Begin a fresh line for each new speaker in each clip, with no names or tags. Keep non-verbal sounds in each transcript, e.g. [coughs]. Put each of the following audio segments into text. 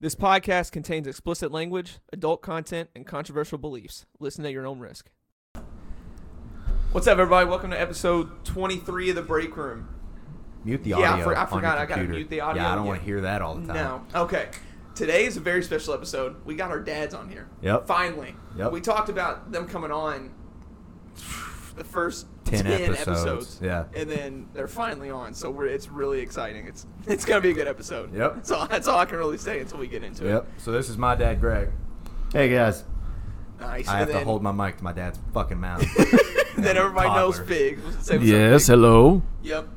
This podcast contains explicit language, adult content, and controversial beliefs. Listen at your own risk. What's up, everybody? Welcome to episode 23 of The Break Room.
Mute the audio.
Yeah, I for- I
on your
forgot I gotta
computer.
mute the audio,
Yeah, I don't want
yeah.
to hear that all the time.
No. Okay. Today is a very special episode. We got our dads on here.
Yep.
Finally.
Yep.
We talked about them coming on the first 10,
10
episodes.
episodes. Yeah.
And then they're finally on. So we're, it's really exciting. It's it's going to be a good episode.
Yep.
That's all, that's all I can really say until we get into
Yep. So this is my dad, Greg.
Hey guys,
it. Nice.
I
and
have to
then-
hold my mic to my dad's fucking mouth.
[laughs] then
Yeah,
everybody knows
toddler.
Fig. Say what's up,
Yes,
Fig.
hello.
Yep.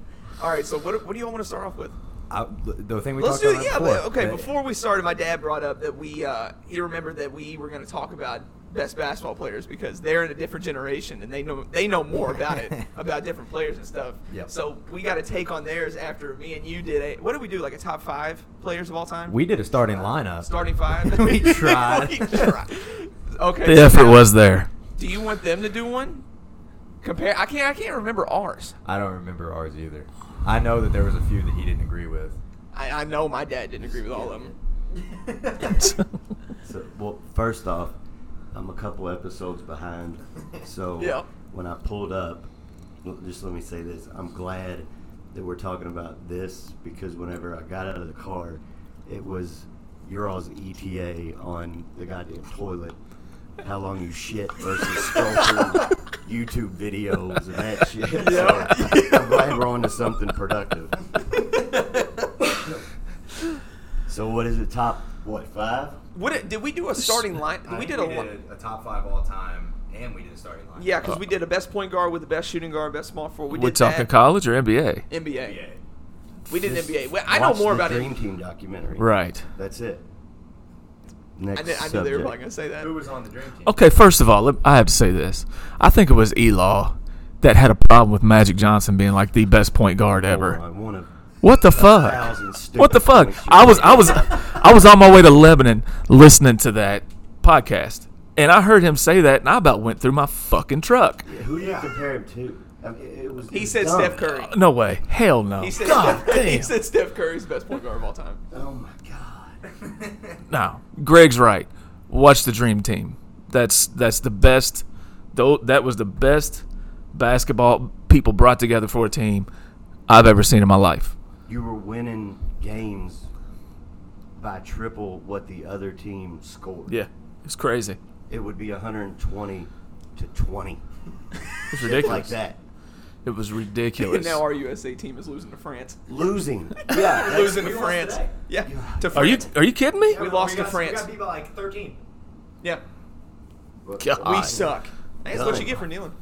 All right. So what, what do you all want to start off with?
I, the thing we
Let's
talked
do
about
yeah.
before.
But, okay.
that-
Before we started, my dad brought up that we uh, he remembered that we were going to talk about best basketball players because they're in a different generation and they know they know more about
[laughs]
it about different players and stuff.
Yep.
So we got to take on theirs after me and you did a what did we do like a top five players of all time?
we did a starting lineup. [laughs]
starting five. [laughs]
We tried.
We tried. Okay.
The
so
effort
now-
was there.
Do you want them to do one? Compare. I can't. I can't remember ours.
I don't remember ours either. I know that there was a few that he didn't agree with.
I, I know my dad didn't agree with all of them.
[laughs]
So, well, first off, I'm a couple episodes behind. So
Yeah.
when I pulled up, l- just let me say this: I'm glad that we're talking about this because whenever I got out of the car, it was your all's ETA on the goddamn toilet. How long you shit versus scroll through YouTube videos and that shit. So I'm glad we're on to something productive. So what is it? Top what five?
What did- did we do a starting line? We did a li-
a top five all time, and we did a starting lineup.
yeah, because we did a best point guard with the best shooting guard, best small forward. We
We're
did
talking
that.
college or NBA?
NBA. We did
Just
NBA. Well, I know
watch
more
the
about
Dream
it.
Team documentary.
Right.
That's it. Next
I knew, I knew they were probably gonna say that.
was on the dream team?
Okay, first of all, let- I have to say this. I think it was Elaw that had a problem with Magic Johnson being like the best point guard ever.
On, one of
What the fuck?
thousand stupid
What the fuck?
points you
I was
made.
I was I was on my way to Lebanon listening to that podcast. And I heard him say that and I about went through my fucking truck.
Who do you compare him to? I mean, it- it was. it
He
was
said
dumb.
Steph Curry.
No way. Hell no.
He said,
God
Steph, he
damn.
said Steph Curry's best point guard of all time.
Oh my god.
No, Greg's right. Watch the Dream Team. That's that's the best. Though that was the best basketball people brought together for a team I've ever seen in my life.
You were winning games by triple what the other team scored.
Yeah, it's crazy.
It would be 120 to 20,
It's
like
ridiculous.
that.
It was
And
[laughs]
ridiculous.
now our USA team is losing to France.
[laughs]
Losing. Yeah. that's-
Losing to France. Yeah. To France.
Are you are you kidding me?
We lost to France.
beat by like 13.
Yeah.
God.
We suck. That's what you get for kneeling.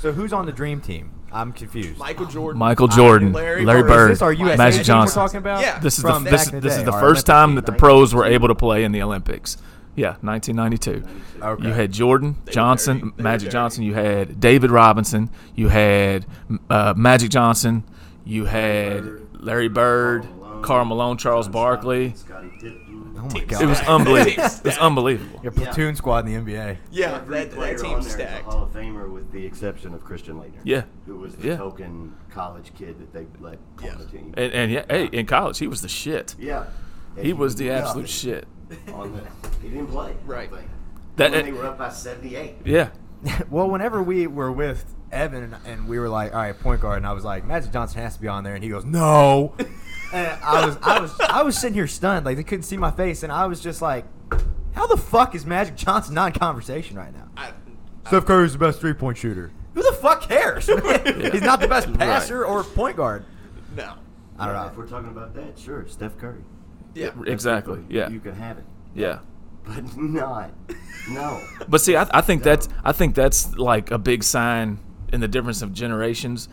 So who's on the dream team? I'm confused.
Michael Jordan.
Magic Jordan,
Larry
Larry,
Bird.
Bird,
Is this our USA
Magic
team
Johnson.
we're talking about?
Yeah.
This is the
From
this,
back in the
this
day,
is the
our
first
Olympic
time
team,
that the
right?
pros were able to play in the Olympics. Yeah, 1992.
Okay.
You had Jordan,
dirty.
Johnson,
They were
Magic
dirty.
Johnson. You had David Robinson. You had uh, Magic Johnson. You had Larry Bird, Carl Malone, Charles Barkley.
Scottie Pippen.
Oh my god.
It was um, unbelievable. It was unbelievable.
your platoon squad in the NBA.
Yeah,
Every
that,
player
that
on
team's
there is a
stacked.
Hall of Famer with the exception of Christian Leitner.
Yeah.
Who was the
Yeah.
token college kid that they let
Yeah.
on the team.
And, and yeah, hey, in college he was the shit.
yeah. And
He was the
yeah,
absolute shit.
On the, he didn't play.
Right.
Like,
That-
when they were up by 78.
Yeah,
well, whenever we were with Evan and, and we were like, all right, point guard, and I was like, Magic Johnson has to be on there, and he goes, [laughs] no. and I was, I was, I was sitting here stunned, like they couldn't see my face, and I was just like, how the fuck is Magic Johnson not in conversation right now?
I,
Steph Curry's the best three point shooter. Who the fuck [laughs] cares? He's not the best passer or point guard.
no.
I don't
Yeah,
know.
If we're talking about that, sure, Steph Curry.
Yeah. Oh
exactly. Yeah,
You can have it,
yeah.
but [laughs] not. No.
But see, I, I think that's I think that's like a big sign in the difference of generations,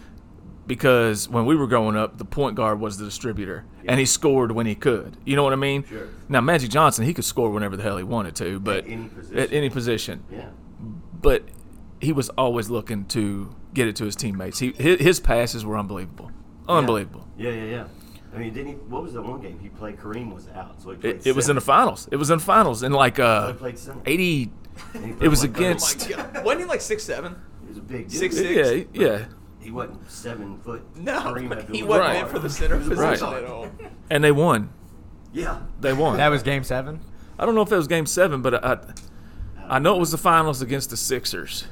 because when we were growing up, the point guard was the distributor, and he scored when he could. You know what I mean?
Sure.
Now Magic Johnson, he could score whenever the hell he wanted to, but
any
at
position.
any position.
Yeah.
But he was always looking to get it to his teammates. He his, his passes were unbelievable, unbelievable.
Yeah, yeah, yeah. I mean, didn't he? What was that one game he played? Kareem was out, so he played.
It, it was in the
center.
finals. It was in the finals in like uh,
He played center.
eighty.
And he played
It was
point guard.
Oh my
against
God. Wasn't he like six seven?
He was a big dude.
Six- six.
yeah yeah.
He wasn't seven foot.
No,
Kareem
he
Abdul-Jabbar.
wasn't
Right.
meant for the center
He was a
position
Right.
at all.
and they won.
Yeah.
They won.
That was game seven.
I don't know if it was game seven, but I, I know it was the finals against the Sixers,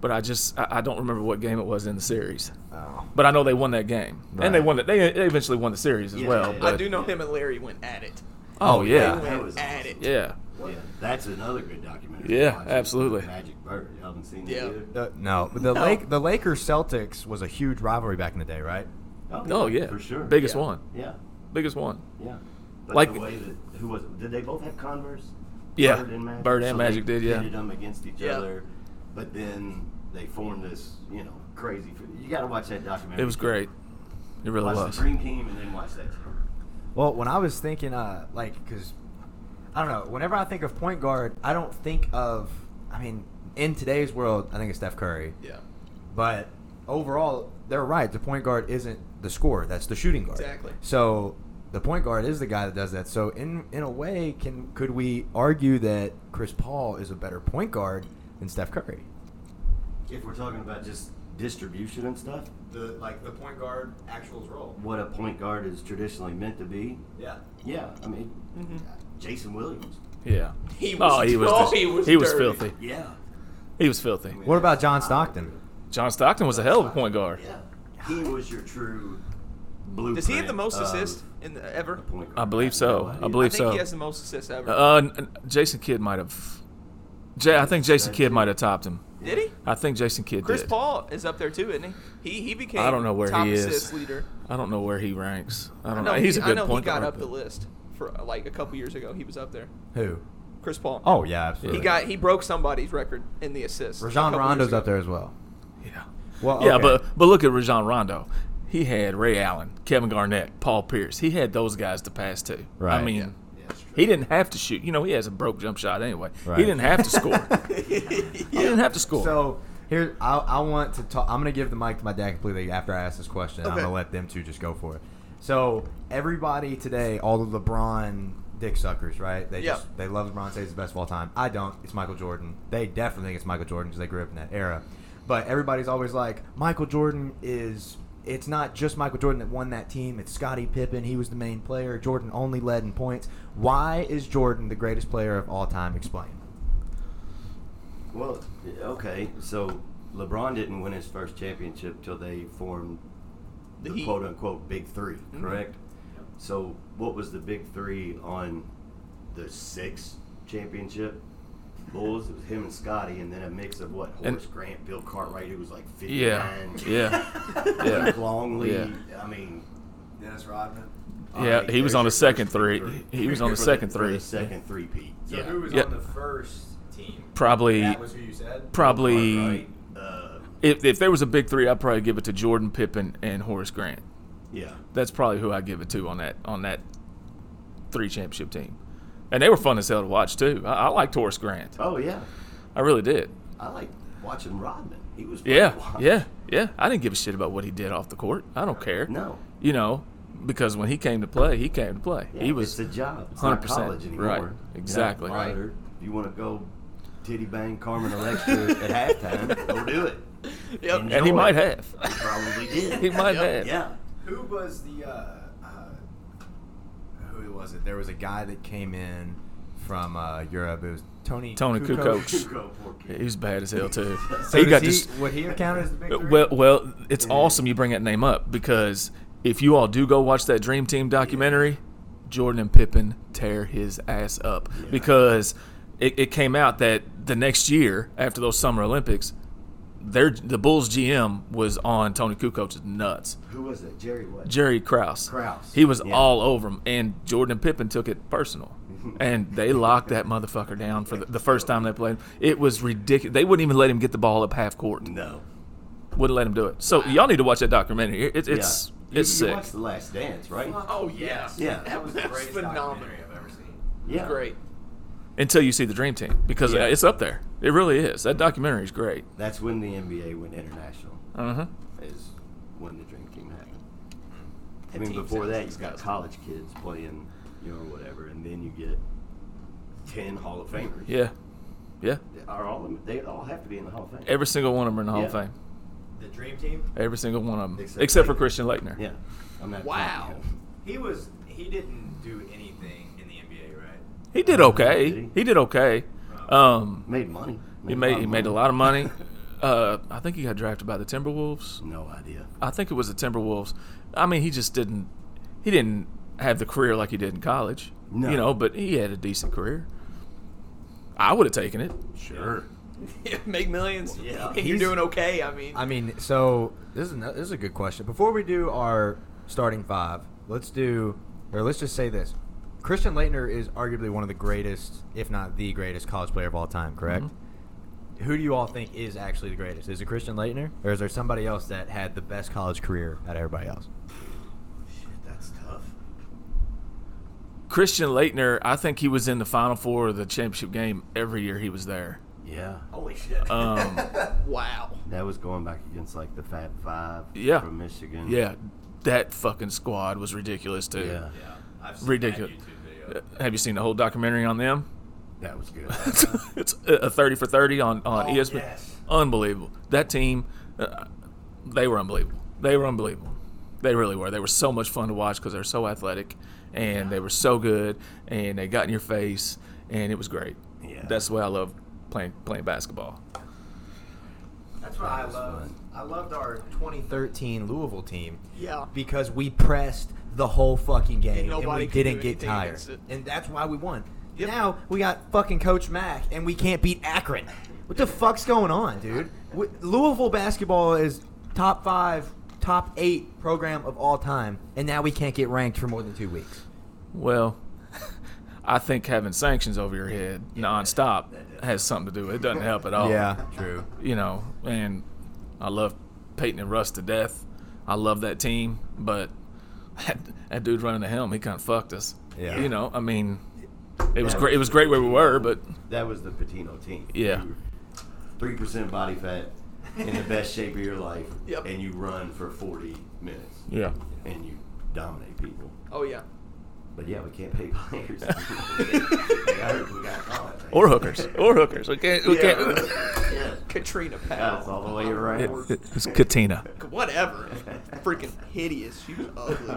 but I just I, I don't remember what game it was in the series.
Oh.
But I know they won that game, and they
Right.
won it. They, they eventually won the series as
Yeah,
well.
yeah,
But,
I do know him and Larry went at it.
Oh
They
yeah,
That
went
was
at
awesome.
it.
yeah.
Yeah, that's another good documentary. to
Yeah,
watch.
absolutely.
Magic Bird. Y'all haven't seen
Yeah.
that either?
Uh, no, but the
No.
Lake the Lakers Celtics was a huge rivalry back in the day, right?
Oh yeah,
For sure.
Biggest
Yeah.
one,
Yeah,
biggest one.
yeah. But
Like-
the way that who was did they both have Converse?
Yeah,
Bird and Magic,
Bird and
So they
Magic did, yeah.
pitted them against each
Yeah.
other, but then they formed this, you know, crazy. You got to watch that documentary.
It was great. It really
Watch
was.
the Dream Team and then watch that.
Well, when I was thinking, uh, like, because I don't know, whenever I think of point guard, I don't think of. I mean, in today's world, I think of Steph Curry.
Yeah.
But overall, they're right. The point guard isn't the scorer; that's the shooting guard.
Exactly.
So the point guard is the guy that does that. So in in a way, can could we argue that Chris Paul is a better point guard than Steph Curry?
If we're talking about just distribution and stuff,
The like the point guard actual's role.
what a point guard is traditionally meant to be.
Yeah.
Yeah, I mean,
Mm-hmm.
Jason Williams.
Yeah.
He was-
oh, he was.
[laughs] oh,
dis-
he was dirty.
filthy.
Yeah.
He was filthy.
What about John Stockton?
John Stockton was a hell of a point guard.
Yeah, he was your true blueprint.
Does he have the most
of
assists in the,
a
ever?
point guard.
I believe so. I
I
believe
think
so.
he has the most assists ever.
Uh, n- n- Jason Kidd might have. J- I think Jason Kidd might have topped him.
Did he?
I think Jason Kidd
Chris
did.
Paul is up there too, isn't he? He he became
I don't know where
top
he is.
assist leader.
I don't know where he ranks. I
I
don't
know
know. He's
he,
a good
I know
point
he got
guard.
up the list for uh, like a couple years ago. He was up there.
Who?
Chris Paul.
Oh yeah, absolutely.
he got he broke somebody's record in the assists. a
Rajon
couple
Rondo's
years
up
ago.
there as well.
but- yeah.
Well,
Yeah,
okay.
but but look at Rajon Rondo. He had Ray Allen, Kevin Garnett, Paul Pierce. He had those guys to pass to. I
Right.
mean,
Yeah.
Yeah, it's true.
he didn't have to shoot. You know, he has a broke jump shot anyway.
Right.
He didn't have
[laughs]
to score. He didn't have to score.
So here, I, I want to talk. I'm going to give the mic to my dad completely after I ask this question. I'm
Okay.
going to let them two just go for it. So everybody today, all the LeBron dick suckers, right? They
Yeah.
just they love LeBron, say he's the best of all time. I don't. It's Michael Jordan. They definitely think it's Michael Jordan because they grew up in that era. But everybody's always like, Michael Jordan is. It's not just Michael Jordan that won that team. It's Scottie Pippen. He was the main player. Jordan only led in points. Why is Jordan the greatest player of all time? Explain.
Well, okay. So LeBron didn't win his first championship till they formed
The
the,
Heat.
quote unquote big 3 correct? So what was the big three on the sixth championship? Bulls, it was him and Scotty, and then a mix of what
And-
Horace Grant, Bill Cartwright, who was like fifty
yeah,
nine,
yeah,
[laughs]
Luke Longley.
Yeah.
I mean,
Dennis Rodman.
yeah. He was on the
There's your
second
first
three.
big
He was on the
For
second
for
three.
the second three Pete.
So who was
Yeah.
on the first team?
Probably,
That was who you said.
probably.
Cartwright, uh,
If, if there was a big three, I'd probably give it to Jordan Pippen and Horace Grant.
yeah.
That's probably who I give it to on that on that three championship team, and they were fun as hell to watch too. I, I liked Horace Grant.
Oh yeah.
I really did.
I like watching Rodman. He was fun
Yeah,
to watch.
yeah, yeah. I didn't give a shit about what he did off the court. I don't care.
No.
you know, because when he came to play, he came to play.
Yeah,
he was
it's a job. It's
100%,
not college anymore.
right, exactly.
Yeah, right. Or If you want to go titty bang Carmen Electra at halftime, go do it.
Yep.
Enjoy.
and he might have.
He
[laughs]
probably
He
did. [laughs]
might have.
yeah.
Who was the? Uh, uh,
who was it? There was a guy that came in from uh, Europe. It was Tony
Tony Kukoc.
You go, poor kid.
He was bad as hell
[laughs]
too.
So
he
he
got
he,
this.
Would he count as the big three?
Well, well, it's awesome you bring that name up because if you all do go watch that Dream Team documentary, Jordan and Pippen tear his ass up because it, it came out that the next year after those Summer Olympics, their the Bulls GM was on Tony Kukoc's nuts.
Who was that? Jerry what?
Jerry Krause.
Krause,
He was
yeah.
all over him, and Jordan and Pippen took it
[laughs]
personal, and they locked that motherfucker down for the, the first time they played. him. It was ridiculous. They wouldn't even let him get the ball up half court.
no.
Wouldn't let him do it. So y'all need to watch that documentary. It, it's
yeah.
it's
you,
sick.
You watched The Last Dance, right?
Oh yeah.
Yeah.
that was the
That's
greatest
phenomenal.
documentary I've ever seen.
Yeah.
Great. [laughs]
Until you see the Dream Team, because uh,
Yeah.
it's up there. It really is. That documentary is great.
That's when the NBA went international.
Uh huh.
Is when the Dream Team happened. I
That
mean,
team
before
sounds
that, you've got
disgusting.
college kids playing, you know, whatever, and then you get ten Hall of Famers.
Yeah, yeah.
They Are all of them, they all have to be in the Hall of Fame.
Every single one of them in the Hall of
Yeah.
Fame.
The Dream Team.
Every single one of them, except,
Except
for
Leighton.
Christian Leitner.
yeah, I'm not.
Wow.
counting him.
He was. he didn't do anything in the NBA, right?
He did
Did
okay.
he?
He did okay. Um,
Made money.
he made he made a lot of
[laughs]
money.
money.
Uh, I think he got drafted by the Timberwolves.
no idea.
I think it was the Timberwolves. I mean, he just didn't he didn't have the career like he did in college.
No.
You know, but he had a decent career. I would have taken it.
Sure.
Make millions.
Yeah.
Yeah, you're
He's-
doing okay. I mean,
I mean, so this is another, this is a good question. Before we do our starting five, let's do or let's just say this: Christian Leitner is arguably one of the greatest, if not the greatest, college player of all time. Correct? Who do you all think is actually the greatest? Is it Christian Leitner, or is there somebody else that had the best college career out of everybody else?
Shit, that's tough.
Christian Leitner, I think he was in the Final Four of the championship game every year he was there.
Yeah.
Holy shit.
[laughs]
Um,
wow.
That was going back against like the Fab Five
Yeah.
from Michigan.
yeah, that fucking squad was ridiculous too.
Yeah.
yeah, I've seen
Ridiculous.
That YouTube video.
Uh, Have you seen the whole documentary on them? [laughs]
That was good.
it's a a 30 for 30 on, on E
Oh,
ESPN.
yes.
Unbelievable. That team, uh, they were unbelievable. They were unbelievable. They really were. They were so much fun to watch because they were so athletic and they were so good and they got in your face and it was great.
Yeah.
That's the way I love playing playing basketball.
That's
what I loved.
I loved our 2013 Louisville team.
Yeah.
because we pressed the whole fucking game and,
nobody
we
could
didn't
do
get
anything
tired.
against it.
And that's why we won.
Yep.
Now we got fucking Coach Mack and we can't beat Akron. What the fuck's going on, dude? Wh- Louisville basketball is top five, top eight program of all time, and now we can't get ranked for more than two weeks.
Well, [laughs] I think having sanctions over your head nonstop has something to do with it. It doesn't help at all.
true.
you know, and I love Peyton and Russ to death. I love that team, but [laughs] that, that dude running the helm, he kind of fucked us.
Yeah.
You know, I mean, it was
Yeah.
great. It was great where we were, but
That was the Patino team.
Yeah.
Three percent body fat in the best shape of your
[laughs]
life.
Yep.
And you run for forty minutes.
yeah,
And you dominate people.
Oh
[laughs]
yeah.
But yeah, we can't pay players. we got, we got caught.
or hookers, or hookers. We can't. We can't.
yeah.
Katrina
Got us
Powell.
all the way around.
It- [laughs] it's Katina. [laughs]
Whatever. Freaking hideous. She was
[laughs]
ugly.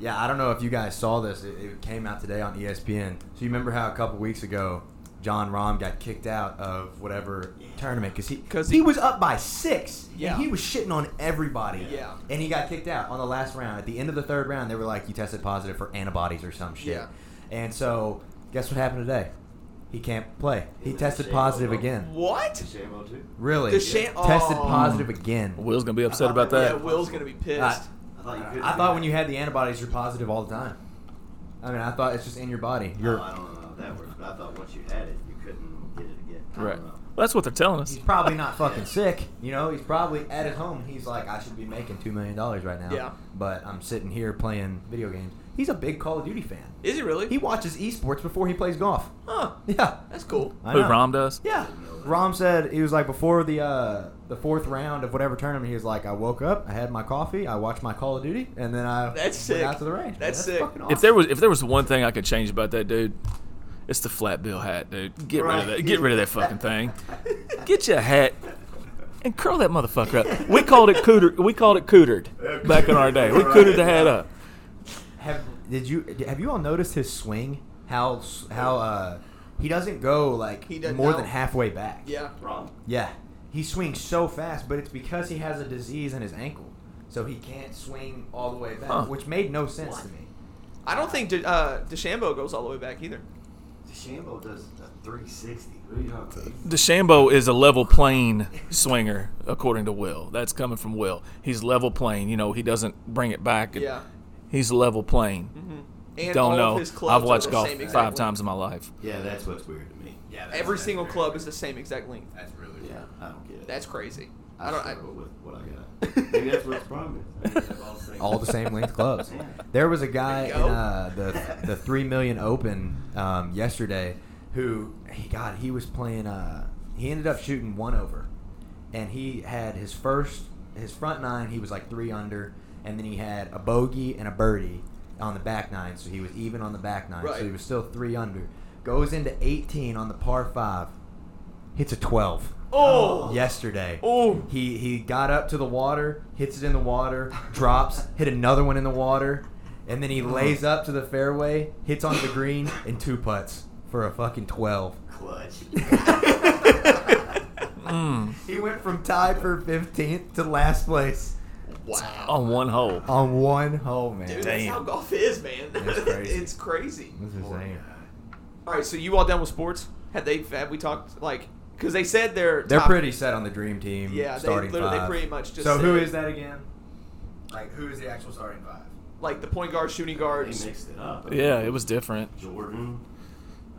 Yeah, I don't know if you guys saw this. It, it came out today on E ESPN. So you remember how a couple weeks ago John Rahm got kicked out of whatever tournament because he
'Cause
because
he-
he, was up by six. and
Yeah.
he was shitting on everybody.
Yeah.
and he got kicked out on the last round. At the end of the third round, they were like, "You tested positive for antibodies or some shit."
Yeah.
and so guess what happened today? He can't play. He
Isn't that
tested
shame,
positive
Oklahoma?
again.
What?
Shamo too.
Really?
The shame-
tested
Oh.
positive again.
Will's gonna be upset about
Yeah,
that.
Will's gonna be pissed.
Uh,
I thought you could.
I thought when you had the antibodies, you're positive all the time. I mean, I thought it's just in your body. You're
Oh, I don't know how that works, but I thought once you had it, you couldn't get it again. I don't
Right.
know.
That's what they're telling us.
He's probably
[laughs]
not fucking sick. You know, he's probably at his home. He's like, I should be making two million dollars right now.
Yeah.
But I'm sitting here playing video games. He's a big Call of Duty fan.
Is he really?
He watches esports before he plays golf.
huh.
[laughs] Yeah.
That's cool.
I
Who
know.
Rom does?
Yeah. Rom said he was like before the uh, the fourth round of whatever tournament. He was like, I woke up, I had my coffee, I watched my Call of Duty, and then I
That's
went
sick.
out to the range.
That's sick.
fucking
If there was if there was one thing I could change about that dude, it's the flat bill hat, dude. Get rid of that. Get rid of that
[laughs]
fucking thing. Get your hat and curl that motherfucker up. We called it cooter. We called it cootered back in our day. We cootered the hat up.
[laughs] Have did you have you all noticed his swing? How s- how uh, he doesn't go like
He doesn't
more
know.
than halfway back.
Yeah.
[laughs] Wrong.
Yeah. He swings so fast, but it's because he has a disease in his ankle. So he can't swing all the way back,
Huh.
which made no sense to me.
I don't think De- uh, DeChambeau goes all the way back either.
DeChambeau does a 360. Who you talking about?
DeChambeau is a level plane swinger, according to Will. That's coming from Will. He's level plane. You know, he doesn't bring it back.
Yeah. Mm-hmm.
He's level plane.
And all
Don't
of
know.
his clubs
I've
are
watched
the
golf
same exact
five
length.
times in my life.
Yeah, that's what's weird to me.
yeah, that's-
Every
that's
single
very
club
weird.
is the same exact length.
That's really weird.
Yeah, I don't get it.
That's crazy.
I,
I don't. I,
struggle with what I
[laughs]
got. Maybe that's what's wrong with it. I mean, they're all the
[laughs]
same.
All the same length clubs.
Yeah.
There was a guy in
There you go.
uh, the the three million Open um, yesterday who he God he was playing. Uh, he ended up shooting one over, and he had his first his front nine. He was like three under, and then he had a bogey and a birdie on the back nine, so he was even on the back nine.
Right.
So he was still three under. Goes into eighteen on the par five, hits a twelve
oh.
yesterday.
Oh.
He he got up to the water, hits it in the water, drops, hit another one in the water, and then he
Oh.
lays up to the fairway, hits onto the green, and two putts for a fucking twelve.
Clutch.
[laughs]
Mm.
Mm.
He went from tied for fifteenth to last place
Wow.
on one hole.
on one hole, man.
Dude,
That's
that's how golf is, man. [laughs]
That's crazy.
it's crazy.
insane.
uh,
All right, so you all done with sports? Had they? Have we talked like? Because they said they're
They're
top-
pretty set on the dream team.
Yeah, they
starting
literally- they
five.
pretty much just
So who
said-
is that again?
Like, who is the actual starting five?
like the point guard, shooting
They
guards.
mixed it up.
Yeah, it was different.
Jordan.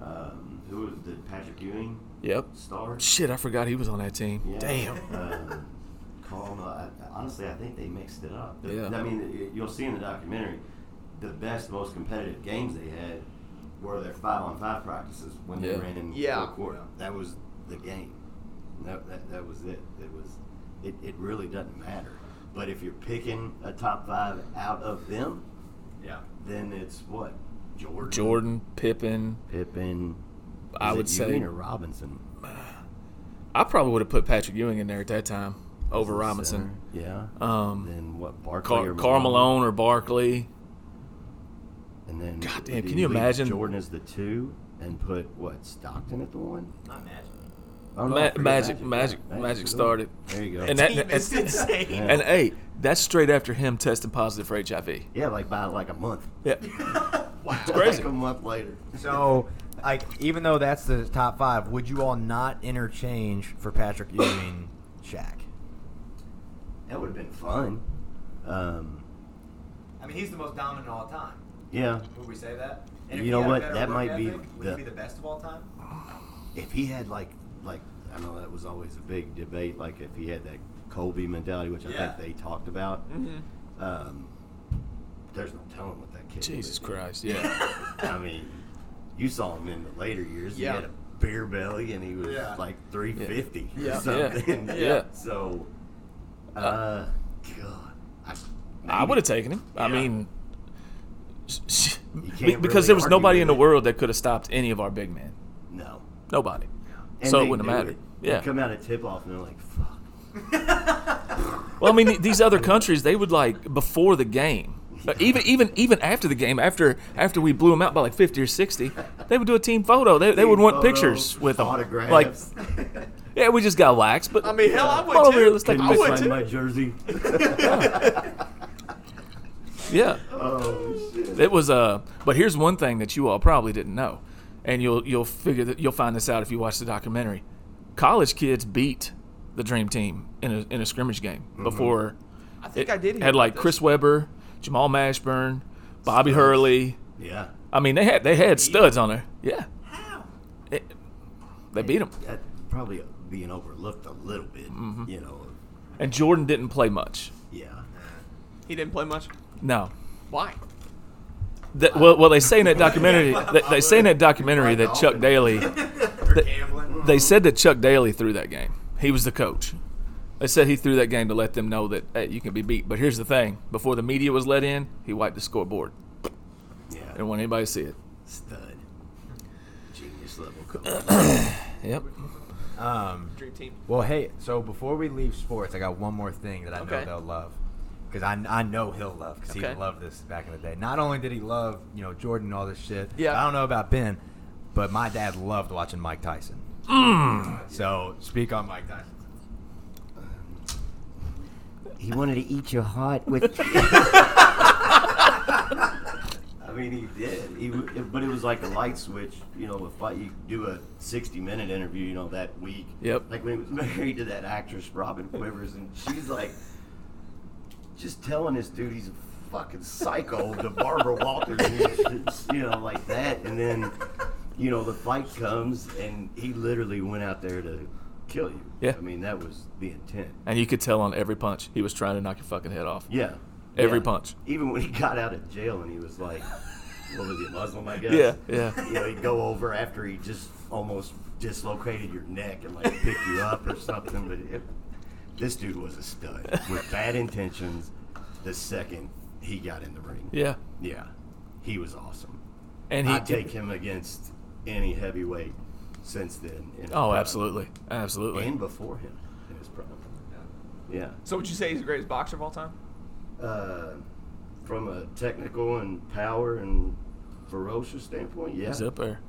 Um, who was the Patrick Ewing
Yep.
star?
Shit, I forgot he was on that team.
Yeah.
Damn.
Um, Colm, I, I- honestly, I think they mixed it up. The-
Yeah.
I mean, y- you'll see in the documentary, the best, most competitive games they had were their five-on-five practices when they
Yeah.
ran in
Yeah.
full court. That was the game. That, that, that was it. It was. It, it really doesn't matter. But if you're picking a top five out of them,
Yeah.
then it's what Jordan,
Jordan, Pippen.
Pippen.
I
is it
would say-
Ewing or Robinson
I probably would have put Patrick Ewing in there at that time over
Center.
Robinson.
Yeah.
Um,
then what? Barkley
Car-
or
Karl Malone or Barkley.
And then
God
do
damn, can you
leave
imagine-
Jordan is the two and put what Stockton at the one?
Not magic.
Oh, no,
Ma-
forget
Magic, Magic,
Yeah,
Magic
cool.
started.
There you go.
And
Team
that,
is insane.
Yeah.
and hey, that's straight after him testing positive for HIV.
yeah, like by like a month.
[laughs] Yeah.
[laughs]
Wow,
crazy.
[laughs] like a month later.
So, like, even though that's the top five, would you all not interchange for Patrick Ewing, [coughs] Shaq?
[laughs] That would have been fun. Um,
I mean, he's the most dominant of all time.
yeah,
Would we say that? And
You
if he
know
had a
what?
better
That
work
might be
ethic, Would
the-
he be the best of all time?
if he had like like I know that was always a big debate. Like if he had that Kobe mentality, which I
Yeah.
think they talked about.
Mhm.
Um, there's no telling what that kid.
Jesus
would've been.
Christ.
[laughs]
Yeah.
I mean, you saw him in the later years.
Yeah.
He had a beer belly, and he was
Yeah.
like 350
Yeah.
or something. [laughs]
Yeah. Yeah.
So, uh, God, I,
I would have taken him. I
Yeah.
mean, s- s- [laughs]
You
be-
can't
because
really
there was
argue
nobody
with
in the
it.
world that could have stopped any of our big men.
no.
Nobody.
And
So it
they
wouldn't
knew
have mattered.
They
Yeah.
come out at tip off, and they're like, "Fuck."
Well, I mean, th- these other countries, they would like before the game, uh, even even even after the game, after after we blew them out by like fifty or sixty, they would do a team photo. They, they would want pictures
Photos,
with them. Like,
[laughs] autographs.
yeah, we just got waxed, but
I mean, hell, I
come
would
on over
too.
here, let's take
Can
a
I
you
would
picture.
sign
too.
my
[laughs]
jersey?
Yeah,
oh shit!
it was. Uh, but here's one thing that you all probably didn't know, and you'll you'll figure that you'll find this out if you watch the documentary. College kids beat the dream team in a in a scrimmage game
Mm-hmm.
before.
I think I did. hear
Had like
about this.
Chris Webber, Jamal Mashburn, Bobby Hurley.
Yeah.
I mean, they had they had studs on there. Yeah. How? they beat him,
That probably being overlooked a little bit,
Mm-hmm.
you know.
and Jordan didn't play much.
Yeah.
He didn't play much.
No.
Why?
That, well, well, they say in that documentary. they, they say in that documentary that Chuck Daly.
For gambling?
They said that Chuck Daly threw that game. He was the coach. They said he threw that game to let them know that hey, you can be beat. But here's the thing: before the media was let in, he wiped the scoreboard.
Yeah.
Didn't want anybody to see it.
Stud. Genius level coach.
Yep.
Um,
Dream team.
well, hey, so before we leave sports, I got one more thing that I
Okay.
know they'll love. Because I, I know he'll love, because
Okay.
he loved this back in the day. Not only did he love, you know, Jordan and all this shit.
Yeah.
I don't know about Ben, but my dad loved watching Mike Tyson.
Mm.
So, speak on Mike Tyson.
he wanted to eat you
[laughs]
hot with. I mean, he did. He, w- but it was like a light switch, you know. If I, you do a sixty-minute interview, you know, that week.
Yep.
Like when he was [laughs] married to that actress Robin Quivers, and she's like, just telling this dude he's a fucking psycho
[laughs]
to Barbara Walters, and he's- you know, like that. And then, you know, the fight comes, and he literally went out there to kill you.
Yeah.
I mean, that was the intent.
And you could tell on every punch he was trying to knock your fucking head off.
Yeah.
Every
Yeah.
punch.
Even when he got out of jail and he was like, what was he, Muslim, I guess?
Yeah. Yeah.
You know, he'd go over after he just almost dislocated your neck and like pick you up or something. But it, this dude was a stud with bad intentions the second he got in the ring.
Yeah.
Yeah. He was awesome.
And he.
I'd take him against any heavyweight since then. in his
Oh,
prime.
absolutely, absolutely.
And before him in his prime. Yeah.
So would you say he's the greatest boxer of all time?
Uh, from a technical and power and ferocious standpoint, yeah.
He's up there.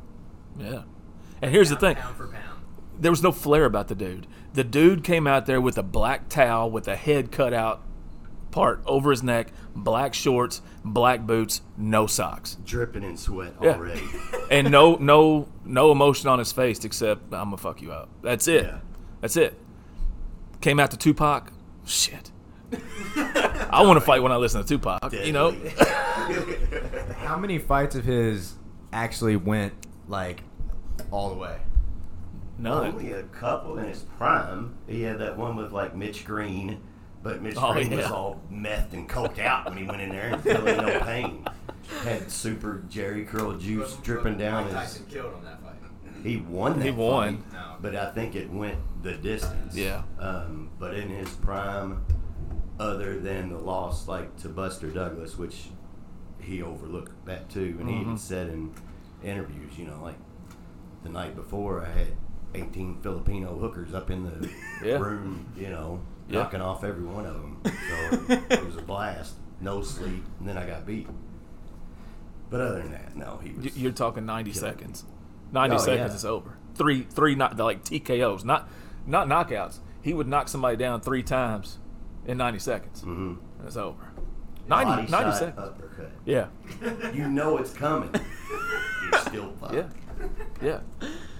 Yeah. And here's the thing.
Pound for pound.
there was no flair about the dude. The dude came out there with a black towel with a head cut out part over his neck, black shorts, black boots, no socks,
Dripping in sweat
Yeah. [laughs]
already.
[laughs]
and no no no emotion on his face except I'm gonna fuck you up. That's it.
Yeah.
That's it. Came out to Tupac.
[laughs]
Shit. I want to fight when I listen to Tupac. You know,
Deadly.
How many fights of his actually went like all the way?
none.
Only a couple in his prime. He had that one with like Mitch Green, but Mitch
Oh,
Green was
yeah.
all methed and coked out when he went in there and
[laughs]
feeling no pain. Had super Jerry Curl juice dripping down
Mike
his.
Tyson killed on that fight.
He won that.
He won.
fight,
No.
but I think it went the distance.
Yeah.
Um, but in his prime, other than the loss like to Buster Douglas, which he overlooked that too, and
Mm-hmm.
he even said in interviews, you know, like the night before I had 18 Filipino hookers up in the
[laughs] Yeah.
room, you know,
Yeah.
knocking off every one of them. So it was a blast. No sleep, and then I got beat. But other than that, no, he was.
Y- You're talking 90 seconds. 90
Oh,
seconds
yeah.
is over. Three, three, not like TKOs, not, not knockouts. He would knock somebody down three times in 90 seconds. Mm-hmm. It's over. 90,
body
90
shot, uh,
seconds.
uppercut.
Yeah,
You know it's coming. You're still fucked.
[laughs] yeah,
[laughs]
yeah.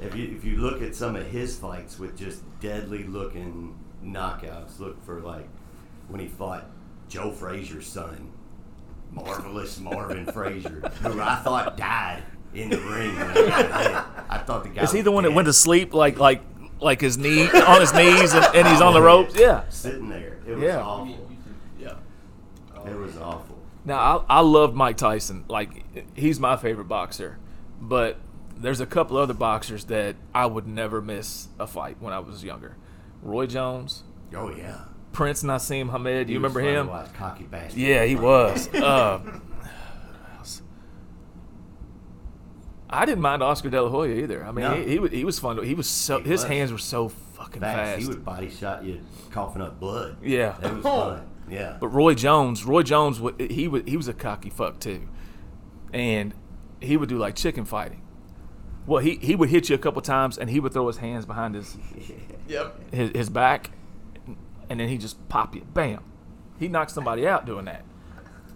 If you if you look at some of his fights with just deadly looking knockouts, look for like when he fought Joe Frazier's son, marvelous
[laughs]
Marvin Frazier, who I thought died in the ring.
[laughs]
When he got hit. I thought the guy
Is he
was
the one that
dead.
went to sleep like, like, like his knee on his knees and, and he's on
[laughs]
the ropes? Yeah.
sitting there. It was
Yeah.
awful. Yeah, it was awful.
Now I, I love Mike Tyson. Like he's my favorite boxer, but there's a couple other boxers that I would never miss a fight when I was younger. Roy Jones,
Oh yeah,
Prince Nassim Hamed. You
He was
remember
fun to
him?
watch, cocky bastard.
Yeah, he
[laughs]
was. Uh, I didn't mind Oscar De La Hoya either. I mean,
No.
he, he, was, he was fun. To, he was so
He
his
was.
hands were so fucking
Fast.
fast.
He would body shot you, coughing up blood.
Yeah. [laughs]
that was fun. Yeah,
But Roy Jones, Roy Jones, wa- he was he was a cocky fuck too, and he would do like chicken fighting. Well, he, he would hit you a couple times, and he would throw his hands behind his
Yep.
his, his back, and then he just pop you, bam. He knocked somebody out doing that.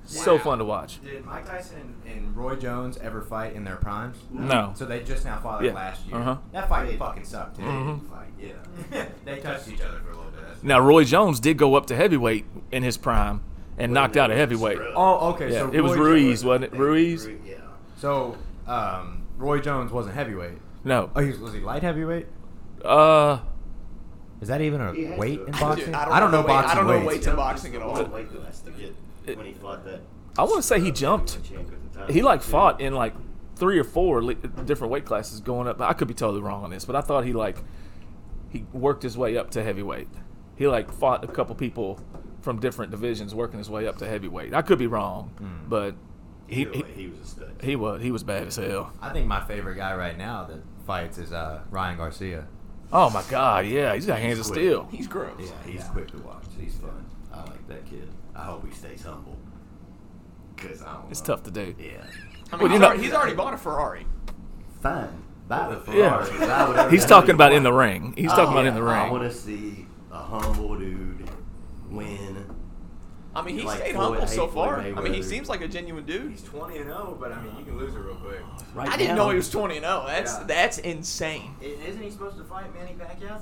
So
Wow.
fun to watch.
Did Mike Tyson and Roy Jones ever fight in their primes?
No,
So they just now fought like
Yeah.
last year.
Uh-huh. Mm-hmm.
That fight fucking sucked. Dude. [laughs]
Fight, yeah.
they touched each other for a little bit.
now Roy Jones did go up to heavyweight in his prime and knocked out a heavyweight.
Oh, okay.
Yeah,
so
it was
Roy
Ruiz,
Jones-
wasn't it? Ruiz?
Yeah.
So um, Roy Jones wasn't heavyweight.
No.
Oh, he was, was he light heavyweight?
Uh,
Is that even a
He has
weight
to.
in
I
boxing?
do-
I
I don't
don't, know,
know weight- I
boxing
don't know
weights.
weight. It's in boxing at all.
What weight class to get when he fought that.
I want to say he jumped. he like fought in like three or four li- different weight classes going up. I could be totally wrong on this, but I thought he like he worked his way up to heavyweight. He like fought a couple people from different divisions, working his way up to heavyweight. I could be wrong,
Mm.
but he,
He,
he
he was a stud.
he was he was bad as hell.
I think my favorite guy right now that fights is uh, Ryan Garcia.
Oh my god, yeah, he's got hands of steel.
He's gross.
yeah, he's quick to watch. He's fun. I like that kid. I hope he stays humble. Cause I don't
It's
know.
tough to do.
Yeah.
I mean,
Well,
he's,
you know-
already, he's already bought a Ferrari.
Fine. Buy the
Yeah.
Ferrari. Buy whatever
He's
the hell
talking
you
about in
want.
the ring. He's
Oh,
talking about
yeah,
in the
I
ring.
want to see a humble dude win.
I mean, he
Like
stayed
Floyd-
humble so
Floyd
far. I mean, he
Mayweather.
seems like a genuine dude.
He's 20 and 0, but I mean, you can lose it real quick.
Right
I didn't
now-
know he was 20 and 0. That's
Yeah.
that's insane.
Isn't he supposed to fight Manny Pacquiao?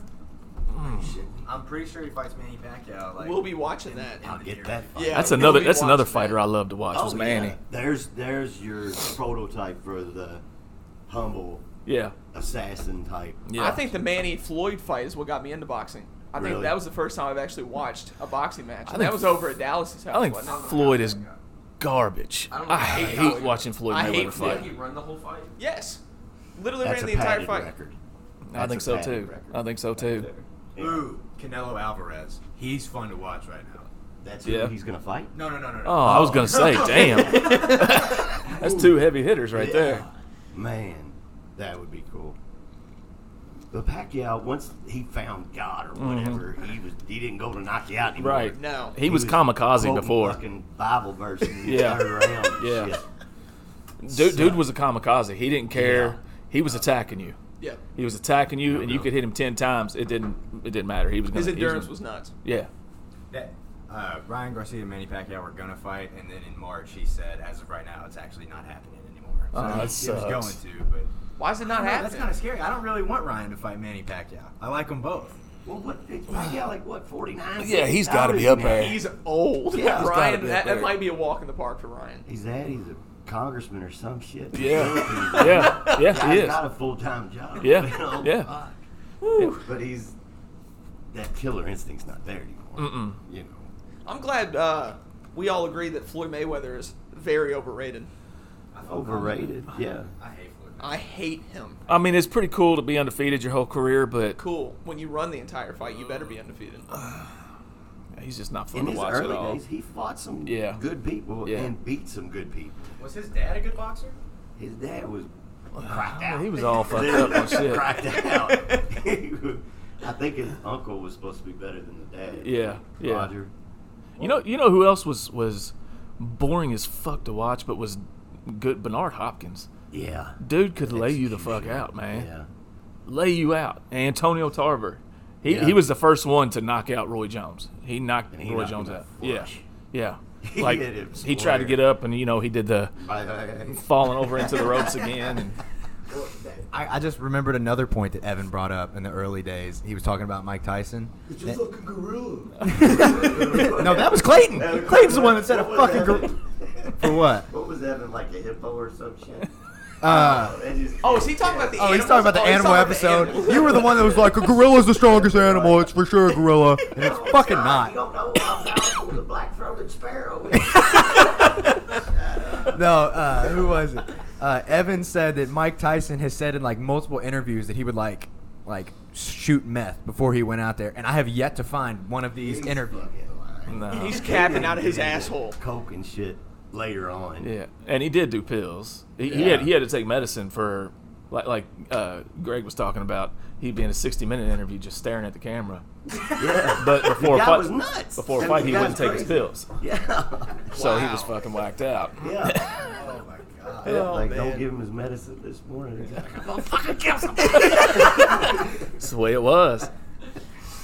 Shit.
I'm pretty sure he fights Manny Pacquiao. Like,
We'll be watching that.
I'll get that. Fight.
Yeah.
That's
we'll
another
be
that's another
watching
fighter
that.
I love to watch. was
Oh, yeah.
Manny.
There's there's your prototype for the humble
Yeah.
assassin type.
Yeah.
I think the Manny Floyd fight is what got me into boxing. I think
Really?
that was the first time I've actually watched a boxing match.
I
And that
think-
was over at Dallas's house.
I think
wasn't it?
Floyd is garbage.
I don't
I,
think-
hate
I-
watching Floyd
I hate
Mayweather fight.
he
Floyd.
run the whole fight?
Yes. Literally ran
That's a
the entire
padded
fight.
record.
I
That's
think
a
so
padded
too.
record.
I think so too.
Yeah.
Ooh, Canelo Alvarez. He's fun to watch right now.
That's who
Yeah.
he's gonna fight.
No, no, no, no. no.
Oh, I was gonna say, damn,
[laughs] Ah,
that's two heavy hitters right there.
Man, that would be cool. But Pacquiao, once he found God or whatever, he was he didn't go to knock you out anymore.
Mm-hmm. Right.
No.
He, was, kamikaze
quoting
before.
Fucking Bible verses. in the
[laughs] Yeah.
Third round. and
Yeah.
shit.
Dude, dude was a kamikaze. He didn't care.
Yeah.
He was attacking you.
Yeah.
He was attacking you, and you could hit him ten times. It didn't. It didn't matter. He was. Gonna,
His
he was
endurance
gonna-
was nuts.
Yeah.
That, uh, Ryan Garcia and Manny Pacquiao were gonna fight, and then in March he said, as of right now, it's actually not happening anymore. So
Oh, that
he, he was
sucks.
going to, but
Why is it
I
not
don't know, that's
happening?
kind of scary. I don't really want Ryan to fight Manny Pacquiao. I like them both.
Well, what? It's Pacquiao like what? Forty nine.
Yeah, he's gotta be up there.
He's old.
Yeah,
gotta
it's
Ryan,
be up
that, that
there.
might be a walk in the park for Ryan.
He's that. He's a congressman or some shit.
Yeah. Yeah. Yeah. He
He's
is.
got a full time job.
Yeah,
You know?
yeah.
Fuck. But he's that killer instinct's not there anymore.
Mm-mm.
You know.
I'm glad uh, we all agree that Floyd Mayweather is very overrated.
Overrated. Yeah.
I hate Floyd.
I hate him.
I mean, it's pretty cool to be undefeated your whole career, but
Cool. When you run the entire fight, you better be undefeated.
he's just not
In
fun to
his
watch at
early
all.
days, he fought some
Yeah.
good people
Yeah.
and beat some good people.
Was his dad a good boxer?
His dad was cracked
Yeah,
out.
he was all fucked up and shit.
cracked out. He was- I think his uncle was supposed to be better than the dad.
Yeah, yeah.
Roger.
You know, you know who else was was boring as fuck to watch, but was good. Bernard Hopkins,
Yeah.
dude, could lay you the fuck out, man.
Yeah.
Lay you out. Antonio Tarver, he
Yeah.
he was the first one to knock out Roy Jones. He knocked
And he
Roy
knocked
Jones
him
out.
the
Yeah,
flush.
yeah.
[laughs] He
Like
hit him
he tried to
square.
get up, and you know he did the
By the way,
falling over into the ropes again.
[laughs]
And
I, I just remembered another point that Evan brought up in the early days. He was talking about Mike Tyson.
It's a fucking gorilla.
[laughs] No, that was Clayton. Clayton's the one that said a
What was
fucking.
Evan?
Gr- for what?
[laughs] What was Evan like a hippo or some shit?
Uh,
They just-
Oh, is he talking about the
oh, he's
animals?
talking about the
Oh, he's
animal
talking about the
episode. [laughs]
animals.
you were the one that was like, a gorilla's the strongest animal. It's for sure a gorilla. And it's
Oh, God,
fucking
You
not.
don't know how powerful the black-throated sparrow is.
No, uh, who was it? Uh, Evan said that Mike Tyson has said in like multiple interviews that he would like, like shoot meth before he went out there, and I have yet to find one of these interviews.
no.
He's capping out of his asshole.
Coke and shit later on.
Yeah, and he did do pills. He, he had
Yeah.
he had to take medicine for like like uh, Greg was talking about. He'd be in a sixty minute interview just staring at the camera.
Yeah. [laughs]
But before a
guy
fight,
was nuts.
before a
And
fight,
the
he
guy
wouldn't
was
take his
crazy.
pills,
Yeah.
so he was fucking whacked out.
Yeah.
Oh my god.
[laughs] Oh,
like,
man.
don't give him his medicine this
[laughs]
morning. He's like, "Oh,
That's the way it was.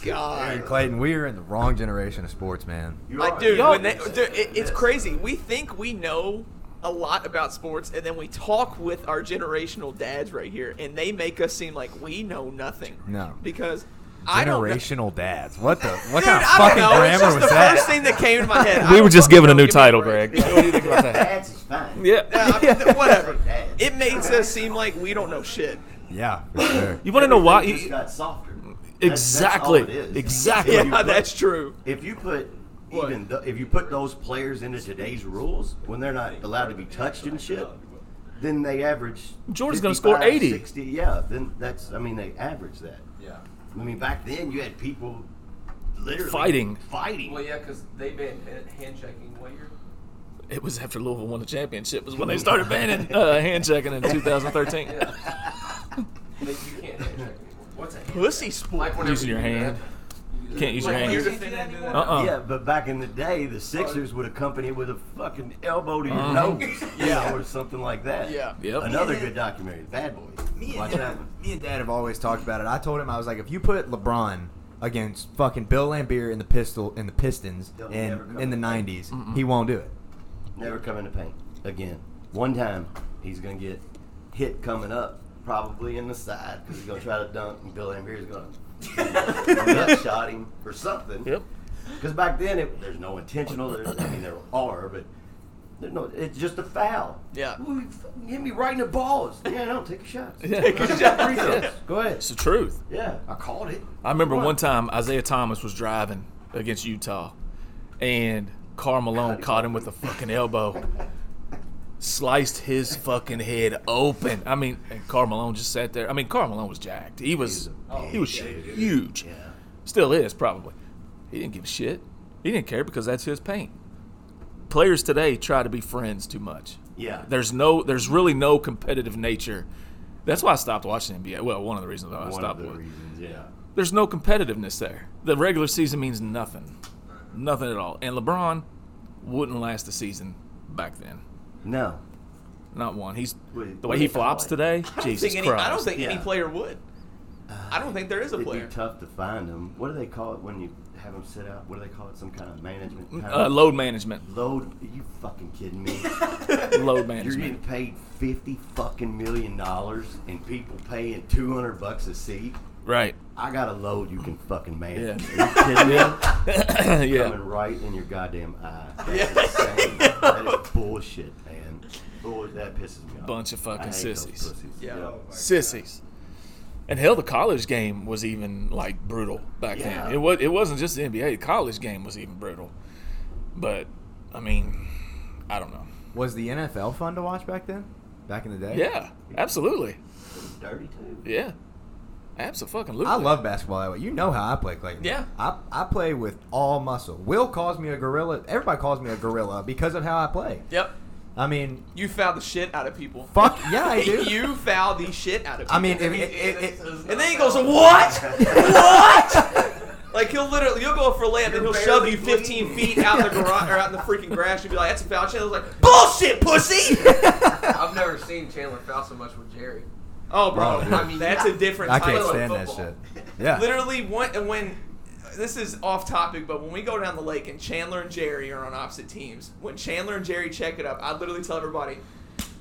God.
Clayton, we are in the wrong generation of sports, man.
you
I
are."
dude,
Y'all-
when they, dude it, it's crazy. We think we know a lot about sports, and then we talk with our generational dads right here, and they make us seem like we know nothing.
No.
because I don't. know-
Generational dads. What the? What
Dude,
kind of
I don't
fucking
know. It's
grammar
just
was
the
that?
first thing that came to my
[laughs]
head.
We
I
were just
don't
given a
know.
new
Give me
title,
break.
Greg. What do you think about that?
That's is fine.
Yeah.
I mean,
[laughs]
whatever.
Dads.
It makes us seem like we don't know shit.
Yeah, for [laughs] sure.
You want to know why?
It just got softer. That's- that's all
Exactly.
it is.
Exactly.
If you
Yeah,
put-
Uh, that's true.
If you put even th- if you put those players into today's rules when they're not allowed to be touched and shit, then they average.
Jordan's gonna score
55,
80.
60, yeah. Then that's I mean they average that.
Yeah.
I mean back then you had people literally
Fighting.
fighting.
Well, yeah, because they banned hand- handshaking. What year?
It was after Louisville won the championship was when they started banning uh, hand checking in 2013.
[laughs]
They, you can't handshake anymore. What's that?
Pussy sport.
Like whenever
Using your
you do
hand.
that.
Can't use your
Like,
hand.
you
You're
can't do that
defending
anymore?
that.
Uh-uh.
Yeah, but back in the day, the Sixers would accompany with a fucking elbow to your nose, yeah, or something like that.
Yeah.
Uh-huh. Yep.
Another good documentary, Bad Boys. Watch that one.
Me and Dad have always talked about it. I told him I was like, if you put LeBron against fucking Bill Lambier in the pistol in the Pistons
He'll never
in
come
in the
back.
'90s, he won't do it.
Never come into paint again. One time, he's gonna get hit coming up, probably in the side, because he's gonna try to dunk, and Bill Ambier's gonna nut shot him or something.
Yep.
Because back then, it, there's no intentional. There's, I mean, there are, but there's no. It's just a foul.
Yeah.
Ooh, you fucking hit me right in the balls. Yeah, no, take a shot.
Yeah.
Free throws. Go ahead.
It's the truth.
Yeah, I called it.
I remember
What?
one time Isaiah Thomas was driving against Utah, and Carl Malone caught him with a fucking elbow, sliced his fucking head open. I mean, and Carl Malone just sat there. I mean, Carl Malone was jacked. He was he was huge.
oh, Yeah.
Still is probably. He didn't give a shit. He didn't care because that's his paint. Players today try to be friends too much.
Yeah.
There's no there's really no competitive nature That's why I stopped watching NBA. Well, one of the reasons why I
One
stopped.
of the
wa-
reasons, yeah.
There's no competitiveness there. The regular season means nothing, nothing at all. And LeBron wouldn't last the season back then.
No,
Not one. He's
Wait,
the
what
way he
if I
flops
like-
today.
I don't
Jesus
think any,
Christ.
I don't think any
Yeah.
player would. I don't think there is a
it'd
player.
be tough to find them. What do they call it when you have them sit out? What do they call it? Some kind of management.
uh, load management.
Load? Are you fucking kidding me?
Load
You're getting
management.
paid fifty fucking million dollars, and people paying two hundred bucks a seat.
Right.
I got a load you can fucking manage. Are you kidding me?
[laughs] yeah.
Coming right in your goddamn eye. That's insane. That is bullshit, man. Bull, that pisses me off.
Bunch of fucking
I hate those
sissies.
pussies.
Yeah.
Sissies. And hell, the college game was even like brutal back
Yeah.
then. It was. It wasn't just the NBA. The college game was even brutal. But I mean, I don't know.
Was the NFL fun to watch back then? Back in the day?
Yeah, absolutely.
Dirty too.
Yeah, absolutely.
I love basketball that way. You know how I play, Clayton.
Yeah.
I, I play with all muscle. Will calls me a gorilla. Everybody calls me a gorilla because of how I play.
Yep.
I mean,
You foul the shit out of people.
fuck yeah,
[laughs]
I do.
you foul the shit out of people.
I mean, if, if, if, if-
and then he goes, "What? what?" [laughs] like he'll literally, you'll go for a layup and he'll shove you 15 feet out the garage or out in the freaking grass. You'll be like, "That's a foul." Chandler's like, "Bullshit, pussy."
I've never seen Chandler foul so much with Jerry.
Oh, bro,
Oh, dude.
I mean, that's a different.
I
type
can't
of
stand that
football.
shit. Yeah.
Literally, when, when this is off topic, but when we go down the lake and Chandler and Jerry are on opposite teams, when Chandler and Jerry check it up, I literally tell everybody,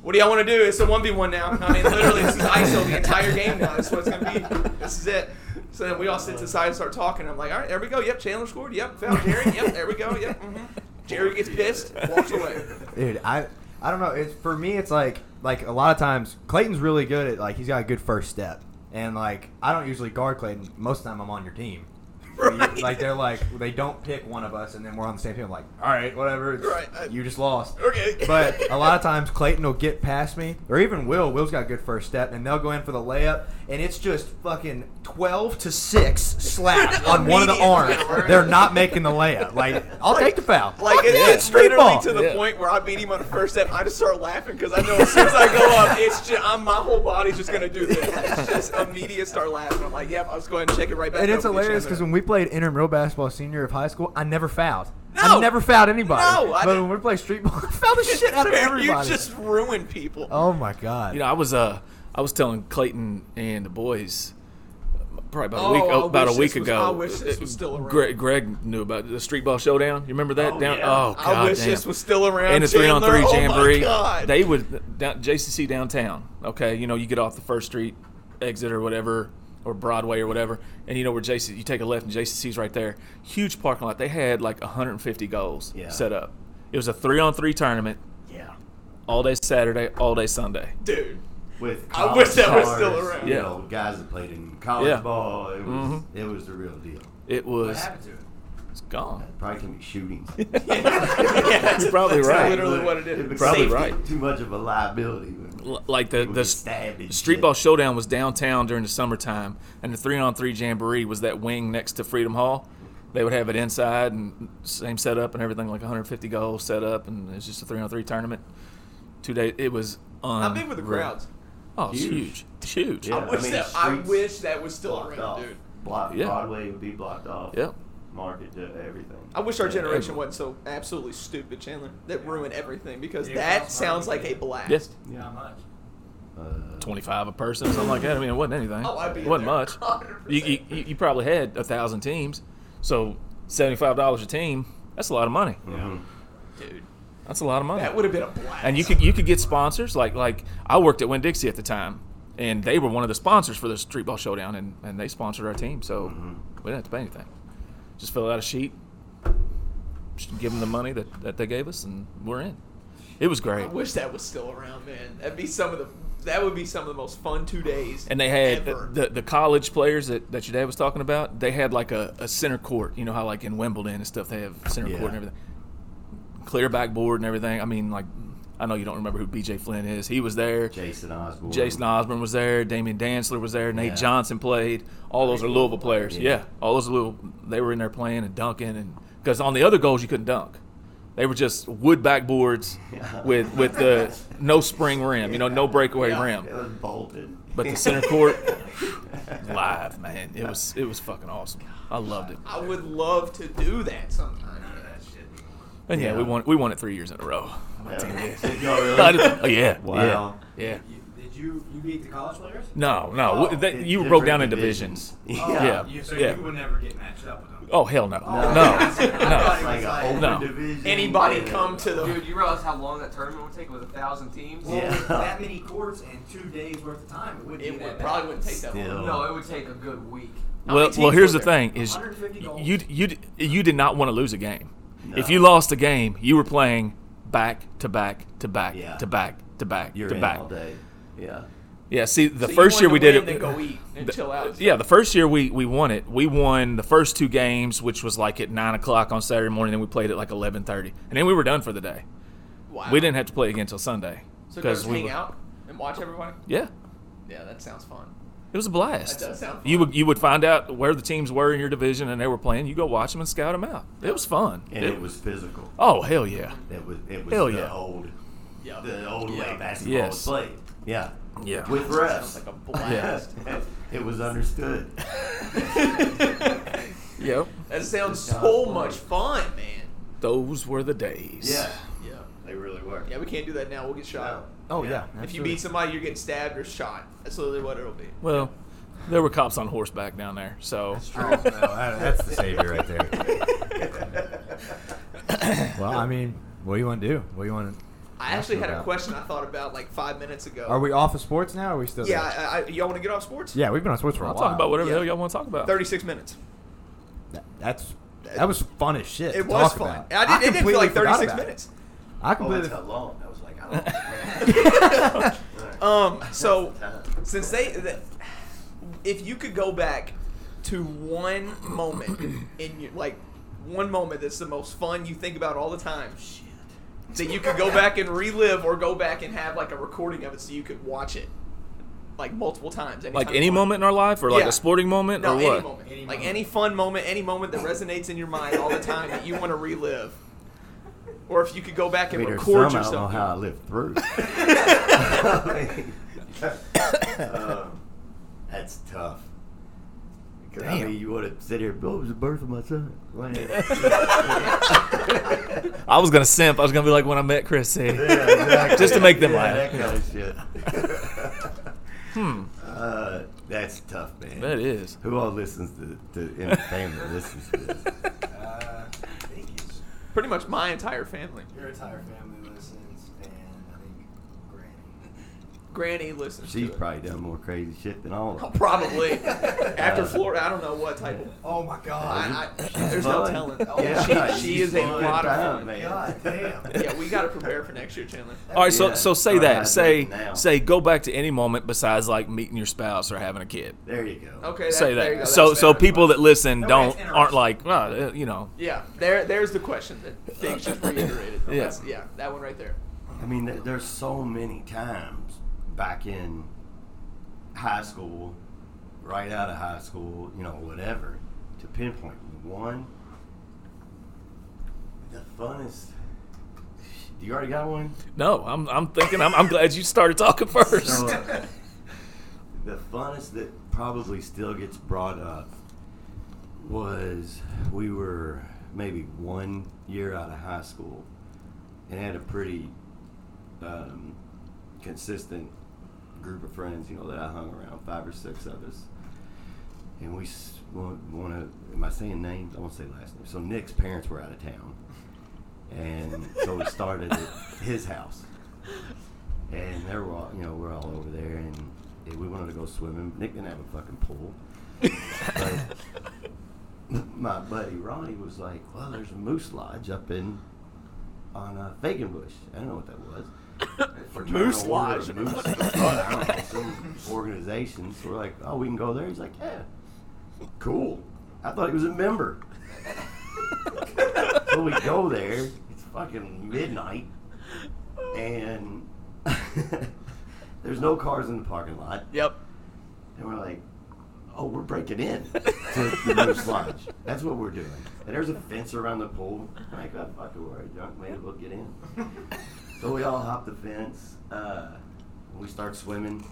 "What do y'all want to do? It's a one v one now." I mean, literally, this is ISO the entire game now. This is what it's gonna be. This is it. So then we all sit to the side and start talking. I'm like, "All right, there we go. Yep, Chandler scored. Yep, foul Jerry. Yep, there we go. Yep." hmm Jerry gets pissed, walks away.
Dude, I I don't know. It's for me. It's like like a lot of times Clayton's really good at like he's got a good first step, and like I don't usually guard Clayton. Most of the time I'm on your team.
Right.
Like they're like they don't pick one of us, and then we're on the same team. I'm like all right, whatever. It's,
Right, I-
You just lost.
Okay. [laughs]
But a lot of times Clayton will get past me, or even Will. Will's got a good first step, and they'll go in for the layup, and it's just fucking twelve to six slap on one of the arms.
Immediate.
They're not making the layup. Like I'll take the foul.
Like
Fuck
it,
yeah,
it's literally to the
Yeah.
point where I beat him on the first step. I just start laughing because I know as soon as I go up, it's just I'm, my whole body's just gonna do this. It's just immediate start laughing. I'm like, yep, I'll just go ahead and check it right back.
And it's
over to
hilarious because
Chandler.
when we played intramural basketball senior of high school, I never fouled.
No!
I never fouled anybody.
No, I
but
didn't.
when we played street ball, [laughs] I fouled the shit out of everybody.
[laughs] you just ruin people.
oh my god!
You know, I was uh, I was telling Clayton and the boys probably about a
Oh,
week
I
about a
wish
week
this was-
ago.
I wish this was still around.
Greg, Greg knew about the street ball showdown. You remember that?
Oh,
down.
yeah.
Oh god
I wish
damn.
this was still around.
and a three on three
Chandler.
jamboree.
Oh my God.
They would down, JCC downtown. Okay, you know you get off the First Street exit or whatever, or Broadway or whatever, and you know where JC you take a left and JCC's right there. Huge parking lot. They had like 150 goals
Yeah.
set up. It was a three on three tournament
Yeah.
all day Saturday, all day Sunday.
dude.
With
I wish that was
college
still
stars,
around.
You
Yeah.
know, guys that played in college
Yeah. Mm-hmm.
ball. It was it was the real deal.
It was
happened to it?
it's gone.
Probably can be shootings.
Yeah, that's-
You're [laughs] probably
that's [laughs]
right.
Literally what it
It'd be
is.
Probably
safety,
right.
Too much of a liability.
L- like the
People
the
get stabbed and
street
shit.
ball showdown was downtown during the summertime, and the three on three jamboree was that wing next to Freedom Hall. They would have it inside and same setup and everything, like 150 goals set up, and it's just a three on three tournament. Two days, it was on.
How big were the crowds?
Oh, it's huge,
Huge.
it's huge.
Yeah.
I wish
I mean,
that I
streets
wish that was still
blocked
around,
off.
dude.
Block,
Yeah.
Broadway would be blocked off.
Yeah.
Market to everything.
I wish our
Yeah.
generation wasn't so absolutely stupid, Chandler. That ruined everything because
Yeah,
that
that's
sounds
right.
like a blast.
Yes,
Not much.
Uh,
25 a person, something like that. I mean, it wasn't anything.
Oh, I'd be
it wasn't
there.
much.
100%.
You, you, you- you probably had a thousand teams, so 75 dollars a team. That's a lot of money.
mhm.
dude.
That's a lot of money.
That would have been a blast.
Oh. and you could you could get sponsors like like I worked at Winn Dixie at the time, and they were one of the sponsors for the Street Ball Showdown, and, and they sponsored our team, so we didn't have to pay anything. Just fill out a sheet, just give them the money that, that they gave us, and we're in. It was
I
great,
wish that was still around, man. That'd be some of the that would be some of the most fun two days.
and they had
ever.
the, the, the college players that, that your dad was talking about. They had like a, a center court, you know how like in Wimbledon and stuff they have center
Yeah.
court and everything, clear backboard and everything. I mean like. I know you don't remember who BJ Flynn is. He was there.
Jason Osborne.
Jason Osborne was there. Damian Dansler was there. Nate
Yeah.
Johnson played. All those are Louisville players. Yeah.
Yeah.
all those are Louisville. They were in there playing and dunking, and because on the other goals you couldn't dunk. They were just wood backboards with with the no spring rim, you know, no breakaway
It
rim.
was bolted.
But the center court live, man. It was it was fucking awesome. I loved it.
I would love to do that sometime.
And yeah, we won we won it three years in a row. [laughs]
[laughs] Yeah. Did y'all
I
really?
just- oh yeah.
Wow.
Yeah. yeah.
You, did you you beat the college players?
No, no.
Oh,
that, you
Different
broke down in divisions.
[laughs]
Yeah.
You, so
Yeah.
you would never get matched up with
[laughs]
them.
Oh hell no.
No.
No.
It's
No.
like an open
No.
division.
Anybody
Yeah.
come to the
Dude, you realize how long that tournament would take with a thousand teams?
Well,
Yeah.
with that many courts and two days worth of time, it would be
It
that
would,
bad.
probably wouldn't take that
Still.
long.
No, it would take a good week.
How
Well,
many
well,
teams
here's
were
the
there?
thing is
150 goals.
you you d- you did not want to lose a game. If
No.
you lost a game, you were playing back to back to back
Yeah.
to back to back
You're
to
in
back.
all day. Yeah.
Yeah, see, the
So you
first year
wanted
we
to
did
win,
it.
Then go eat and
the-
chill out.
Yeah, the first year we we won it. We won the first two games, which was like at nine o'clock on Saturday morning. Then we played at like eleven thirty, and then we were done for the day.
Wow.
We didn't have to play again till Sunday
So go just
we
hang
were-
out and watch everybody.
Yeah,
Yeah, that sounds fun.
it was a blast.
That does sound fun.
You would you would find out where the teams were in your division and they were playing. You go watch them and scout them out. It was fun.
And it was physical.
Oh hell yeah,
It was it was
Hell
the
yeah.
old
Yeah.
the old
Yeah.
way basketball
Yes.
was played. Yeah.
[laughs] yeah.
With
Sounds
refs.
like a blast.
[laughs]
[laughs]
it was understood.
Yep.
That sounds
Sounds
so
fun.
much fun, man.
Those were the days.
Yeah.
Yeah.
They really were.
Yeah, we can't do that now. We'll get shot.
No.
Oh yeah.
If you beat somebody, you're getting stabbed or shot. That's literally what it'll be.
Well, there were cops on horseback down there, so
Oh, no, that-
that's the savior right there. well, I mean, what do you want to do? What do you want to?
[laughs] I actually had a
about-
question I thought about like five minutes ago.
Are we off of sports now? Or are we still?
Yeah,
There?
I, I, y'all want to get off sports?
Yeah, we've been on sports for a
[laughs] I'll
while.
talk about whatever the
Yeah.
hell y'all want to talk about.
Thirty-six minutes.
That, that's that was fun as shit.
It
to
was
talk
fun.
about.
I did, it didn't
completely
feel like
forgot
thirty-six
about it.
minutes.
I
Oh,
completely.
that's how long. I was like, I don't
[laughs]
Um, so
time. [laughs]
since they, the, if you could go back to one moment in your like one moment that's the most fun you think about all the time, that you could go back and relive or go back and have like a recording of it so you could watch it like multiple times.
like
anytime
any
you want.
moment in our life, or like
Yeah.
a sporting moment,
No,
or
any
what?
moment. [laughs]
Any
like
moment.
any fun moment, any moment that resonates in your mind all the time that you want to relive. Or if you could go back and
mean, there's
record
some I don't know
yourself.
how I lived through. I
[laughs]
mean, [laughs] um, that's tough. 'Cause, I
Damn.
mean, you want to sit here, oh, it was the birth of my son.
[laughs] [laughs]
Like, [laughs]
I was gonna simp. I was gonna be like when I met Chrissy.
yeah, exactly.
Just to make them
Yeah,
laugh.
That kind of
[laughs]
shit.
Hmm,
[laughs] uh, that's tough, man.
that is.
Who all listens to, to in the family [laughs] listens to this?
uh, I think it's
[laughs] Pretty much my entire family.
your entire family listens, and I think Granny.
Granny listens
She's
to it.
probably done more crazy shit than all of
Oh,
them.
probably. [laughs] After
Uh,
Florida, I don't know what type of.
Oh my God!
I, I, there's no
Fun.
telling.
[laughs] Yeah,
she, she
she's
is a
fun
lot of
time,
fun.
man.
God
[laughs]
damn.
Yeah, we got to prepare for next year, Chandler.
All right, so
Yeah.
so say
Alright, I
that.
do
Say
it now.
say go back to any moment besides like meeting your spouse or having a kid.
There you go.
Okay, that,
say
there you go.
that.
That's
So
better.
so people that listen
That way
don't
it's
aren't like "Oh, uh, you know.
Yeah, there, there's the question that things just reiterated.
[laughs] Yeah.
That's- yeah, that one right there.
I mean, there, there's so many times back in high school, right out of high school, you know, whatever, to pinpoint one. The funnest. You already got one.
No, I'm I'm thinking. I'm, I'm glad you started talking [laughs] first.
So, uh, the funnest that probably still gets brought up was we were maybe one year out of high school and had a pretty um, consistent group of friends, you know, that I hung around, five or six of us. And we s- want to, am I saying names? I won't say last name. So Nick's parents were out of town. And so we started at his house and they were all, you know, we're all over there, and yeah, we wanted to go swimming. Nick didn't have a fucking pool. but [laughs] my buddy Ronnie was like, "Well, there's a moose lodge up in on uh, Fagenbush. I don't know what that
[coughs]
was. Fraternal
Moose
order,
lodge. [coughs]
moose- I don't know, some organization. So we're like, "Oh, we can go there." He's like, "Yeah, cool." I thought he was
[laughs]
a member. so we go there. It's fucking midnight and [laughs] there's no cars in the parking lot.
Yep.
And we're like, oh, we're breaking in to the Moose Lodge. That's what we're doing. And there's a fence around the pool. I'm like, oh, fuck it, we're already drunk. Maybe we'll get in. So we all hop the fence. Uh, we start swimming,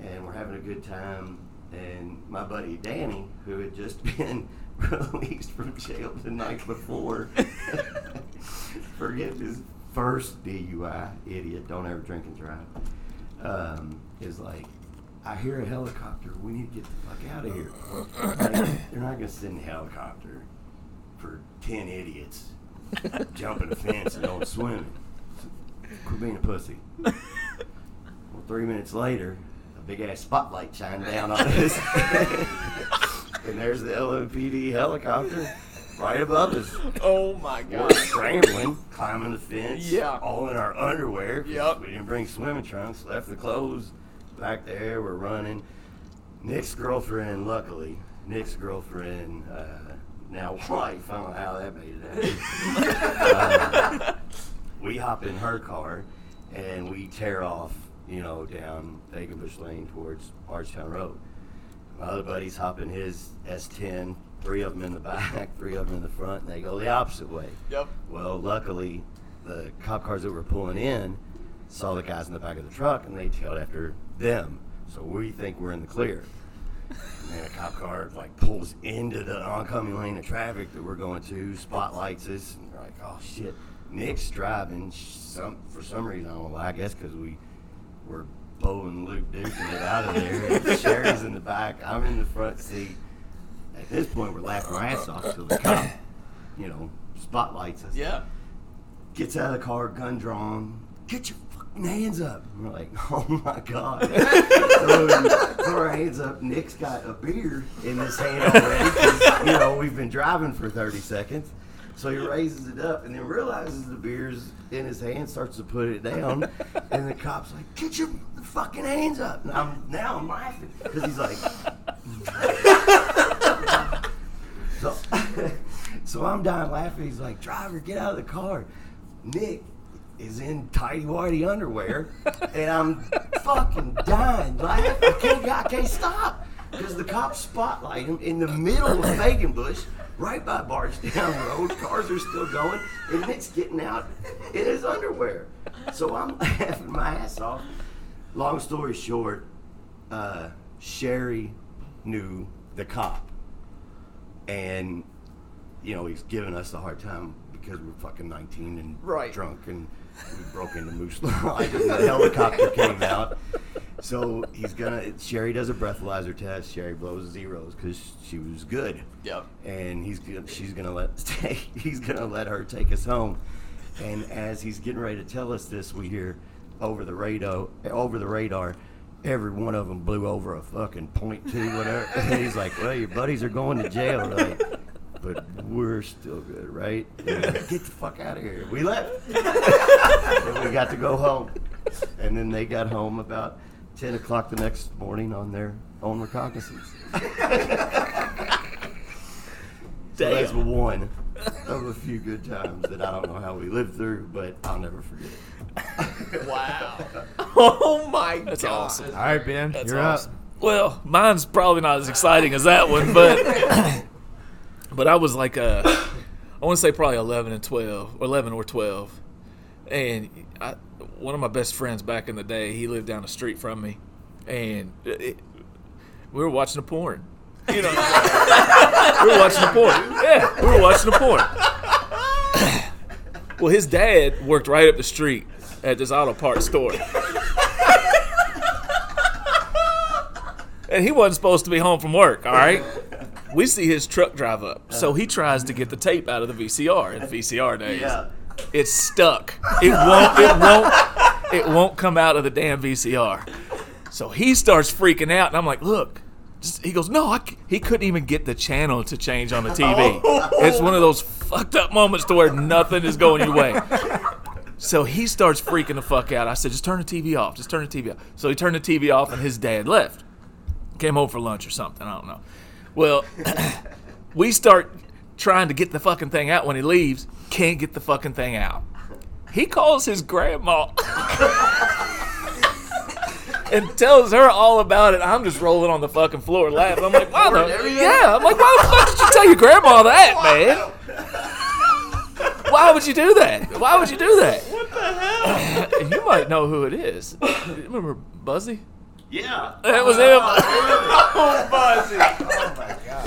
and we're having a good time. And my buddy Danny, who had just [laughs] been released from jail the night before, [laughs] for getting his first DUI, idiot, don't ever drink and drive, um, is like, I hear a helicopter. We need to get the fuck out of here. Like, they're not going to send a helicopter for 10 idiots jumping a fence and going swimming. Quit being a pussy. Well, three minutes later, a big ass spotlight shined down on us. and there's the LMPD helicopter right above us.
[laughs] Oh my god.
We're scrambling, climbing the fence,
Yeah.
all in our underwear. 'cause
Yep.
We didn't bring swimming trunks, left the clothes back there. We're running. Nick's girlfriend, luckily, Nick's girlfriend, uh, now wife, I don't know how that made it happen we hop in her car and we tear off, you know, down Bush Lane towards Archtown Road. My other buddies hop in his S10, three of them in the back, [laughs] three of them in the front, and they go the opposite way.
Yep.
Well, luckily, the cop cars that were pulling in saw the guys in the back of the truck and they tailed after them. So we think we're in the clear. And then a cop car like pulls into the oncoming lane of traffic that we're going to, spotlights us, and we're like, oh shit. Nick's driving sh- some for some reason. I don't know why. I guess because we were Bo and Luke duking it out of there. And Sherry's in the back. I'm in the front seat. At this point, we're laughing our ass off till the cop, you know, spotlights us
Yeah.
gets out of the car, gun drawn. Get your fucking hands up. And we're like, [laughs] oh my god. throw, throw our hands up. Nick's got a beer in his hand already. 'cause, You know, we've been driving for 30 seconds. So he raises it up and then realizes the beer's in his hand, starts to put it down, and the cop's like, "Get your fucking hands up!" And I'm now I'm laughing because he's like, So, [laughs] so I'm dying laughing. He's like, "Driver, get out of the car." Nick is in tidy whitey underwear, and I'm fucking dying laughing. I can't, I can't stop because the cops spotlight him in the middle of Bacon Bush, right by Bargetown Road. Cars are still going, and Nick's getting out in his underwear. So I'm [laughs] laughing my ass off. Long story short, uh, Sherry knew the cop and you know he's giving us a hard time because we're fucking 19 and
Right.
drunk and we broke into Moose [laughs] Lodge and the helicopter came out. So he's gonna. Sherry does a breathalyzer test. Sherry blows zeros because she was good
Yep.
and he's gonna- she's gonna let [laughs] take, he's gonna let her take us home. And as he's getting ready to tell us this, we hear over the radio, over the radar, every one of them blew over a fucking point two whatever. [laughs] And he's like, "Well, your buddies are going to jail, We're like, but we're still good, right? [laughs] And we're like, Get the fuck out of here." We left, and we got to go home. And then they got home about ten o'clock the next morning on their own recognizance. So that's one of a few good times that I don't know how we lived through, but I'll never forget. it.
[laughs]
Wow. Oh my god.
That's awesome.
All right, Ben,
That's
you're
awesome. Well, mine's probably not as exciting as that one, but but I was like uh I want to say probably 11 and 12, or 11 or 12. And I, one of my best friends back in the day, he lived down the street from me, and it, we were watching a porn. You know, we were watching a porn. Yeah, we were watching a porn. [coughs] Well, his dad worked right up the street at this auto parts store. and he wasn't supposed to be home from work. All right, we see his truck drive up, so he tries to get the tape out of the VCR in VCR days. It's stuck. It won't. It won't. It won't come out of the damn VCR. So he starts freaking out, and I'm like, "Look." Just, he goes, "No, I c-" he couldn't even get the channel to change on the TV. It's one of those fucked up moments to where nothing is going your way." So he starts freaking the fuck out. I said, "Just turn the TV off. Just turn the TV off." So he turned the TV off, and his dad left came home for lunch or something. I don't know. Well, [clears throat] we start trying to get the fucking thing out when he leaves. Can't get the fucking thing out. He calls his grandma. [laughs] and tells her all about it. I'm just rolling on the fucking floor laughing. I'm like, why the? Yeah, I'm like, why the fuck did you tell your grandma that, man? Why would you do that? Why would you do that? What the hell? [clears throat] you might know who it is. Remember Buzzy?
Yeah.
That was him.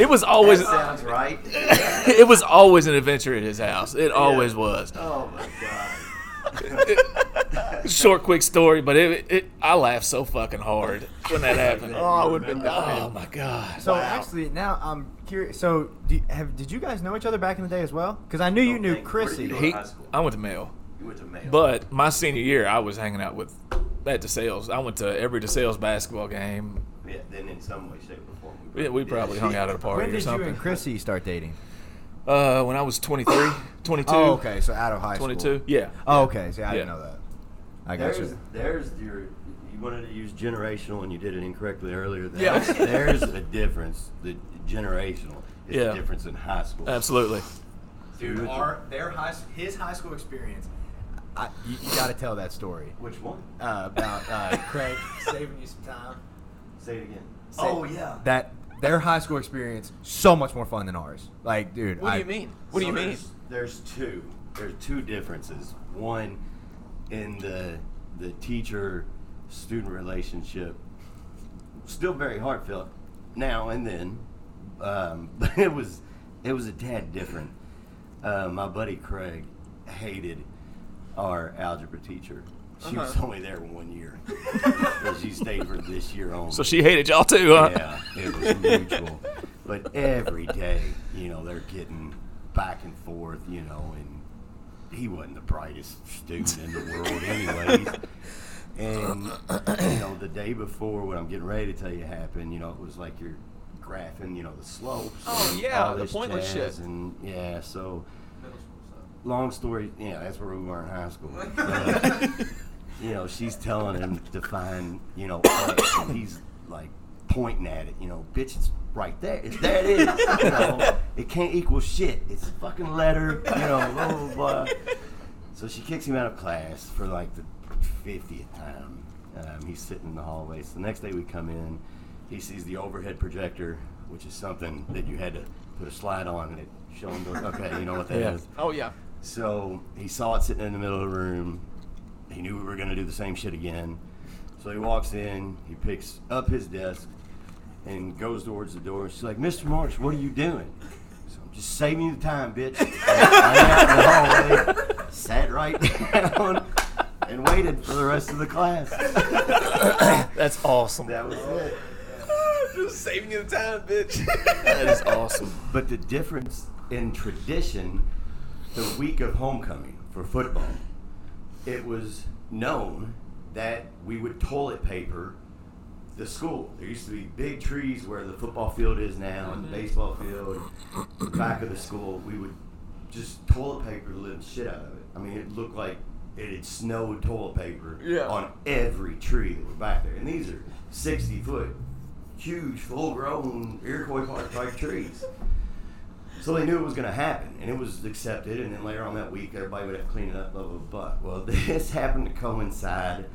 It was always
Sounds right.
[laughs] it was always an adventure at his house. It always was.
Oh my god.
Short, quick story, but it, it I laughed so fucking hard when that happened.
Oh, I would have been
Oh my god!
So actually, now I'm curious. So, do, have did you guys know each other back in the day as well? Because I knew you
Oh,
Don't
knew
think-
Chrissy.
where did
He,
High school.
I went to Mayo,
You went to Mayo.
but my senior year, I was hanging out with at DeSales. I went to every DeSales basketball game.
yeah, then in some way, shape, or form,
We, we probably hung out at a party
when
or
did you
something.
and Chrissy start dating?
uh, when I was 23, 22,
Oh, okay. So out of high school.
22, yeah.
Oh, okay. See, I didn't
Yeah.
know that. I got
There's,
you.
there's your. You wanted to use generational and you did it incorrectly earlier.
Yeah.
There's, there's a difference. The generational is
Yeah.
the difference in high school.
Absolutely.
Dude, our, their high, his high school experience.
I, you, you got to tell that story
Which one?
uh, about uh, Craig.
saving you some time.
Say it again.
Say-
oh yeah.
That their high school experience so much more fun than ours. Like, dude.
What
I,
do you mean? What do
So
you mean?
There's, there's two. There's two differences. One in the the teacher student relationship, still very heartfelt now and then, um, [laughs] but it was it was a tad different. Uh, my buddy Craig hated our algebra teacher. She was
Uh-huh.
only there one
[laughs]
year. And she stayed for this year only.
So she hated y'all too, huh?
Yeah, it was mutual. But every day, you know, they're getting back and forth, you know, and he wasn't the brightest student in the world, anyways. And, you know, the day before, what I'm getting ready to tell you happened, you know, it was like you're graphing, you know, the slopes.
Oh,
and
yeah,
all
the
this
pointless
jazz,
shit.
And, yeah, so
Middle school stuff.
long story, yeah, that's where we were in high school. But, you know, she's telling him to find, you know, X, and he's like pointing at it, you know, bitch, it's right there. It's, there it is. You know, it can't equal shit. It's a fucking letter, you know, blah, blah, blah. So she kicks him out of class for like the 50th time. Um, he's sitting in the hallway. So the next day we come in, he sees the overhead projector, which is something that you had to put a slide on and it showed him, the- okay, you know what that is.
Yeah.
Oh yeah.
So he saw it sitting in the middle of the room. He knew we were going to do the same shit again. So he walks in, he picks up his desk and goes towards the door. She's like, Mr. March, what are you doing? So I'm just saving you the time, bitch. I went out in the hallway, sat right down, and waited for the rest of the class.
[laughs] That's awesome.
That was it.
Just saving you the time, bitch.
That is awesome.
But the difference in tradition, the week of homecoming for football, it was known that we would toilet paper the school. There used to be big trees where the football field is now and the baseball field, the back of the school. We would just toilet paper the living shit out of it. I mean, it looked like it had snowed toilet paper
Yeah.
on every tree that were back there. And these are 60 foot, huge, full grown Iroquois Park type trees. So they knew it was going to happen, and it was accepted. And then later on that week, everybody would have to clean it up, blah blah blah. Well, [laughs] this happened to coincide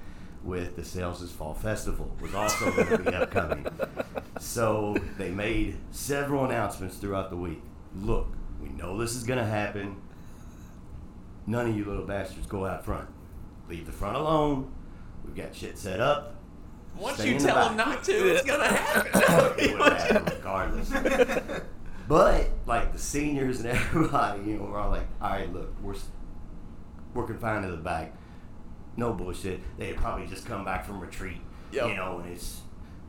with the Sales' Fall Festival, was also going to be upcoming. So they made several announcements throughout the week. Look, we know this is going to happen. None of you little bastards go out front. Leave the front alone. We've got shit set up.
Once
Stay
you
in the
tell them
back.
not to, it's gonna
[coughs]
happen.
It would have happened regardless. But like the seniors and everybody, you know, we're all like, all right, look, we're s- we're confined to the back. No bullshit. They had probably just come back from retreat,
Yep.
you know, and it's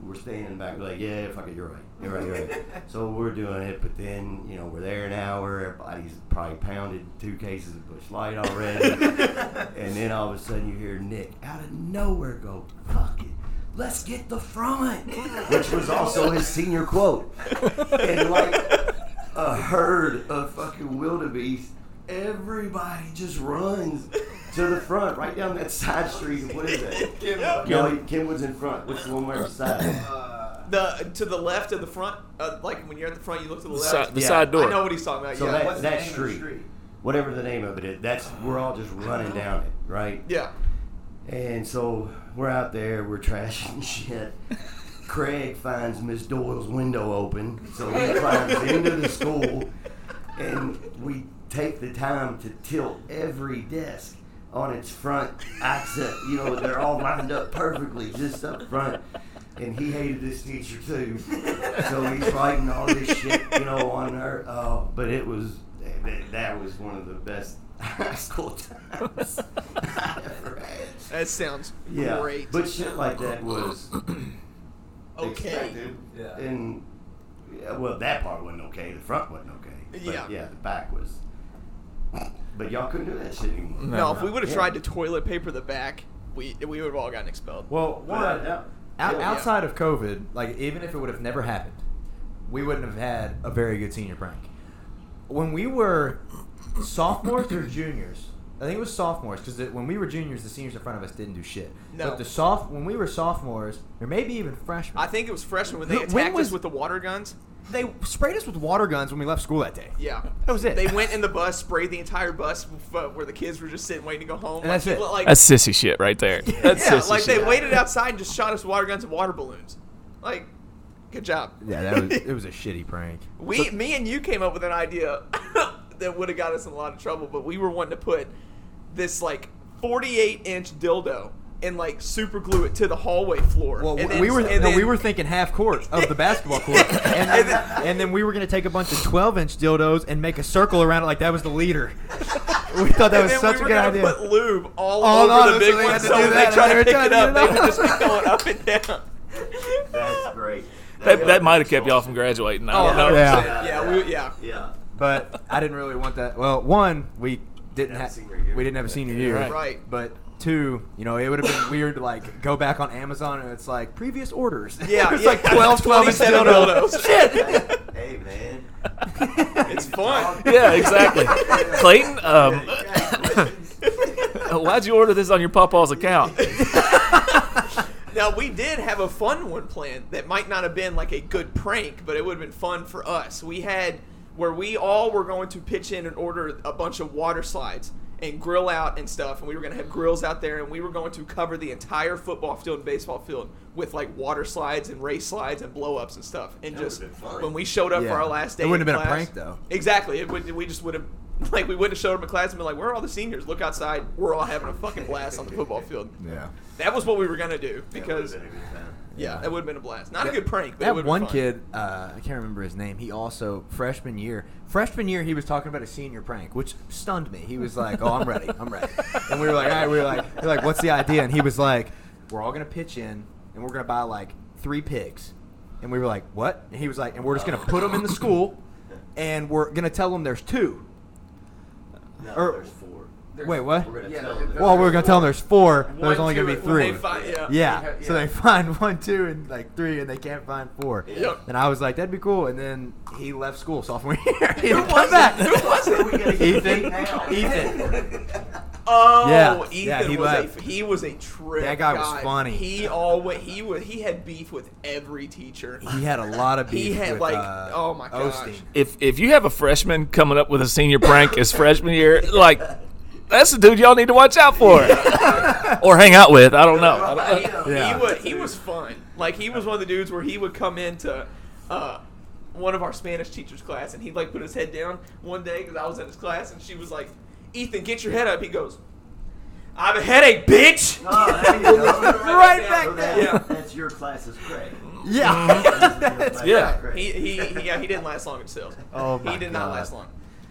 we're staying in the back. We're like, yeah, fuck it, you're right, you're right, you're right. so we're doing it, but then you know we're there an hour. Everybody's probably pounded two cases of Bush Light already, and then all of a sudden you hear Nick out of nowhere go, fuck it. Let's get the front, which was also his senior quote. And like a herd of fucking wildebeest. Everybody just runs to the front, right down that side street. What is
[laughs]
that? No, Kenwood's in front. What's the one where it's
Uh,
side?
The to the left of the front, uh, like when you're at the front, you look to the
The
left.
side, the
Yeah.
side door.
I know what he's talking about.
So
yeah.
that,
What's-
that street, whatever the name of it is, that's we're all just running down it, right?
yeah.
And so we're out there, we're trashing [laughs] shit. Craig finds Miss Doyle's window open, so he climbs into the school, and we take the time to tilt every desk on its front accent. You know, they're all lined up perfectly just up front. And he hated this teacher too, so he's writing all this shit, you know, on her. Oh, but it was that, that was one of the best [laughs] high school times [laughs] I ever had.
That sounds
Yeah,
great.
but shit like
[clears throat]
that was
Okay.
expected.
Yeah.
And yeah, well, that part wasn't okay. The front wasn't okay. But,
Yeah.
yeah, the back was. But y'all couldn't do that shit anymore.
no, if we would have
Yeah.
tried to toilet paper the back, we we would have all gotten expelled.
Well, one
Without a doubt.
out,
Yeah.
outside of COVID, like even if it would have never happened, we wouldn't have had a very good senior prank. When we were sophomores or juniors, I think it was sophomores because when we were juniors, the seniors in front of us didn't do shit.
No.
But the soph when we were sophomores, or maybe even freshmen,
I think it was freshmen when they
When
attacked us
was-
with the water guns.
they sprayed us with water guns when we left school that day.
Yeah,
That was it.
They went
[laughs]
in the bus, sprayed the entire bus f- where the kids were just sitting waiting to go home.
And that's
like,
it.
Like,
That's sissy shit right
[laughs]
there. That's
yeah,
sissy
like
shit.
they waited outside and just shot us water guns and water balloons. Like, good job.
Yeah, that was it was a shitty [laughs] prank.
We, me, and you came up with an idea [laughs] that would have got us in a lot of trouble, but we were wanting to put this like 48 inch dildo and like super glue it to the hallway floor.
Well,
and
we-
then-
we were
and
no,
then-
we were thinking half court of the basketball
[laughs]
court, and then, and then we were gonna take a bunch of twelve inch dildos and make a circle around it like that was the leader. [laughs] We thought that
and
was
then
such
we
a
were
good
gonna
idea.
Put lube all
All
over
on
the
it,
big
so they
one,
had to
so
do
when they
that,
try
and
to
they
pick
were
it
trying
up,
to
they
do
would
that.
just be going up and down.
[laughs]
That's great.
That, that might have kept y'all from graduating. I
Oh,
don't know.
yeah.
yeah, yeah, we, yeah.
Yeah.
[laughs]
but I didn't really want that. Well, one, we didn't
Have a
have
senior year.
we didn't have a senior year,
Right.
Right.
But two, you know, it would have been weird to like go back on Amazon and it's like previous orders.
Yeah,
[laughs] it's
yeah.
like 12, 12 inch
27
dildos.
dildos. [laughs]
Shit.
Hey man.
It's fun.
Yeah, exactly. Clayton, um,
[laughs]
why'd you order this on your papa's account?
Now we did have a fun one planned that might not have been like a good prank, but it would have been fun for us. We had where we all were going to pitch in and order a bunch of water slides and grill out and stuff, and we were going to have grills out there, and we were going to cover the entire football field and baseball field with like water slides and race slides and blow ups and stuff. And
That
just
would've been fun.
when we showed up
Yeah.
for our last day,
It wouldn't
in
have been a
class-
prank, though.
Exactly. It would, we just would have. [laughs] Like we wouldn't have showed up in class and been like, "Where are all the seniors? Look outside! We're all having a fucking blast on the football field."
Yeah.
That was what we were gonna do because
That would've been a good time.
yeah,
Yeah.
that would have been a blast. Not a
That-
good prank, but it
that
would've
one
been fun.
kid, uh, I can't remember his name. He also freshman year, freshman year, he was talking about a senior prank, which stunned me. He was like, "Oh, I'm ready,
[laughs]
I'm ready," and we were like, "All right," we were like, we were like, "What's the idea?" And he was like, "We're all gonna pitch in, and we're gonna buy like three pigs," and we were like, "What?" And he was like, "And we're just gonna put them in
[laughs]
the school, and we're gonna tell them there's two.
No,
Or-
there's four.
Wait, what?
We're gonna
Yeah,
tell
they're-
them.
Well, we're gonna tell them there's four.
Oh. One,
There's only
two,
gonna be
and when
three.
they find- yeah.
Yeah.
Yeah,
So
yeah.
they find [laughs] one, two, and like three, and they can't find four.
Yep.
And I was like, that'd be cool. And then he left school sophomore [laughs] year. he
Who
didn't
was
come
it?
back.
Who was it?
[laughs] Ethan. Ethan.
Oh,
Yeah,
Ethan
yeah,
was
he
a
left.
he was a trip.
That guy was
guy.
funny.
He always he was he had beef with every teacher.
He had a lot of beef.
He had
with,
like
uh,
oh my gosh.
Osteen.
If if you have a freshman coming up with a senior prank as freshman year, like that's the dude y'all need to watch
[laughs]
out for, or hang out with. I don't know. I
[laughs]
don't-
He,
Yeah.
he, would, he was fun. Like he was one of the dudes where he would come into uh, one of our Spanish teachers' class, and he'd like put his head down one day because I was in his class, and she was like, "Ethan, get your head up." He goes, "I have a headache,
[laughs]
bitch."
Oh, there you go.
Right back
So
there.
that-
Yeah.
That's your class's
[laughs]
Craig.
Yeah.
That's your
Yeah.
class's Craig.
He, he, he, yeah, he didn't last long in sales.
Oh
he
my
did not
God.
last long.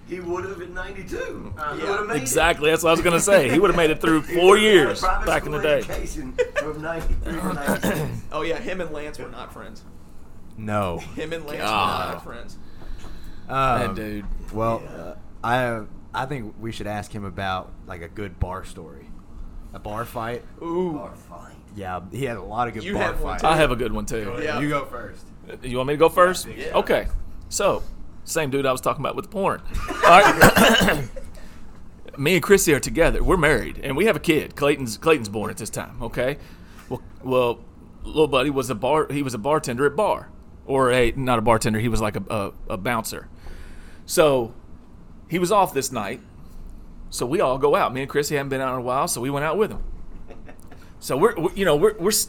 He would have in '92. He
Uh-huh. Yeah.
would have made It.
Exactly. That's what I was gonna say. He would have made it through four years
Private
back in the
school
day. Uh-huh.
education From '93 to '96.
Oh yeah, him and Lance were not friends.
No.
Him and Lance were
God.
not friends.
Um,
That dude.
Well,
Yeah.
uh, I I think we should ask him about like a good bar story, a bar fight.
Ooh,
Or fine.
Yeah, he had a lot of good
You
bar
had one
fights.
I have a good one too.
yeah.
You go first.
You want me to go first?
Yeah.
Okay. So, same dude I was talking about with the porn. All right. [coughs] me and Chrissy are together. We're married, and we have a kid. Clayton's Clayton's born at this time. Okay. Well, well, little buddy was a bar. He was a bartender at bar, or a not a bartender. He was like a a, a bouncer. So, he was off this night. So we all go out. Me and Chrissy haven't been out in a while, so we went out with him. So we're, we you know we're we're s-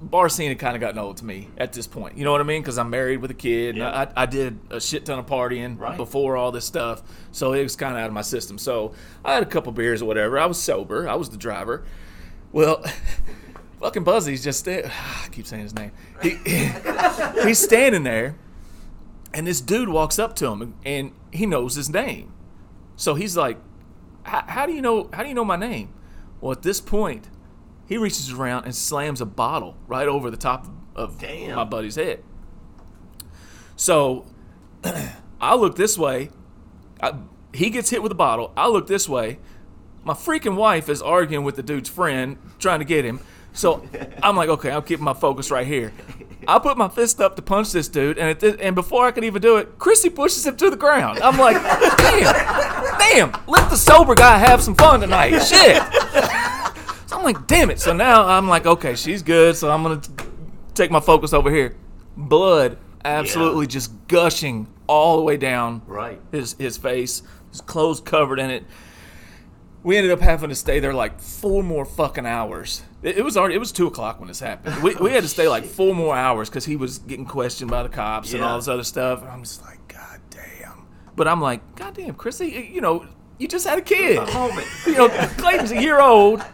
bar scene had kind of gotten old to me at this point. You know what I mean? Because I'm married with a kid. And
Yeah.
I, I did a shit ton of partying
Right.
before all this stuff, so it was kind of out of my system. So I had a couple beers or whatever. I was sober. I was the driver. Well. [laughs] Fucking Buzzy's just there. [sighs] I keep saying his name. He, [laughs] he's standing there, and this dude walks up to him, and he knows his name. So he's like, "How how do you know? How do you know my name?" Well, at this point, he reaches around and slams a bottle right over the top of
Damn.
my buddy's head. So [clears throat] I look this way. I, he gets hit with a bottle. I look this way. My freaking wife is arguing with the dude's friend, trying to get him. So I'm like, okay, I'm keeping my focus right here. I put my fist up to punch this dude, and at this, and before I could even do it, Chrissy pushes him to the ground. I'm like, damn, damn, let the sober guy have some fun tonight. Shit. So I'm like, damn it. So now I'm like, okay, she's good. So I'm gonna t- take my focus over here. Blood, absolutely just gushing all the way down
Right.
Uh,
his his face, his clothes covered in it. We ended up having to stay there like four more fucking hours. It, it was already it was two o'clock when this happened. We, we had to stay like four more hours because he was getting questioned by the cops and all
Yeah.
this other stuff. And I'm just like, god damn. But I'm like, god damn, Chrissy, you know, you just had a kid. [laughs] You know, Clayton's a year old.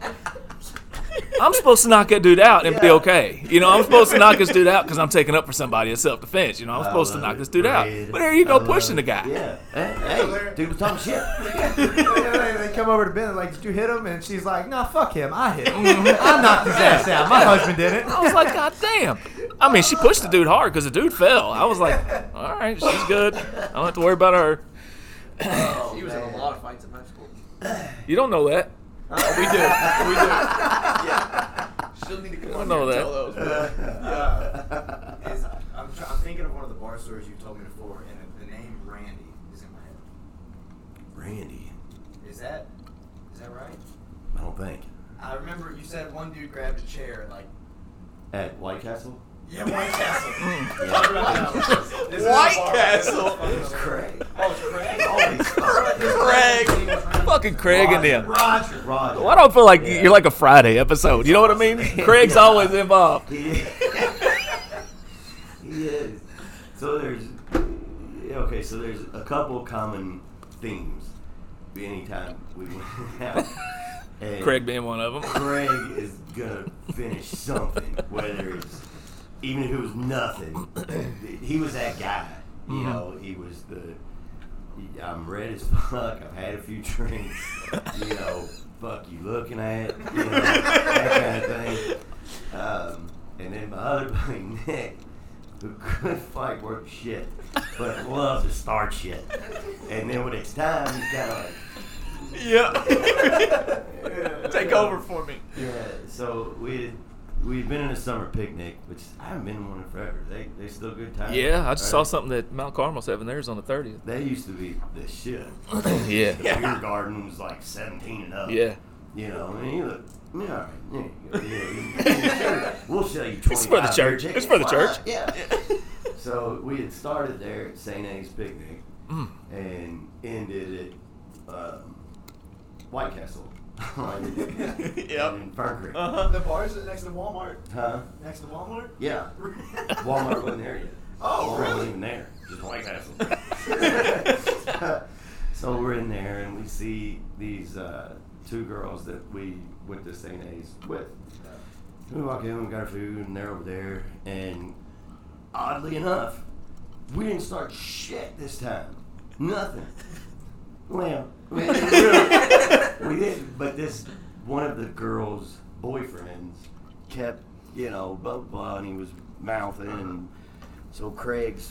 I'm supposed to knock that dude out and be okay. You know, I'm supposed to knock this dude out because I'm taking up for somebody in self defense. You know, I'm supposed to
love
knock
it.
this dude
Right.
out. But there you
I
go,
love
pushing the
it.
guy.
Uh, Yeah. Hey, hey, dude
[laughs]
was talking shit.
[laughs]
[laughs]
they they come over to Ben and like, did you hit him? And she's like, nah, fuck him. I
[laughs]
hit him. I knocked his ass out. My husband didn't.
I was like, God damn. I mean, she pushed the dude hard because the dude fell. I was like, all right, she's good. I don't have to worry about her.
he was in a lot of fights in high school.
You don't know that.
We do. We do. [laughs] Yeah. Uh-huh. She'll need to come
I
on
know
here and
that.
tell those. but-
Is, I'm, try- I'm thinking of one of the bar stories you told me before, and the- the name Randy is in my head.
Randy,
Is that is that right?
I don't think.
I remember you said one dude grabbed a chair, like
At
[laughs]
White Castle?
yeah, White Castle. This is a
Hmm. White
bar.
Castle.
This is
Craig.
Oh, it's Craig. Holy
Craig.
Fucking Craig and them.
Roger. Roger.
Well, I don't feel like
Yeah.
you're like a Friday episode. You know what I mean? Craig's always
[laughs]
involved.
He is. he is. So there's yeah, okay. So there's a couple common themes. Anytime we [laughs] went out, And
Craig being one of them.
Craig is gonna finish something, whether it's even if it was nothing. [clears throat] He was that guy. You
Mm-hmm.
know, he was the. I'm red as [laughs] fuck. I've had a few drinks. You know, fuck you looking at. You know, that kind of thing. Um, and then my other buddy Nick, who couldn't fight worth shit, but loved to start shit. And then when it's time, he's kind of like.
Yeah. Take over for me.
Yeah, so we we've been in a summer picnic, which I haven't been in one in forever. They they still good times.
Yeah, I just saw
right?
something that Mount Carmel's having theirs on the 30th.
They used to be the
[laughs]
shit.
Yeah.
The beer garden was like seventeen and up.
Yeah.
You know, and you look. Yeah, all right. Yeah,
[laughs]
yeah, yeah, sure. We'll sell you twenty.
It's for the church. It's for the church.
Yeah.
[laughs]
so we had started there at St. A's picnic
Mm.
and ended at um, White
[laughs]
Castle.
[laughs] Yep.
[laughs] In Fern Creek.
Uh-huh.
The bars is next to Walmart.
Huh?
Next to Walmart. [laughs]
Yeah. Walmart wasn't there yet.
Oh,
Walmart
really?
wasn't even there. Just White
[laughs]
Castle. [laughs] so we're in there and we see these uh, two girls that we went to St. A's with. We walk in, we got our food, and they're over there. And oddly enough, we didn't start shit this time.
[laughs]
Nothing. Well, we we did, but this one of the girls' boyfriends kept, you know, blah blah, blah, and he was mouthing, and so Craig's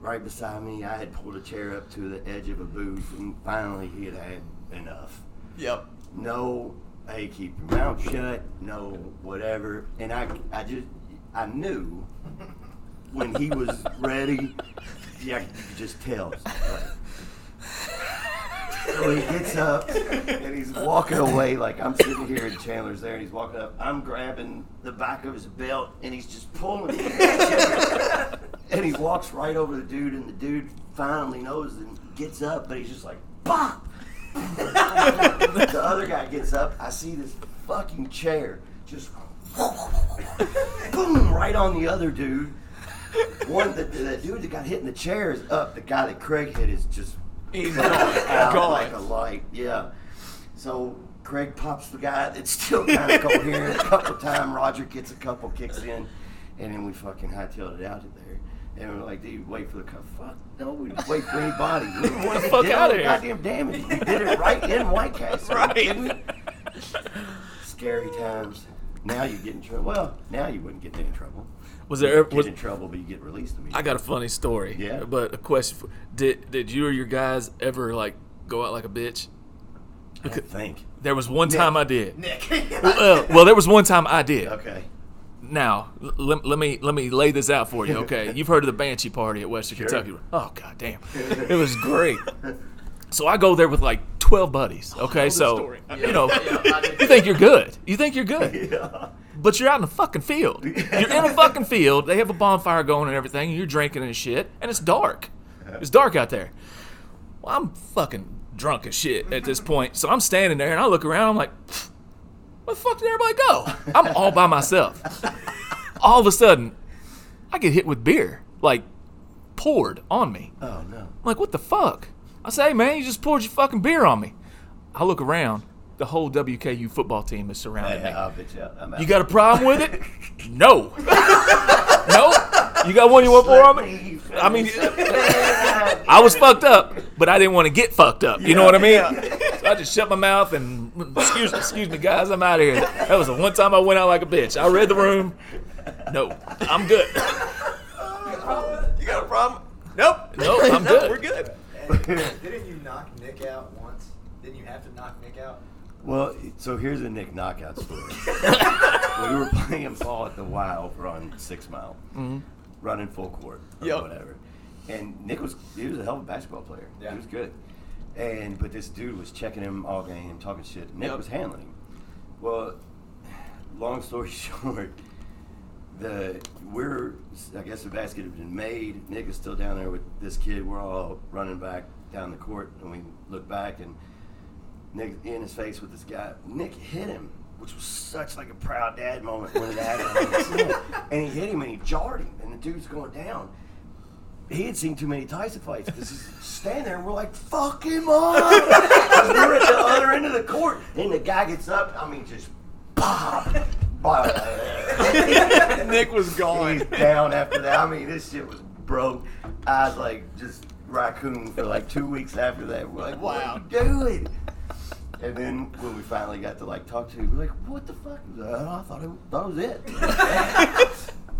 right beside me. I had pulled a chair up to the edge of a booth, and finally he had had enough.
Yep.
No, hey, keep your mouth shut. No, whatever, and I, I just, I knew when he was ready. Yeah, you could just tell. Like, so he gets up and he's walking away. Like I'm sitting here and Chandler's there, and he's walking up. I'm grabbing the back of his belt and he's just pulling. it. and he walks right over the dude, and the dude finally knows and gets up, but he's just like, "Bop!" the other guy gets up. I see this fucking chair just [laughs] boom right on the other dude. One the, the dude that got hit in the chair is up. The guy that Craig hit is just
[laughs] He's
out
gone.
like a light. Yeah. So Craig pops the guy that's still kind of coherent a couple time. Roger gets a couple kicks in, and then we fucking hightailed it out of there. And we're like, dude, wait for the cup. Fuck, no, we didn't wait for anybody.
[laughs]
We were the ones that
Fuck
did all
outta
the
here.
Goddamn damage. We did it right in
[laughs]
White Castle. Are you kidding me? Scary times. Now you get in trouble. Well, now you wouldn't get in any trouble.
Was there
get
was,
in trouble, but you get released immediately.
I got a funny story.
Yeah.
But a question: for, Did did you or your guys ever like go out like a bitch?
I
[laughs]
don't think.
There was one time I did.
Nick.
Uh, well, there was one time I did.
okay.
Now, l- lem- let me let me lay this out
[laughs]
for you, okay? You've heard of the Banshee Party at Western Kentucky. Oh god damn, it was great. So I go there with like twelve buddies, okay? So
story.
you know, you think you're good, you think you're good,
Yeah.
but you're out in the fucking field. You're in a fucking field. They have a bonfire going and everything. And you're drinking and shit, and it's dark. It's dark out there. Well, I'm fucking drunk as shit at this point. So I'm standing there and I look around. I'm like, where the fuck did everybody go? I'm all by myself. All of a sudden, I get hit with beer, like poured on me. I'm
Oh no.
like, what the fuck? I say, hey, man, you just poured your fucking beer on me. I look around. The whole WKU football team is surrounding me.
Yeah, I'll bet you. I'm out.
You got a problem with it? No. no. You got one you want for on me?
Leave.
I mean, I was fucked up, but I didn't want to get fucked up. You know what I mean? So I just shut my mouth and excuse excuse me, guys. I'm out of here. That was the one time I went out like a bitch. I read the room. No, I'm good.
You got a problem? Nope.
Nope, I'm
Nope,
good.
We're good.
Didn't you knock Nick out once? Didn't you have to knock Nick out?
[laughs] Well, so here's a Nick knockout
[laughs]
story. we were playing ball at the Y over on Six Mile,
Mm-hmm.
running full court or
Yep.
whatever. And Nick was he was a hell of a basketball player.
Yeah.
He was good. And but this dude was checking him all game, talking shit. Nick
Yep.
was handling him. Well, long story [laughs] short, the we're I guess the basket had been made. Nick is still down there with this kid. We're all running back down the court, and we look back and Nick in his face with this guy. Nick hit him, which was such like a proud dad moment when it happened. and he hit him and he jarred him, and the dude's going down. He had seen too many Tyson fights because he's standing there and we're like, fuck him up! 'Cause we're at the other end of the court. And the guy gets up, I mean, just pop! pop.
Nick was gone.
He's down after that. I mean, this shit was broke. I was like, just raccoon for like two weeks after that. We're like, what
Wow.
are you doing? And then when we finally got to like talk to him, we're like, what the fuck? He's like, "Oh, I thought it, [laughs] that was it.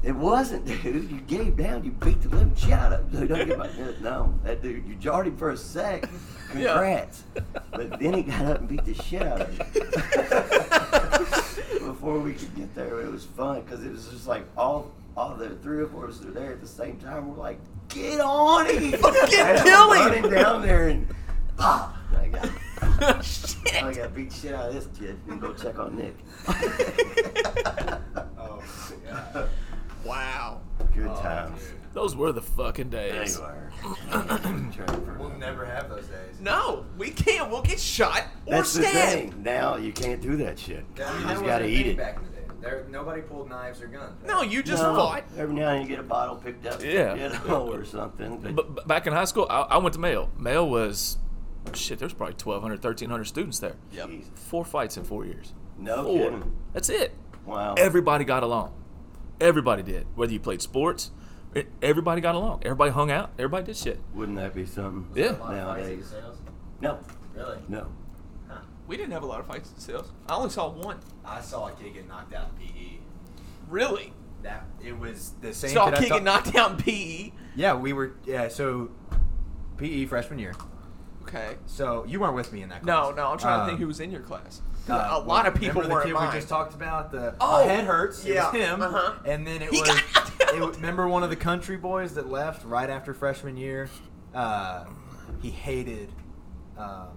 it wasn't, [laughs] dude. You gave down. You beat the living shit out of him. Dude, don't get my No, that dude, you jarred him for
[laughs]
a sec. Congrats. But then he got up and beat the shit out of him. [laughs] Before we could get there, it was fun because it was just like all all the three or four of us were there at the same time. We're like, get on him. [laughs] Get
kill him.
Running down there and pop. I got I got Oh, beat shit out of this kid and go check on Nick.
Oh,
Wow.
Good times.
Those were the fucking
There
days.
you are. Trevor.
We'll never have those days.
No, we can't. We'll get shot or
That's the
stabbed.
thing. Now you can't do that shit.
That- that
You
wasn't
just
a
gotta eat
thing
it.
Back in the day, there nobody pulled knives or guns.
No, you just
No,
fought.
Every now and then you get a bottle picked up,
Yeah.
you know, or something. But,
But b- back in high school, I, I went to Mail. Mail was shit. There's probably 1,200, 1,300 students there.
Jesus.
Four fights in four years.
no
Four.
kidding.
That's it.
Wow.
everybody got along. Everybody did. Whether you played sports, e- everybody got along. Everybody hung out. Everybody did shit.
Wouldn't that be something?
Yeah.
Nowadays.
sales.
No.
Really?
No.
We didn't have a lot of fights in sales. I only saw one.
I saw a kid get knocked out in
E.
PE.
Really?
That it was the same.
saw
kid I
Keegan
talked-
knock down E. PE.
Yeah, we were. Yeah, so PE freshman year.
Okay.
So you weren't with me in that.
No,
Class.
no, I'm trying to
Um,
think who was in your class. 'Cause
uh,
a lot of
remember
people
the
were
kid
in mine.
we just talked about the
Oh,
oh, head hurts.
yeah,
It was him.
uh-huh.
And then it
He
was.
got knocked out.
[laughs] It, was- remember one of the country boys that left right after freshman year. Uh, he hated. Um,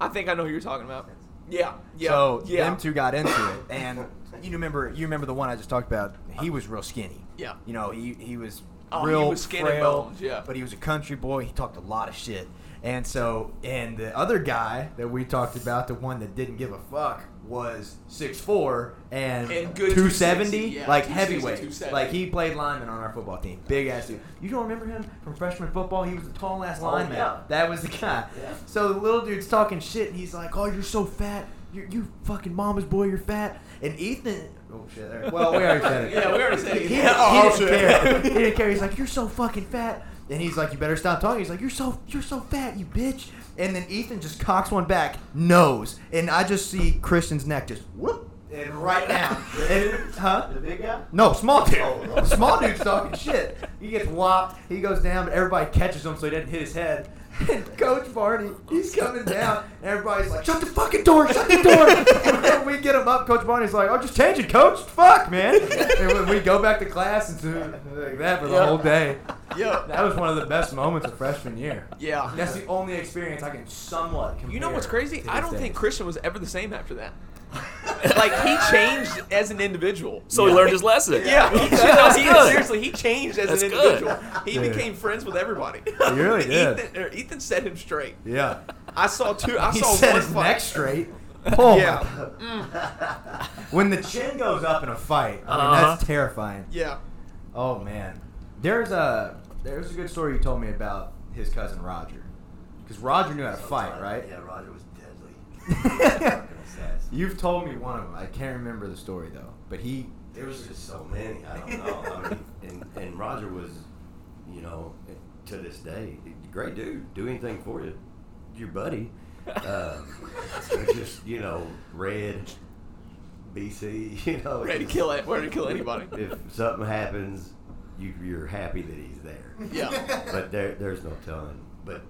I think I know who you're talking about. Yeah. Yeah.
So
yeah.
them two got into
[coughs]
it, and you remember you remember the one I just talked about. He was real skinny.
Yeah.
You know he he was
Oh, he
real
was skin and
frail,
bones, yeah.
But he was a country boy. He talked a lot of shit. And so, and the other guy that we talked about, the one that didn't give a fuck, was six four and,
And good
270,
260, yeah,
like
260,
heavyweight.
270.
Like he played lineman on our football team, big ass dude. You don't remember him from freshman football? He was the tall ass
Oh,
lineman.
yeah.
That was the guy.
Yeah.
So the little dude's talking shit, and he's like, "Oh, you're so fat. You're, you fucking mama's boy. You're fat." And Ethan, oh shit. there- Well, we already said it.
Yeah, we already said it.
He, he,
Oh,
he didn't
shit.
[laughs] care. He didn't care. He's like, "You're so fucking fat." And he's like, "You better stop talking." He's like, "You're so you're so fat, you bitch." And then Ethan just cocks one back, nose, and I just see Christian's neck just whoop and right down. And- huh?
The big guy?
No, small dude.
Oh.
small dude's talking shit. He gets whopped. He goes down, but everybody catches him so he doesn't hit his head. And Coach Barney, he's coming down, and everybody's like, "Shut the fucking door! Shut the door!" and then we get him up. Coach Barney's like, "Oh, just change it, Coach. Fuck, man." and when we go back to class and do like that for the
Yeah.
whole day.
Yeah.
That was one of the best moments of freshman year.
Yeah.
That's the only experience I can somewhat. Compare
You know what's crazy?
to
I
these
don't
days.
think Christian was ever the same after [laughs] that. like he changed as an individual.
So he learned his lesson. [laughs]
Yeah, he,
That's
he-
good.
seriously, he changed as
That's
an
good.
individual. He
Yeah.
became friends with everybody.
He
[laughs]
really did.
Ethan, er, Ethan set him straight. [laughs]
Yeah.
I saw two. I
He
saw
set
one
his
fight.
neck straight. Oh
Yeah.
When the chin goes up in a fight, I mean, that's terrifying.
Yeah.
Oh man, there's a there's a good story you told me about his cousin Roger, because Roger knew how to fight, right?
Yeah, Roger
[laughs]
was deadly. Fucking assassin.
You've told me one of them. I can't remember the story though, but he
There was just so many. I don't know. I
[laughs]
mean, and, and Roger was, you know, to this day, great dude. Do anything for you, your buddy. Um, so just you know, red, BC. [laughs] You know,
Ready to
just-
kill it. Ready to kill anybody.
If something happens, you, you're happy that he's there.
[laughs] Yeah.
But there, there's no telling. But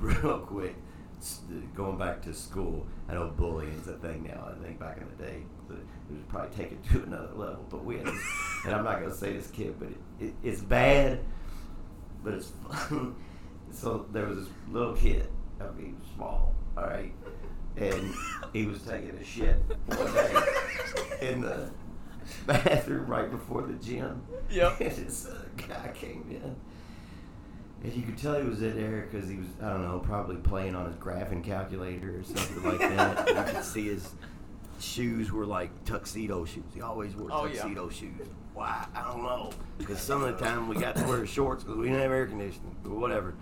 real quick, s- going back to school, I know bullying's a thing now. I think back in the day, but it was probably taken to another level. But we, had, and I'm not gonna say this kid, but it, it, it's bad, but it's fun. [laughs] so there was this little kid. I mean, small. All right, and he was taking a shit one day [laughs] in the bathroom right before the gym. [laughs]
Yep.
and this other guy came in. And you could tell he was in there because he was, I don't know, probably playing on his graphing calculator or something like that. you could see his shoes were like tuxedo shoes. He always wore
Oh, yeah.
tuxedo shoes. Why? I don't know. Because some of the time we got to wear shorts because we didn't have air conditioning or whatever.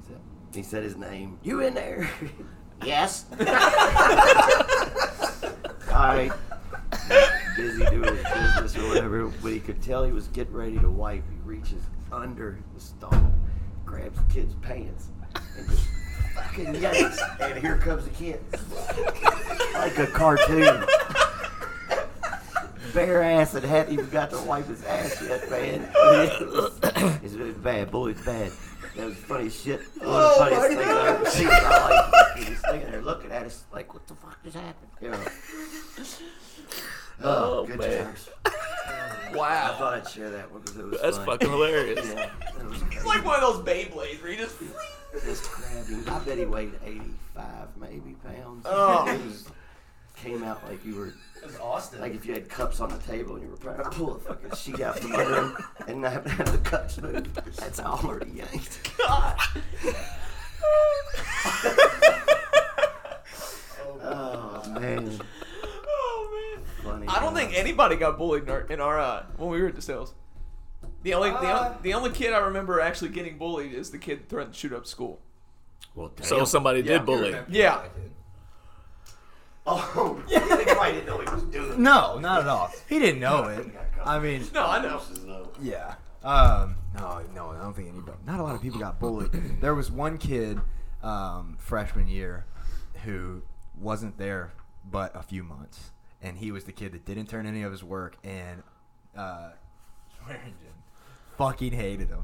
He said, he said his name. You in there? [laughs] yes. [laughs] All right. Busy doing his business or whatever, but he could tell he was getting ready to wipe. He reaches under the stall, grabs the kid's pants, and just fucking yanks. And here comes the kid. Like a cartoon. Bare ass and hadn't even got to wipe his ass yet, man. it's been bad. Boy's bad. That was funny shit. One of
Oh
the funniest things I've ever seen in my life. He's standing there looking at us like, what the fuck just happened? You know. Oh, good times. I
Wow.
thought I'd share that one because it was
That's
fun.
fucking hilarious.
Yeah, it was
It's like one of those Beyblades where you just.
just grabbed him. I bet he weighed 85 maybe pounds.
Oh.
It was, came out like you were,
It's Austin.
like if you had cups on the table and you were trying to pull a fucking sheet out from under him and not have [laughs] the cups move. That's all already yanked. Oh, man.
oh man.
Funny.
I don't think anybody got bullied in our, in our uh, when we were at the sales. The only the, on- the only kid I remember actually getting bullied is the kid threatened to shoot up school.
Well, damn.
So somebody
Yeah.
did bully.
Yeah.
Oh, you probably didn't know he was doing
no, not at all. He didn't
[laughs]
know it. I mean,
No, I know.
Yeah. Um, no, no, I don't think anybody. Not a lot of people
[clears throat]
got bullied. there was one kid um, freshman year who wasn't there but a few months, and he was the kid that didn't turn any of his work, and uh, [laughs] Swearingen fucking hated him.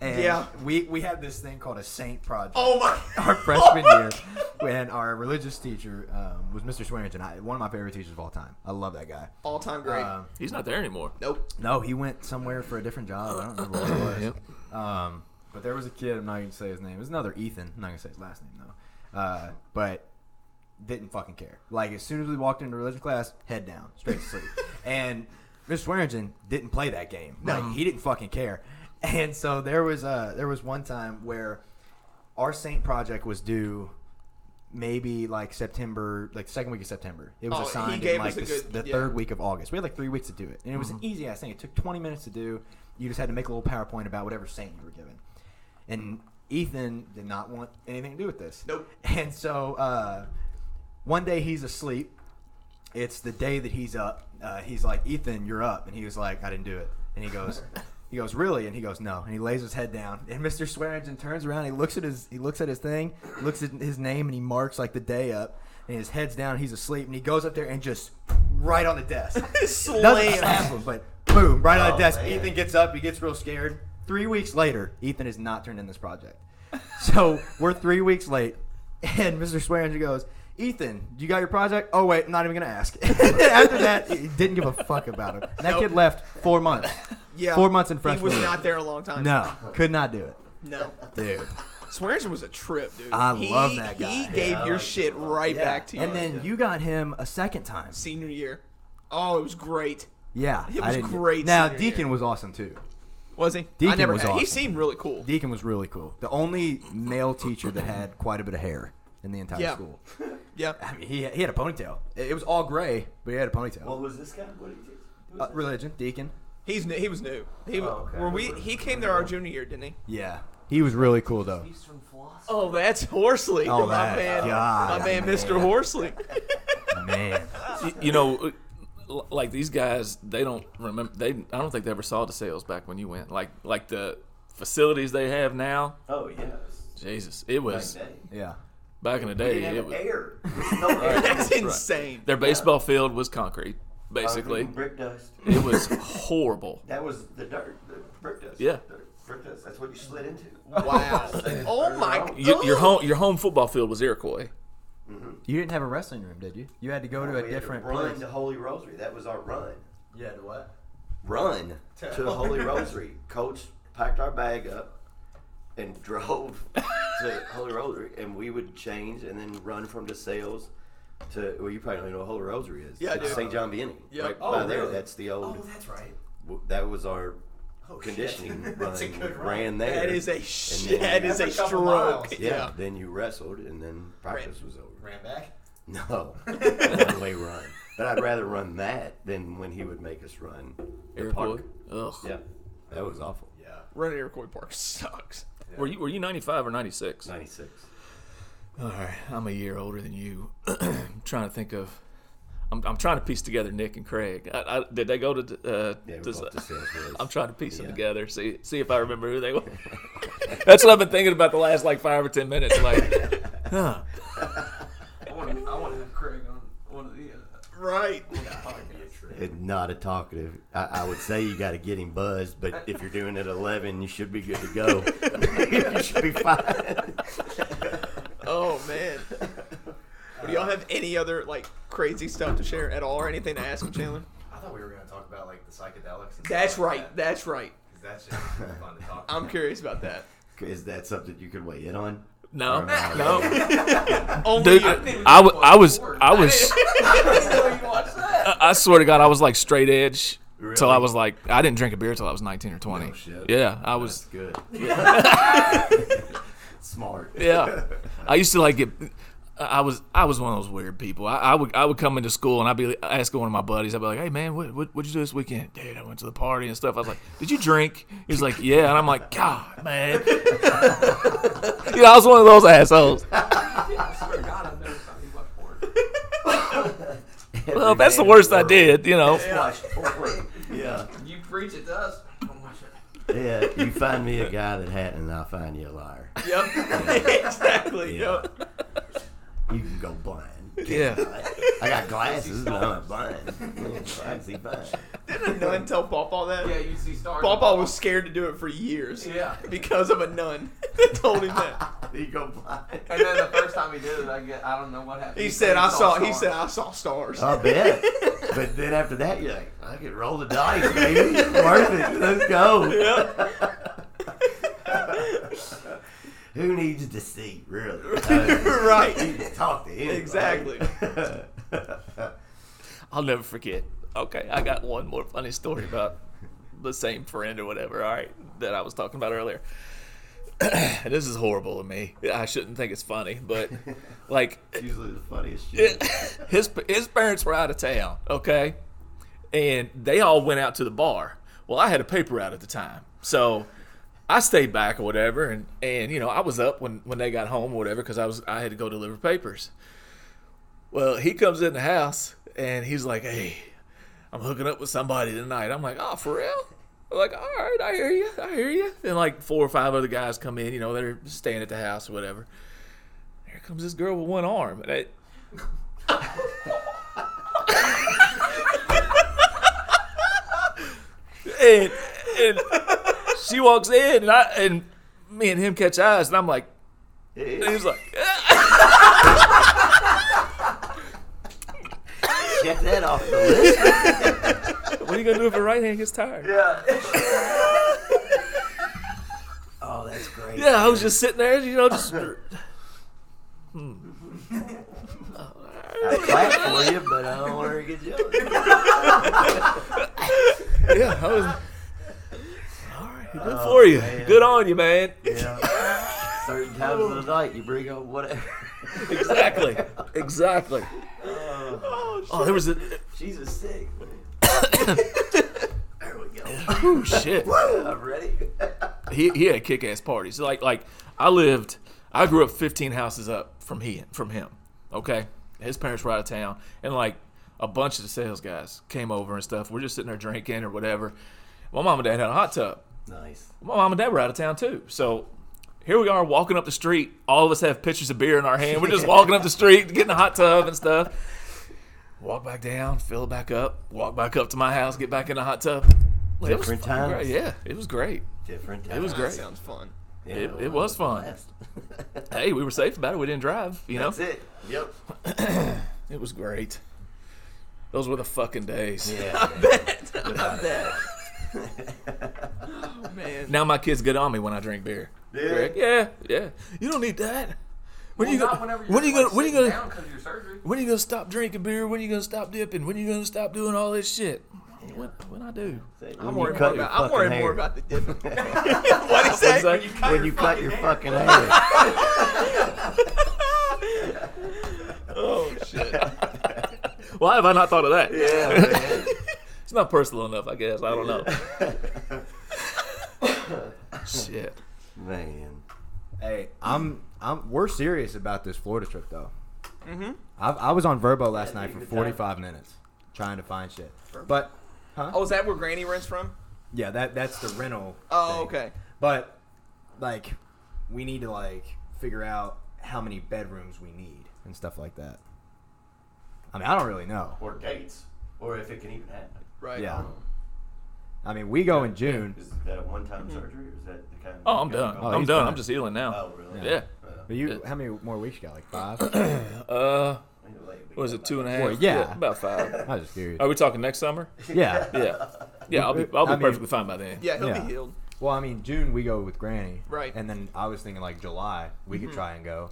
And
Yeah.
we we had this thing called a saint project
Oh my. [laughs]
[laughs] our freshman year when our religious teacher um, was Mr. Swearingen, I- one of my favorite teachers of all time. I love that guy.
All time great.
Um,
He's not there anymore.
nope.
no, he went somewhere for a different job. I don't remember what it was. Um, but there was a kid. I'm not gonna say his name. It was another Ethan. I'm not gonna say his last name though. Uh, but didn't fucking care. Like as soon as we walked into religion class, head down,
[laughs]
straight to sleep. and Mr. Swearingen didn't play that game. Like he didn't fucking care. [laughs] And so there was uh, there was one time where our Saint project was due maybe like September, like the second week of September. It was
Oh, he
assigned
gave
in like
us a
the, s-
good-
the
yeah. Mm-hmm.
third week of August. We had like three weeks to do it, and it was an easy ass thing. It took 20 minutes to do. You just had to make a little PowerPoint about whatever saint you were given. And Ethan did not want anything to do with this.
Nope.
[laughs] And so uh, one day he's asleep. It's the day that he's up. Uh, he's like, Ethan, you're up. And he was like, I didn't do it. And he goes, he goes, really? And he goes, no. And he lays his head down. And Mr. Swearingen turns around. He looks at his, he looks at his thing, looks at his name, and he marks like the day up. And his head's down. He's asleep. And he goes up there and just right on the desk. Doesn't slap
Slam.
him, but boom, right on the
Oh,
desk.
man.
Ethan gets up. He gets real scared. Three weeks later, Ethan has not turned in this project. [laughs] So we're three weeks late, and Mr. Swearinger goes, Ethan, you got your project? Oh, wait, I'm not even going to ask. [laughs] After that, he didn't give a fuck about him. That
Nope.
kid left
[laughs]
four months.
Yeah.
Four months in
He
freshman
was
year.
not there a long time.
No, could not do it.
No.
Dude.
Swearingen was a trip, dude.
I
He-
love that guy.
He
Yeah,
gave
I
your
like
shit
him a lot.
right back to you.
And then you got him a second time.
senior year. Oh, it was great.
Yeah.
It
I
was
didn't get-
great
Now,
senior year.
Deacon was awesome, too.
Was he? I
Deacon
never
was
had. He
awesome.
seemed really cool.
Deacon was really cool. The only male teacher that had quite a bit of hair in the entire
Yeah.
school.
Yeah.
I mean, he, he had a ponytail. It, it was all gray, but he had a ponytail.
What was this guy? What did he teach? Who
Uh,
was this?
religion, Deacon.
He's new. He was new. He
Oh, okay.
were we he came there our junior year, didn't he?
Yeah, he was really cool though.
He's from Floss.
Oh, that's Horsley.
Oh,
[laughs] my
that-
man.
God,
my man,
man.
Mr. Horsley.
[laughs] Man,
Y- you know, uh, l- like these guys, they don't remember. They I don't think they ever saw the sales back when you went. Like like the facilities they have now.
Oh yeah.
Jesus, it was
Back day.
yeah,
back in the
We
day.
didn't
It
have
was,
air. [laughs] No air.
that's insane.
their baseball field was concrete, basically.
Brick dust.
It was horrible.
That was the dirt. The brick dust.
Yeah.
The brick dust. That's what you slid into.
[laughs]
Wow. oh my god.
Y your home your home football field was Iroquois.
you didn't have a wrestling room, did you? You had to go to
Oh, We
a
had
different
to run
place.
to Holy Rosary. That was our run.
Yeah, to what?
Run to the Holy Rosary. Coach packed our bag up and [laughs] drove to Holy Rosary, and we would change and then run from DeSales to well, you probably don't even know what Holy Rosary is.
Yeah, I
It's
do.
St. John Vianney.
Yeah.
Right
Oh,
by there.
really?
That's the old.
Oh, that's right.
w- that was our
Oh, shit.
conditioning
That's a
run.
good run.
Ran there.
That is a
And
sh-
then-
that is a
That's a couple
stroke.
miles.
yeah, Then you wrestled, and then practice was over.
Ran back.
No, one way run. But I'd rather run that than when he would make us run the
Iroquois.
park.
Ugh.
Yeah, that was awful.
Yeah.
Running Iroquois Park sucks.
Were you were you 95 or 96?
Ninety six.
All right, I'm a year older than you. [clears throat] I'm trying to think of. I'm, I'm trying to piece together Nick and Craig. I, I, did they go to? Uh,
Yeah, we
does-
both just sales guys.
I'm trying to piece them
Yeah.
together. See see if I remember who they
[laughs]
were. That's what I've been thinking about the last like five or ten minutes.
[laughs]
Like, huh.
I want to. I want to have Craig on one of the. Uh,
Right.
[laughs] It's not a talkative. I, I would say you got to get him buzzed, but if you're doing it at eleven, you should be good to go. [laughs] you should be fine. [laughs]
Oh man. Do y'all have any other like crazy stuff to share at all, or anything to ask him, Chandler?
I thought we were gonna talk about like the psychedelics.
[laughs]
And
That's
stuff like
right. That's right.
'cause that's just fun to talk.
I'm curious about that.
Is that something you could weigh in on?
No,
Or not?
Oh.
no,
[laughs] Only
dude.
you.
I, I, wa- I was I
[laughs]
was I, I swear to God I was like straight edge. Till I
Really?
was like, I didn't drink a beer till I was 19 or 20.
shit.
Yeah, I was. [laughs]
[laughs] That's good. Smart.
Yeah, I used to like get. I was I was one of those weird people. I, I would I would come into school and I'd be asking one of my buddies. I'd be like, "Hey man, what what what'd you do this weekend, dude? I went to the party and stuff." I was like, "Did you drink?" He's like, "Yeah," and I'm like, "God, man." [laughs] you know, I was one of those assholes.
I swear to God, I've never thought about porn.
Well, that's the worst I did. You know,
Yeah.
You preach it to us. Don't watch it.
Yeah. You find me a guy that hadn't, and I'll find you a liar.
Yep. [laughs] exactly.
Yeah.
Yep.
[laughs] You can go blind.
yeah.
I got glasses, but I'm not blind. I can see fine.
Didn't a nun tell Pawpaw that?
Yeah, you see stars.
Pawpaw was scared to do it for years.
Yeah.
Because of a nun [laughs] that told him [laughs] that.
You go blind.
And then the first time he did it, I get. I don't know what happened.
He said, "I saw." He
stars.
said, "I saw stars." [laughs]
I bet. But then after that, you're like, I could roll the dice, baby. Worth it. Let's go. Who needs to see, really?
Right.
You can talk to him. [laughs]
Exactly.
I'll never forget. Okay, I got one more funny story about the same friend or whatever. All right, that I was talking about earlier. [clears throat] this is horrible to me. I shouldn't think it's funny, but like
It's usually the funniest shit.
it- [laughs] his his parents were out of town, okay, and they all went out to the bar. Well, I had a paper out at the time, so I stayed back or whatever, and and you know I was up when when they got home or whatever because I was I had to go deliver papers. Well, he comes in the house and he's like, "Hey, I'm hooking up with somebody tonight." I'm like, "Oh, for real?" I'm like, all right, I hear you, I hear you. And like four or five other guys come in, you know, they're staying at the house or whatever. Here comes this girl with one arm, and I, and, and she walks in, and I and me and him catch eyes, and I'm like, and he's
[laughs]
like,
Get that off the
[laughs]
list.
"What are you gonna do if her right hand gets tired?"
Oh, that's great.
Yeah, I was just sitting there, you know, just
I clap for you, but I don't want her to get jealous.
yeah, I was. All right, good for you.
Oh, man.
Good on you,
[laughs]
man.
Yeah. [laughs] Certain times of the
Oh.
night, you bring up whatever. [laughs]
Exactly, exactly.
Oh,
Oh, there was a
she's a sick.
[coughs]
there we go.
oh shit.
I'm ready.
He he had kick ass parties. Like like I lived, I grew up 15 houses up from he from him. Okay, his parents were out of town, and like a bunch of the sales guys came over and stuff. We're just sitting there drinking or whatever. My mom and dad had a hot tub.
nice.
my mom and dad were out of town too. So here we are walking up the street. All of us have pitchers of beer in our hand. We're just walking up the street, getting a hot tub and stuff. Walk back down, fill it back up, walk back up to my house, get back in the hot tub. Like, it was
Different
fucking great.
times.
Yeah, it was great.
Different.
It was
That
great.
sounds fun.
Yeah,
it- it
well,
was fun. [laughs]
blessed.
Hey, we were safe about it. We didn't drive, you know?
That's it. Yep.
[laughs] It was great. Those were the fucking days.
Yeah.
I bet. oh man.
Now my kids get on me when I drink beer.
Dude.
Yeah, yeah. You don't need that. When you
Well,
go,
not whenever
when
you're,
you go,
like,
when you
sitting
go,
down 'cause of your surgery.
when are you gonna stop drinking beer? When are you gonna stop dipping? When are you gonna stop doing all this shit? When, when I do.
I'm worried more about. I'm worried more about the dipping. [laughs] what is
What's
that?
that?
when you cut your fucking hair.
[laughs] Oh shit.
Why have I not thought of that?
yeah,
It's not personal enough, I guess. I don't know. shit.
man. [laughs] man.
Hey, I'm I'm we're serious about this Florida trip though. Mm-hmm. I, I was on Verbo last night for 45 minutes trying to find shit, but
[laughs] Oh, is that where Granny rents from?
yeah, that that's the rental.
Oh,
thing.
okay.
But like, we need to like figure out how many bedrooms we need and stuff like that. I mean, I don't really know.
Or dates. Or if it can even happen.
Right.
Yeah. I mean, we go in June,
Is that a one-time surgery, or is that the kind? Of
Oh, I'm done.
Oh,
I'm
he's
done.
fine.
I'm just healing now.
Oh, really?
Yeah.
but you how many more weeks you got? Like five?
Uh, what was it two and a half?
Well, yeah.
about five.
I was just curious.
Are we talking next summer?
Yeah.
Yeah. Yeah, I'll be I'll be
I mean-
perfectly fine by then.
Yeah, he'll
Yeah.
be healed. [clears throat]
Well, I mean, June we go with Granny,
Right.
And then I was thinking like July we could try and go,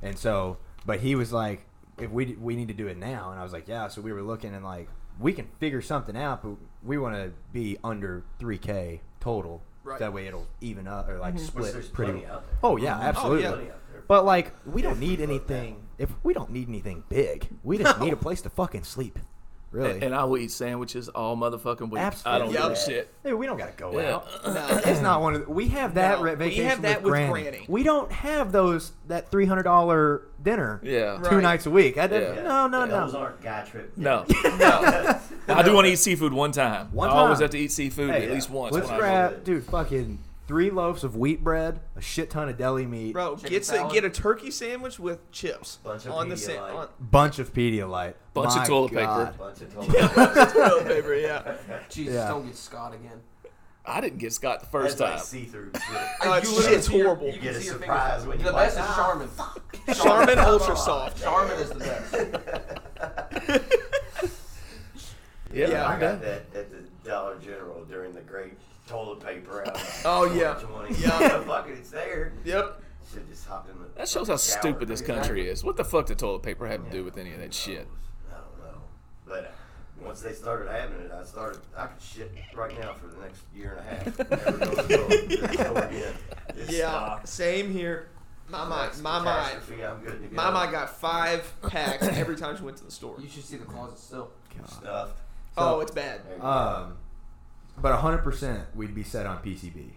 and so, but he was like, if we we need to do it now, and I was like, yeah. So we were looking and like we can figure something out, but we want to be under three k total.
Right.
That way it'll even up or like
Mm-hmm.
Which
split
there's
pretty.
plenty out there.
Oh yeah, absolutely.
Plenty out there.
But like we don't
If we
need
put that-
anything. If we don't need anything big, we just need a place to fucking sleep. Really.
And I will eat sandwiches all motherfucking week. I
Absolutely.
don't give a
Yep.
shit.
Hey, we don't gotta go
Yeah.
out.
No.
It's not one of the, we have that
No,
re-
we
vacation
have that
with,
with
granny.
Granny.
We don't have those that three hundred dollar dinner
Yeah.
two
Right.
nights a week. I didn't,
Yeah.
No, no,
Those
no.
aren't guy trip.
No.
[laughs]
no.
[laughs] I do want to eat seafood one time.
One
I always
time.
have to eat seafood
Hey,
at least once.
Let's
when I go.
grab, dude, fucking three loaves of wheat bread, a shit ton of deli meat,
Bro,
Chicken
get a,
salad.
get a turkey sandwich with chips
Bunch of
on the
Pedialyte.
sa- on
bunch of Pedialyte,
Bunch of
My
toilet paper.
God.
Bunch
[laughs]
of toilet
[laughs] toilet paper. Yeah.
Jesus,
Yeah.
don't get Scott again.
I didn't get Scott the
That's
first
like
time. [laughs]
see-through.
Oh, it's-
literally
shit's
see your-
horrible.
can
Get a
see your fingers.
surprise when you Ah,
The
bite.
best is Charmin.
Charmin Ultra Soft.
Charmin is the best.
Yeah,
Yeah,
I
I'm
got
done.
that at the Dollar General during the great toilet paper. Out.
Oh, yeah.
20.
Yeah.
fucking it's there.
Yep.
Should just hop in the.
That shows how
shower.
stupid this country is. What the fuck did toilet paper have to do with any of that shit?
I don't know, but once they started having it, I started. I could shit right now for the next year and a half. Never go to the toilet. Never go again. It's
[laughs]
this
yeah,
stuff.
same here. My my my my
Catastrophe, I'm good to go.
my my got five packs every time she went to the store.
You should see the closet still.
God.
stuffed.
Oh, it's bad.
There you go.
Um, but 100 percent we'd be set on PCB.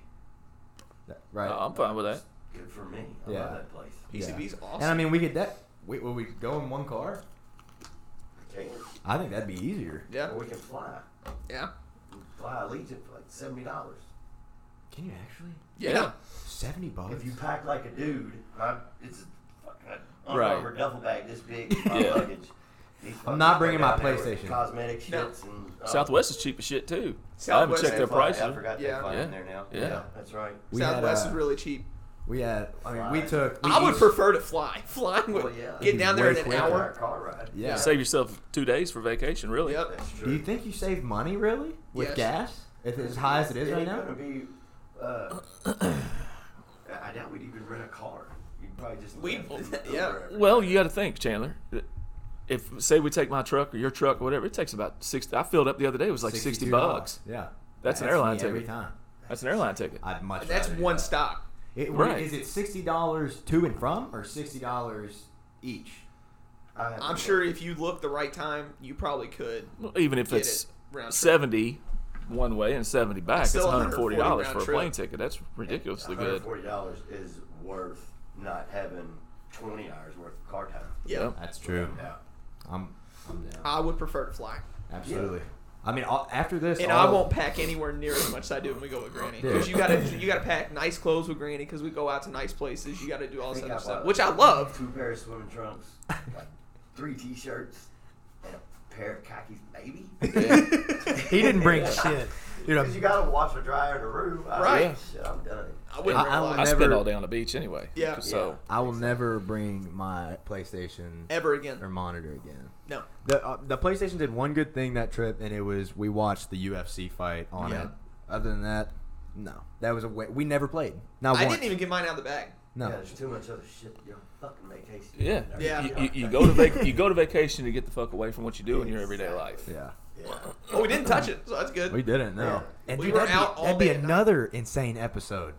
That- Right.
I'm fine with that.
good for me. I
Yeah.
love that place.
PCB's awesome.
And I mean, we could that. Wait, will we go in one car?
Okay.
I think that'd be easier.
yeah,
Or we can fly.
yeah,
We can fly Allegiant for like seventy dollars.
Can you actually?
yeah.
Yeah.
Seventy bucks.
If you pack like a dude, my, it's a fucking
Right.
right. duffel bag this big. with My
Yeah.
luggage. These fuckers
not bringing
go
my
down there with
PlayStation.
Cosmetic
No.
shits and uh,
Southwest is cheap as shit too. I haven't
Southwest
checked
is
their
fine.
prices.
I forgot
Yeah.
they fly
Yeah.
in there now.
Yeah.
that's right.
We had,
Southwest
uh,
is really cheap.
we had. I mean, we took. we
I would
each-
prefer to fly. [laughs] Flying would
Well, yeah.
get down there in
Way
an
quicker.
hour.
car ride.
Yeah.
Save yourself two days for vacation, really.
Yep.
That's true.
Do you think you save money really with
Yes.
gas? If it's as high as it is
It
right
ain't
now.
gonna be, uh, [clears throat] I doubt we'd even rent a car. You'd probably just
We- [laughs]
live in
yeah.
Uber.
Well, you got to think, Chandler. If say we take my truck or your truck or whatever, it takes about sixty. I filled up the other day. It was like sixty bucks.
Yeah.
That's an
me
airline
every
ticket.
time.
That's an airline ticket.
I'd much.
That's
rather do
one
that.
stop.
It,
Right.
Is it sixty dollars to and from, or sixty dollars each?
I have
I'm
to-
sure if you look the right time, you probably could
Well, Even if
get
it's
it round trip.
seventy one way and seventy back,
It's
it's
still
one hundred forty dollars
$140
for a
round
plane
trip.
ticket. That's ridiculously good.
$140 is worth not having 20 hours worth of car time.
Yeah.
Yep.
That's true.
Yeah.
I'm. I'm down.
I would prefer to fly.
Absolutely. I mean, all, after this,
And
all
I won't pack anywhere near as much as I do when we go with Granny.
Dude.
Because you gotta you gotta pack nice clothes with Granny because we go out to nice places. You gotta do all
I
this
think
other
I
stuff,
bought
which I love.
Two pairs of swimming trunks,
[laughs]
like three t shirts, and a pair of khakis, maybe.
He didn't [laughs] bring shit. [laughs] Dude,
Because you
I'm,
got to wash a dryer in a room. I-
Right.
Shit, I'm done.
[laughs] I wouldn't
I- I will
realize
I spend
Never-
all day on the beach anyway.
Yeah.
So
I will never bring my PlayStation
ever again.
or monitor again.
No.
The uh, the PlayStation did one good thing that trip, and it was we watched the UFC fight on
Yeah.
it. Other than that, no, that was a way we never played. Not
I
once.
didn't even get mine out of the bag.
no.
Yeah, there's too much other shit. You're on fucking vacation.
yeah,
Yeah.
You, you, you go to vac- you go to vacation to get the fuck away from what you do in your everyday life.
Yeah.
Yeah.
Oh,
Well, we didn't touch it, so that's good.
We didn't. No.
Yeah.
And
We
dude,
were
that'd,
out
be,
all
that'd be
day and night.
another insane episode.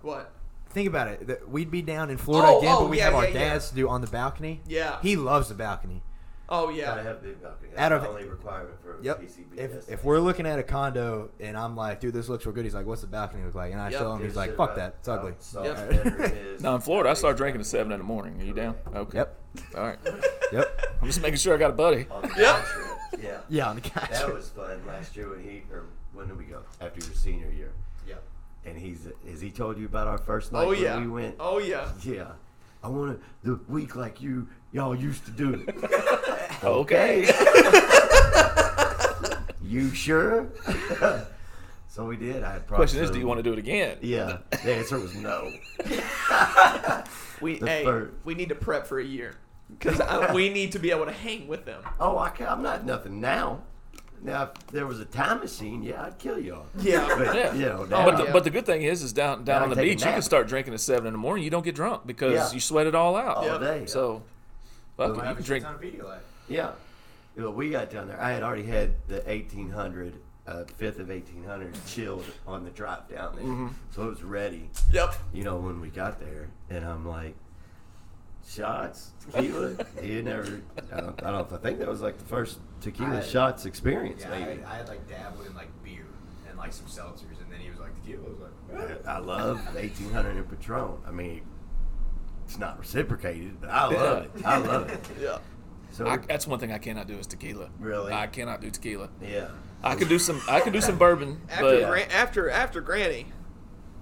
What?
Think about it. that We'd be down in Florida
Oh,
again,
oh,
but we
yeah,
have our
yeah, yeah.
dads to do on the balcony.
Yeah.
He loves the balcony.
Oh
Gotta
yeah.
have big balcony. That's
Out of-
the only requirement for a
Yep.
PCB.
If,
That's
if
it.
we're looking at a condo and I'm like, dude, this looks real good. He's like, what's the balcony look like? And I
Yep.
show him.
Give
He's
a
like,
shit
fuck
about
that. It's
how
ugly.
soft
Yep.
[laughs]
better
[laughs]
it is.
Now in Florida, I start drinking at seven in the morning. Are you down? Okay.
Yep.
All right.
Yep.
I'm just making sure I got a buddy.
[laughs]
On the
Yep.
road trip,
[laughs]
Yeah.
yeah, on the couch.
That was fun last year when he or when did we go? After your senior year.
Yep.
And he's has he told you about our first night
Oh
when
yeah.
we went?
Oh yeah.
Yeah. I want the week like you y'all used to do
[laughs]
it.
Okay.
you sure? [laughs] so we did. I had
Question is, do you want to do it again? [laughs]
Yeah. The answer was no.
We
The
hey,
third.
we need to prep for a
[laughs]
year because we need to be able to hang with them.
Oh, I can, I'm not nothing now. Now, if there was a time machine, yeah, I'd kill y'all.
Yeah.
But,
Yeah.
you know, now,
But the,
yeah.
but the good thing is, is down down
Now
on the
take a
beach, you
nap.
can start drinking at seven in the morning. You don't get drunk because
Yeah.
you sweat it all out.
all
Yeah.
day.
So, fuck it,
Well,
you
Have
can
a
drink.
drink on video life.
Yeah. Well, we got down there. I had already had the 1800, uh, fifth of 1800 chilled on the drop down there.
Mm-hmm.
So it was ready,
Yep.
you know, when we got there. And I'm like, shots, tequila. he had never, I don't, I don't, I think that was like the first tequila
I-
shots experience,
Yeah, I
maybe.
had, I had like dabbled in like beer and like some seltzers, and then he was like, [laughs] tequila. I was like, "Eh."
I love 1800 and Patron. I mean, it's not reciprocated, but I love it. I love it.
[laughs] Yeah.
So,
I, that's one thing I cannot do is tequila.
Really?
I cannot do tequila.
yeah. [laughs]
I could do some. I could do some bourbon,
After
but
gran- after after Granny,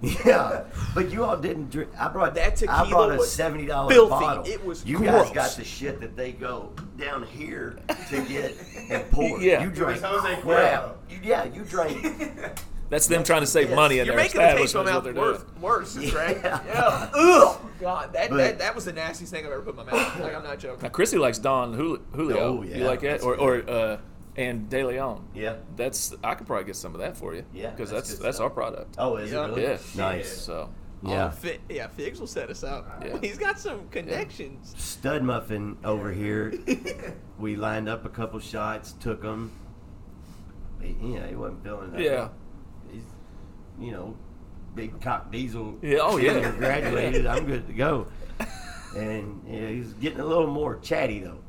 Yeah, but you all didn't drink. I brought
That tequila
I brought a
was
seventy dollar
filthy.
bottle.
It was
You
gross.
guys got the shit that they go down here to get and
[laughs]
pour.
Yeah.
you drank
It was Jose
crap.
Cuervo.
You, yeah, you drank.
that's them trying to save
Yes.
money in
you're
their
making it taste
establishment.
my mouth
is what they're
worse. Worse,
doing.
is
[laughs]
right?
Yeah.
Yeah. Ugh. God, that,
But-
that that was the nastiest thing I've ever put in my mouth. Like I'm not joking.
Now, Chrissy likes Don Jul- Julio.
Oh, yeah,
you like that,
that's
or or uh, and De Leon.
yeah.
That's I could probably get some of that for you.
Yeah,
because
that's
that's that's,
good stuff.
our product.
Oh, is
Yeah.
it really?
Yeah.
Nice. Oh,
So
Yeah.
Oh, Fi- yeah, Figs will set us up.
Yeah.
[laughs] He's got some
[laughs]
connections.
Stud muffin over here.
[laughs]
we lined up a couple shots, took them. He, you know, he wasn't feeling. that.
yeah,
He's, you know, big cock diesel.
Yeah, oh, yeah.
senior
[laughs]
graduated. I'm good to go. And yeah, he's getting a little more chatty though,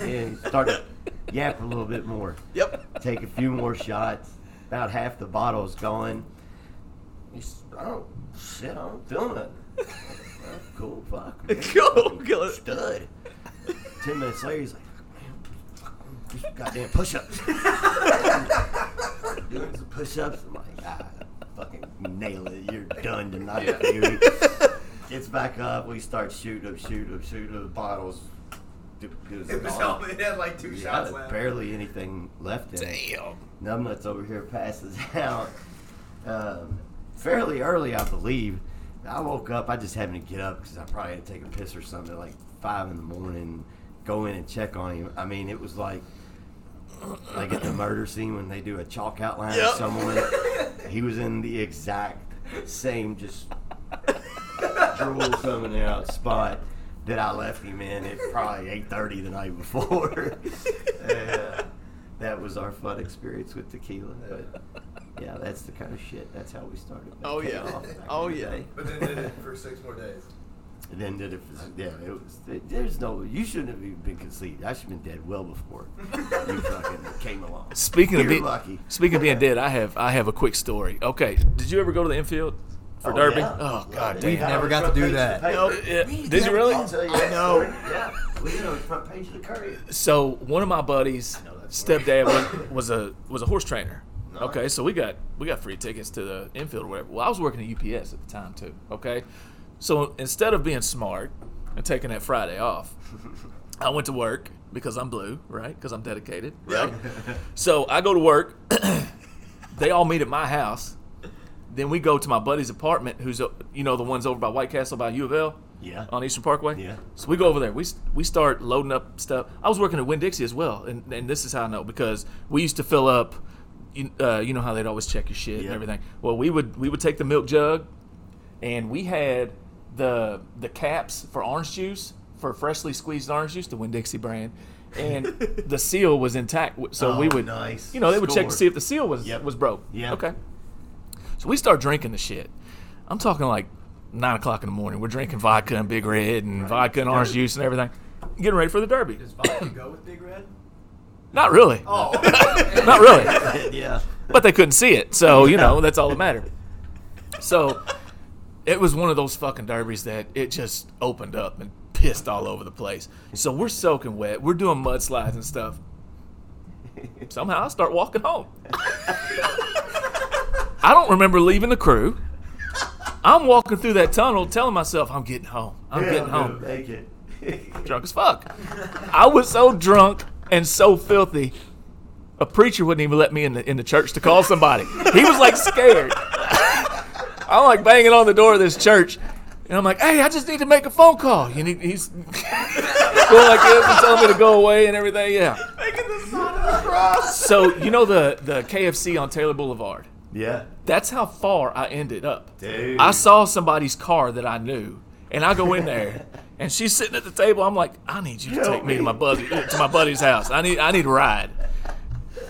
and started to yap a little bit more.
Yep.
Take a few more shots. About half the bottle's gone. He's, I don't shit. I don't feel nothing. Well, cool, fuck. man.
Cool, cool.
Stud. Ten minutes later, he's like, man, goddamn push-ups. Doing some push-ups. I'm like, ah, fucking nail it. You're done tonight, dude. Gets back up. We start shooting up, shooting up, shooting up bottles.
It was
Oh.
all, it had like two
Yeah,
shots left.
barely anything left in it.
Damn.
Numbnuts over here passes out um, fairly early, I believe. I woke up. I just happened to get up because I probably had to take a piss or something at like five in the morning. Go in and check on him. I mean, it was like like at the murder scene when they do a chalk outline
Yep.
of someone. he was in the exact same just drool coming out spot that I left him in at probably eight thirty the night before. [laughs] Uh, that was our fun experience with tequila. But yeah, that's the kind of shit. That's how we started. That
Oh,
came
yeah.
off back
Oh,
in the
yeah.
day.
But then did it for six more days.
And [laughs] then did it. for- Yeah, it was. It, there's no. You shouldn't have even been conceived. I should have been dead
[laughs]
well before you fucking came along.
Speaking of
You're
being
lucky.
speaking of being dead, I have I have a quick story. Okay, did you ever go to the infield for
Oh,
Derby?
yeah.
Oh
Yeah,
God,
they
damn.
We've never
on
got to
the front
do
page of
that.
the paper.
Nope. Yeah. Did you really?
I'll tell you
I
that
know.
story. Yeah, we did on the front page of the courier.
So one of my buddies'
know that story.
stepdad was, was a was a horse trainer. Okay, so we got we got free tickets to the infield or whatever. Well, I was working at UPS at the time too. Okay, so instead of being smart and taking that Friday
[laughs]
off, I went to work because I'm blue, right? Because I'm dedicated, right?
[laughs]
so I go to work. [coughs] they all meet at my house. Then we go to my buddy's apartment, who's uh, you know the ones over by White Castle by U of L.
Yeah.
On Eastern Parkway.
Yeah.
So we go over there. We s- we start loading up stuff. I was working at Winn Dixie as well, and, and this is how I know because we used to fill up. You, uh, you know how they'd always check your shit
Yeah.
and everything. Well, we would we would take the milk jug, and we had the the caps for orange juice for freshly squeezed orange juice, the Winn Dixie brand,
[laughs]
and the seal was intact. w- So we
Oh,
would
nice.
you know they would check
Score.
to see if the seal was
Yep.
was broke.
Yeah.
Okay. So we start drinking the shit. I'm talking like nine o'clock in the morning. We're drinking vodka and Big Red and vodka and orange juice and everything. Getting ready for the Derby.
Does vodka go with Big Red?
Not really.
Oh,
[laughs] Not really.
[laughs] yeah.
But they couldn't see it. So, you know, that's all that mattered. So it was one of those fucking derbies that it just opened up and pissed all over the place. So we're soaking wet. We're doing mudslides and stuff. Somehow I start walking home. I don't remember leaving the crew. I'm walking through that tunnel telling myself, I'm getting home. I'm getting home
Make
[laughs]
it.
drunk as fuck. I was so drunk and so filthy. A preacher wouldn't even let me in the in the church to call somebody. He was like scared. I'm like banging on the door of this church, and I'm like, "Hey, I just need to make a phone call." You need, he's [laughs] going like this and telling me to go away and everything. Yeah.
Making the sign of the cross.
So you know the the KFC on Taylor Boulevard.
Yeah.
That's how far I ended up.
Dude.
I saw somebody's car that I knew, and I go in
[laughs]
there, and she's sitting at the table. I'm like, I need you to
Help
take me to
me.
my buddy to my buddy's house. I need I need a ride.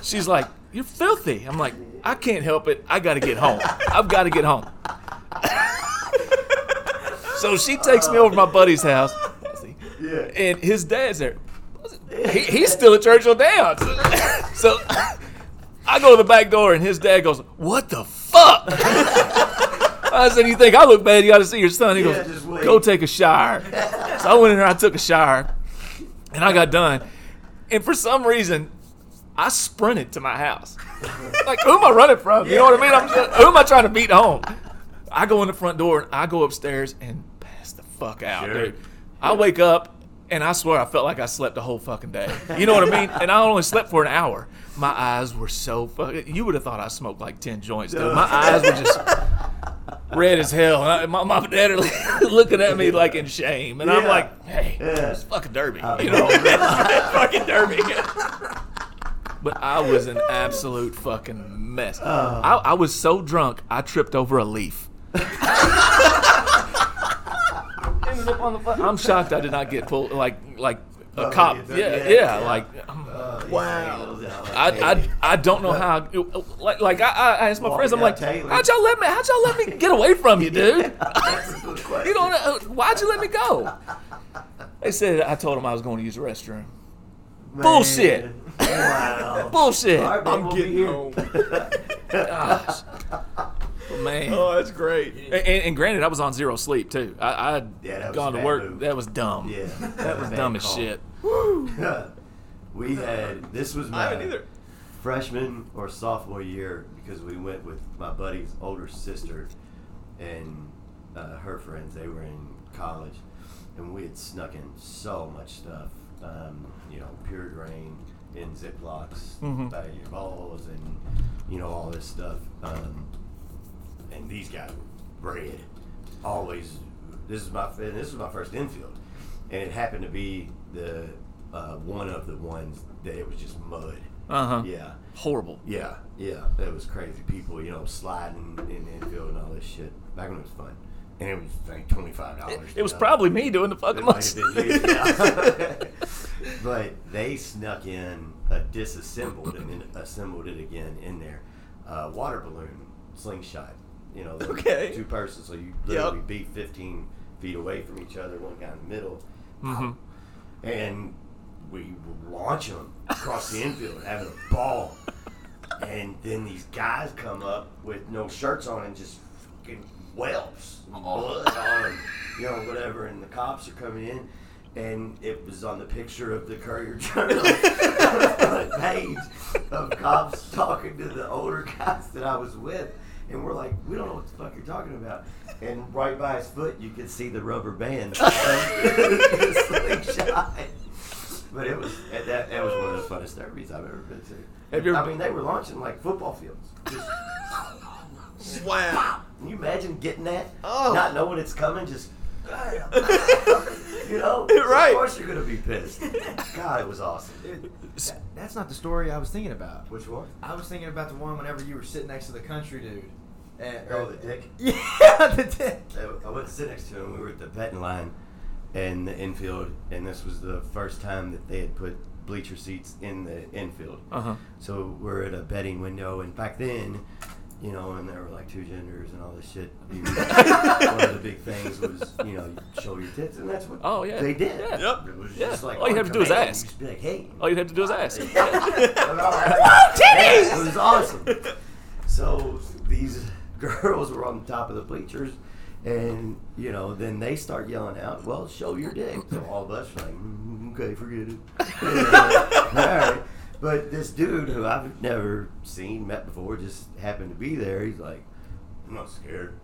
She's like, You're filthy. I'm like, I can't help it. I gotta get home. I've gotta get
[laughs]
home. so she takes me over to my buddy's house.
Yeah.
And his dad's there. He, he's still at Churchill Downs. So [laughs] I go to the back door and his dad goes, What the fuck? [laughs] I said, You think I look bad? You got to see your son. He
Yeah,
goes,
just wait.
Go take a shower. So I went in there, I took a shower, and I got done. And for some reason, I sprinted to my house. Like, who am I running from? You know what I mean? I'm just, who am I trying to beat home? I go in the front door and I go upstairs and pass the fuck out,
Sure.
dude. I wake up and I swear I felt like I slept the whole fucking day. You know what I mean? And I only slept for an hour. My eyes were so fucking. You would have thought I smoked like 10 joints, dude. My eyes were just red as hell. And I, my mom and dad are [laughs] like, looking at me like in shame. And I'm
Yeah.
like, hey,
Yeah. Oh,
it's fucking derby. You know, it's [laughs] fucking derby. But I was an absolute fucking mess.
Oh.
I, I was so drunk, I tripped over a leaf. Ended up on the fu- I'm shocked I did not get pulled like like a
Oh,
cop. Yeah,
yeah,
yeah,
yeah, yeah.
like.
Uh, yeah,
Wow.
it was out like
I,
that.
I, I don't know how like like I, I asked my
Walking
friends I'm
down
like
Taylor.
how'd y'all let me how'd y'all let me get away from you
[laughs]
dude
That's a good question.
you don't know why'd you let me go they said I told them I was going to use the restroom
Man.
bullshit.
Wow.
bullshit
All right, man,
I'm
we'll be
getting
here.
home.
[laughs]
Gosh. man
Oh, that's great.
and, and, and granted I was on zero sleep too I I
Yeah, that
had
was
gone
a
to
bad
work
move.
that was dumb
Yeah,
that was
bad
dumb as
call.
shit
we had this was
I
my
haven't either.
freshman or sophomore year because we went with my buddy's older sister and uh, her friends. They were in college, and we had snuck in so much stuff. Um, you know, pure grain in Ziplocs,
Mhm.
bag of balls, and you know all this stuff. Um, and these guys were red. Always, this is my and this is my first infield, and it happened to be the uh, one of the ones that it was just mud.
uh huh
Yeah,
horrible
yeah, yeah. That was crazy. People, you know, sliding in the infield and all this shit. Back when it was fun, and it was like twenty five
it,
dollars.
it was probably me doing the fucking most
but they snuck in a disassembled and then assembled it again in there. Uh, water balloon slingshot. You know, the
Okay.
two persons, so you literally
Yep.
be 15 feet away from each other, one guy in the middle.
hmm
And we launch them across the infield, having a ball. And then these guys come up with no shirts on and just fucking welts, blood on them, you know, whatever. And the cops are coming in. And it was on the picture of the Courier [laughs] Journal front page of cops talking to the older guys that I was with. And we're like, we don't know what the fuck you're talking about. And right by his foot, you could see the rubber band [laughs] of the slingshot. But it was that, that that was one of the funnest derbies I've ever been to.
Have you ever-
I mean, they were launching like football fields. Just,
Wow.
can you imagine getting that?
Oh.
Not knowing it's coming, just you know,
Right.
Of course, you're gonna be pissed. God, it was awesome. Dude,
[coughs] That- that's not the story I was thinking about.
which one?
I was thinking about the one whenever you were sitting next to the country dude. And,
Oh, the dick.
[laughs] Yeah, the dick.
I went to sit next to him. We were at the betting line and the infield, and this was the first time that they had put bleacher seats in the infield.
uh huh
So we're at a betting window, and back then, you know, and there were like two genders and all this shit.
[laughs]
You- one of the big things was, you know, you show your tits, and that's what
Oh, yeah.
they did.
Yeah.
Yep.
It was
Yeah.
just like
All you
on
have to do is
command,
ask.
You just be like, hey.
all you'd have to do is ask
titties! It was awesome. So these [laughs] girls were on top of the bleachers, and you know, then they start yelling out, "Well, show your dick!" So all of us are like, "Mm, "Okay, forget it." all right. But this dude who I've never seen, met before, just happened to be there. He's like, "I'm not scared."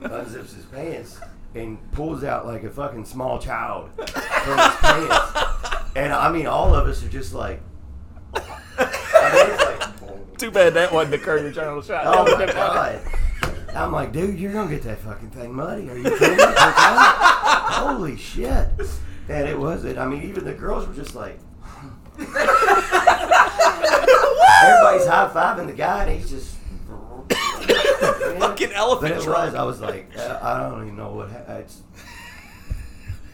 Unzips his pants and pulls out like a fucking small child from his pants. And I mean, all of us are just like, I mean, it's like
too bad that wasn't the Courier Journal shot That
Oh
would've
my
been funny.
god. I'm like, dude, you're gonna get that fucking thing muddy. Are you kidding me? Holy shit. And it was it. I mean, even the girls were just like Everybody's high fiving the guy and he's just
Fucking
But
elephant
it
truck.
was, I was like, uh, I don't even know what happened.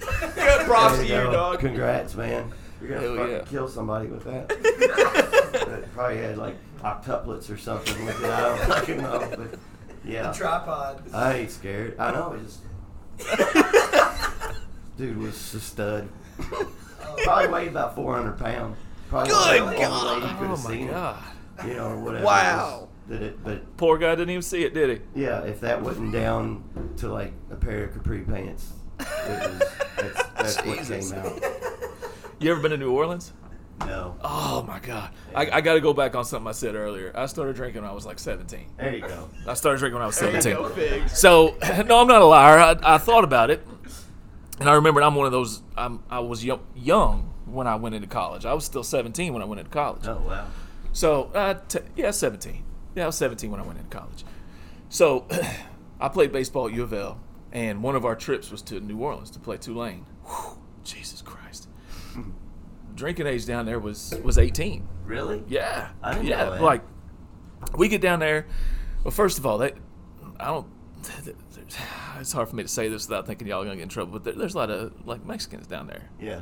[laughs] Good props to you, dog.
Congrats, man. You're gonna
Hell
fucking
yeah.
kill somebody with that. But probably had like octuplets or something with it. I don't fucking know. But yeah.
Tripod.
I ain't scared. I know. It's dude was a stud. Probably weighed about 400 pounds. Probably
Good
the
God.
only way you could
oh
have
my
seen him,
god
You know, or whatever.
Wow.
Just Did it, but
poor guy didn't even see it did he
yeah, if that wasn't down to like a pair of capri pants, it was, that's, that's what came out.
you ever been to New Orleans
No.
Oh my god! I, I got to go back on something I said earlier. I started drinking when I was like 17.
There you go.
I started drinking when I was
There you
17.
go, figs.
So [laughs] no, I'm not a liar. I, I thought about it, and I remembered I'm one of those. I'm, I was yo- young when I went into college. I was still 17 when I went into college.
Oh, wow.
So uh, t- yeah, 17. Yeah, I was 17 when I went into college. So [clears throat] I played baseball at U of L, and one of our trips was to New Orleans to play Tulane. Whew, Jesus Christ! Drinking age down there was was 18.
Really?
Yeah.
I didn't
yeah.
know that.
Like, we get down there. Well, first of all, they, I don't. [sighs] It's hard for me to say this without thinking y'all gonna get in trouble, but there, there's a lot of like Mexicans down there.
Yeah.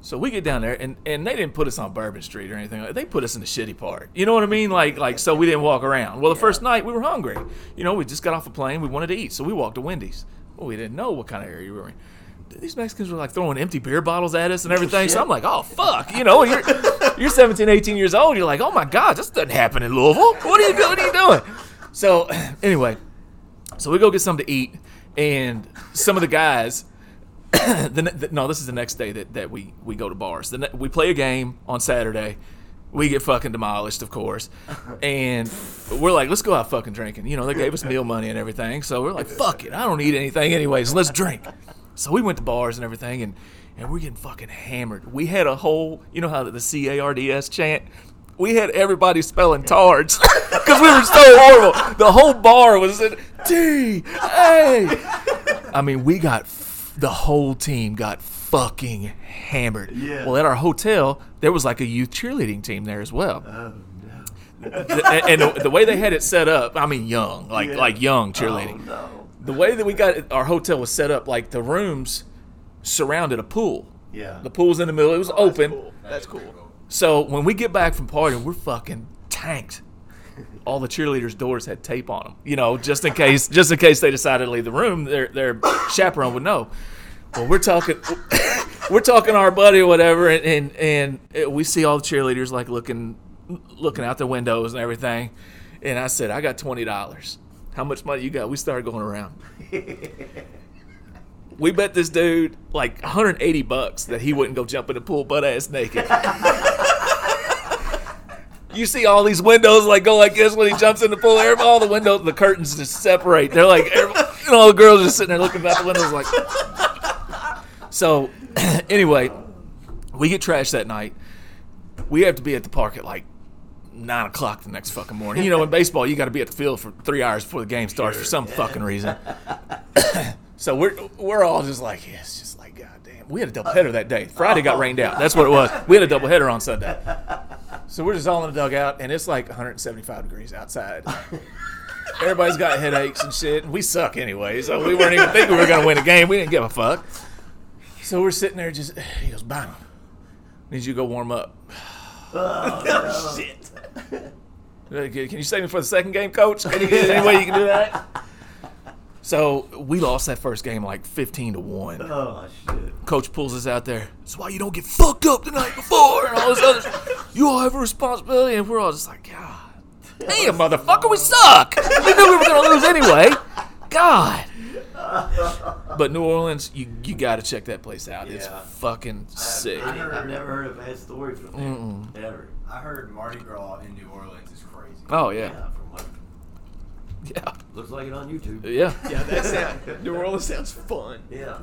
So we get down there, and, and they didn't put us on Bourbon Street or anything. Like, they put us in the shitty part. You know what I mean? Like like so we didn't walk around. Well, the first night we were hungry. You know, we just got off a plane. We wanted to eat, so we walked to Wendy's. Well, we didn't know what kind of area we were in. These Mexicans were like throwing empty beer bottles at us and everything. so I'm like, oh fuck, you know, you're [laughs] you're 17, 18 years old. You're like, oh my god, this doesn't happen in Louisville. What are you doing? What are you doing? So [clears throat] anyway, so we go get something to eat, and some of the guys. the, ne- the, no, this is the next day that, that we, we go to bars. The ne- we play a game on Saturday. We get fucking demolished, of course. And we're like, let's go out fucking drinking. You know, they gave us meal money and everything. So we're like, fuck it. I don't need anything anyways. Let's drink. So we went to bars and everything, and, and we're getting fucking hammered. We had a whole, you know how the C A R D S chant? We had everybody spelling tards [laughs] because we were so horrible. The whole bar was in T A. I mean, we got f- the whole team got fucking hammered.
Yeah.
Well, at our hotel, there was like a youth cheerleading team there as well.
Oh, no.
Th- and the, the way they had it set up, I mean, young, like
Yeah.
like young cheerleading.
Oh, no.
The way that we got it, our hotel was set up, like the rooms surrounded a pool.
Yeah.
The pool's in the middle. It was
Oh,
open.
That's cool.
So when we get back from partying, we're fucking tanked. All the cheerleaders' doors had tape on them, you know, just in case, just in case they decided to leave the room, their their chaperone would know. Well, we're talking, [coughs] we're talking our buddy or whatever, and and, and it- we see all the cheerleaders like looking, looking out the windows and everything. And I said, I got twenty dollars. How much money you got? We started going around. We bet this dude like 180 bucks that he wouldn't go jump in the pool butt ass naked. you see all these windows like go like this when he jumps in the pool. Every- All the windows, the curtains just separate. They're like, every- and all the girls just sitting there looking out the windows like. So, [clears throat] anyway, we get trashed that night. We have to be at the park at like nine o'clock the next fucking morning. You know, in baseball, you got to be at the field for three hours before the game starts for some fucking reason. [clears throat] So we're we're all just like, yeah, it's just like, goddamn. We had a double header that day. Friday got rained out. That's what it was. We had a double header on Sunday. So we're just all in the dugout, and it's like 175 degrees outside. Everybody's got headaches and shit, and we suck anyway. So we weren't even thinking we were gonna win a game. We didn't give a fuck. So we're sitting there, just he goes, Bynum, need you to go warm up.
Shit.
Can you save me for the second game, coach? Can you, any way you can do that? So we lost that first game like 15 to 1.
Oh, shit.
coach pulls us out there. That's why you don't get fucked up the night before and all this other. You all have a responsibility, and we're all just like, God, damn, motherfucker, we suck. We knew we were gonna lose anyway. God. But New Orleans, you you gotta check that place out. It's
Yeah.
fucking sick.
I heard, I've never heard a bad story
Mm.
from uh, them. Ever.
I heard Mardi Gras in New Orleans is crazy.
Oh
Yeah.
yeah,
from what
yeah,
looks like it on YouTube.
yeah.
Yeah, that sound. New Orleans sounds fun.
Yeah.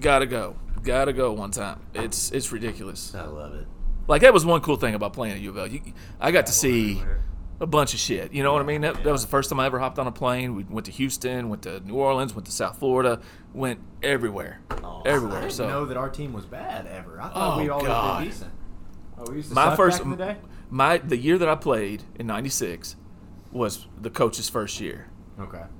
Gotta go, gotta go one time. It's it's ridiculous.
I love it.
Like that was one cool thing about playing at U of L. You, I got to see. a bunch of shit. You know what I mean? That, that was the first time I ever hopped on a plane. We went to Houston, went to New Orleans, went to South Florida, went everywhere,
Oh,
I
everywhere.
didn't
So
know that our team was bad ever. I thought
Oh,
we always
God.
did decent. Oh, we used to
my
suck
first,
back in the day.
my the year that I played in '96 was the coach's first year.
Okay. [coughs]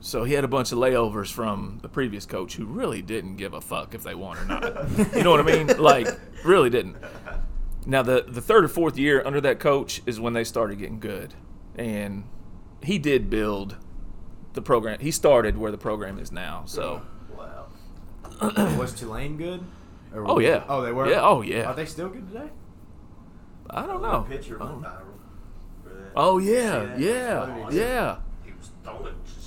So he had a bunch of layovers from the previous coach who really didn't give a fuck if they won or not. you know what I mean? Like really didn't. Now the the third or fourth year under that coach is when they started getting good. And he did build the program. He started where the program is now. So
Wow.
was Tulane good? Or
Oh,
were-
yeah.
Oh, they were.
Yeah, oh, yeah.
Are they still good today?
I don't know.
Picture
Oh.
went viral for that.
Oh
See
yeah,
that? That's
yeah,
awesome.
yeah.
He was throwing just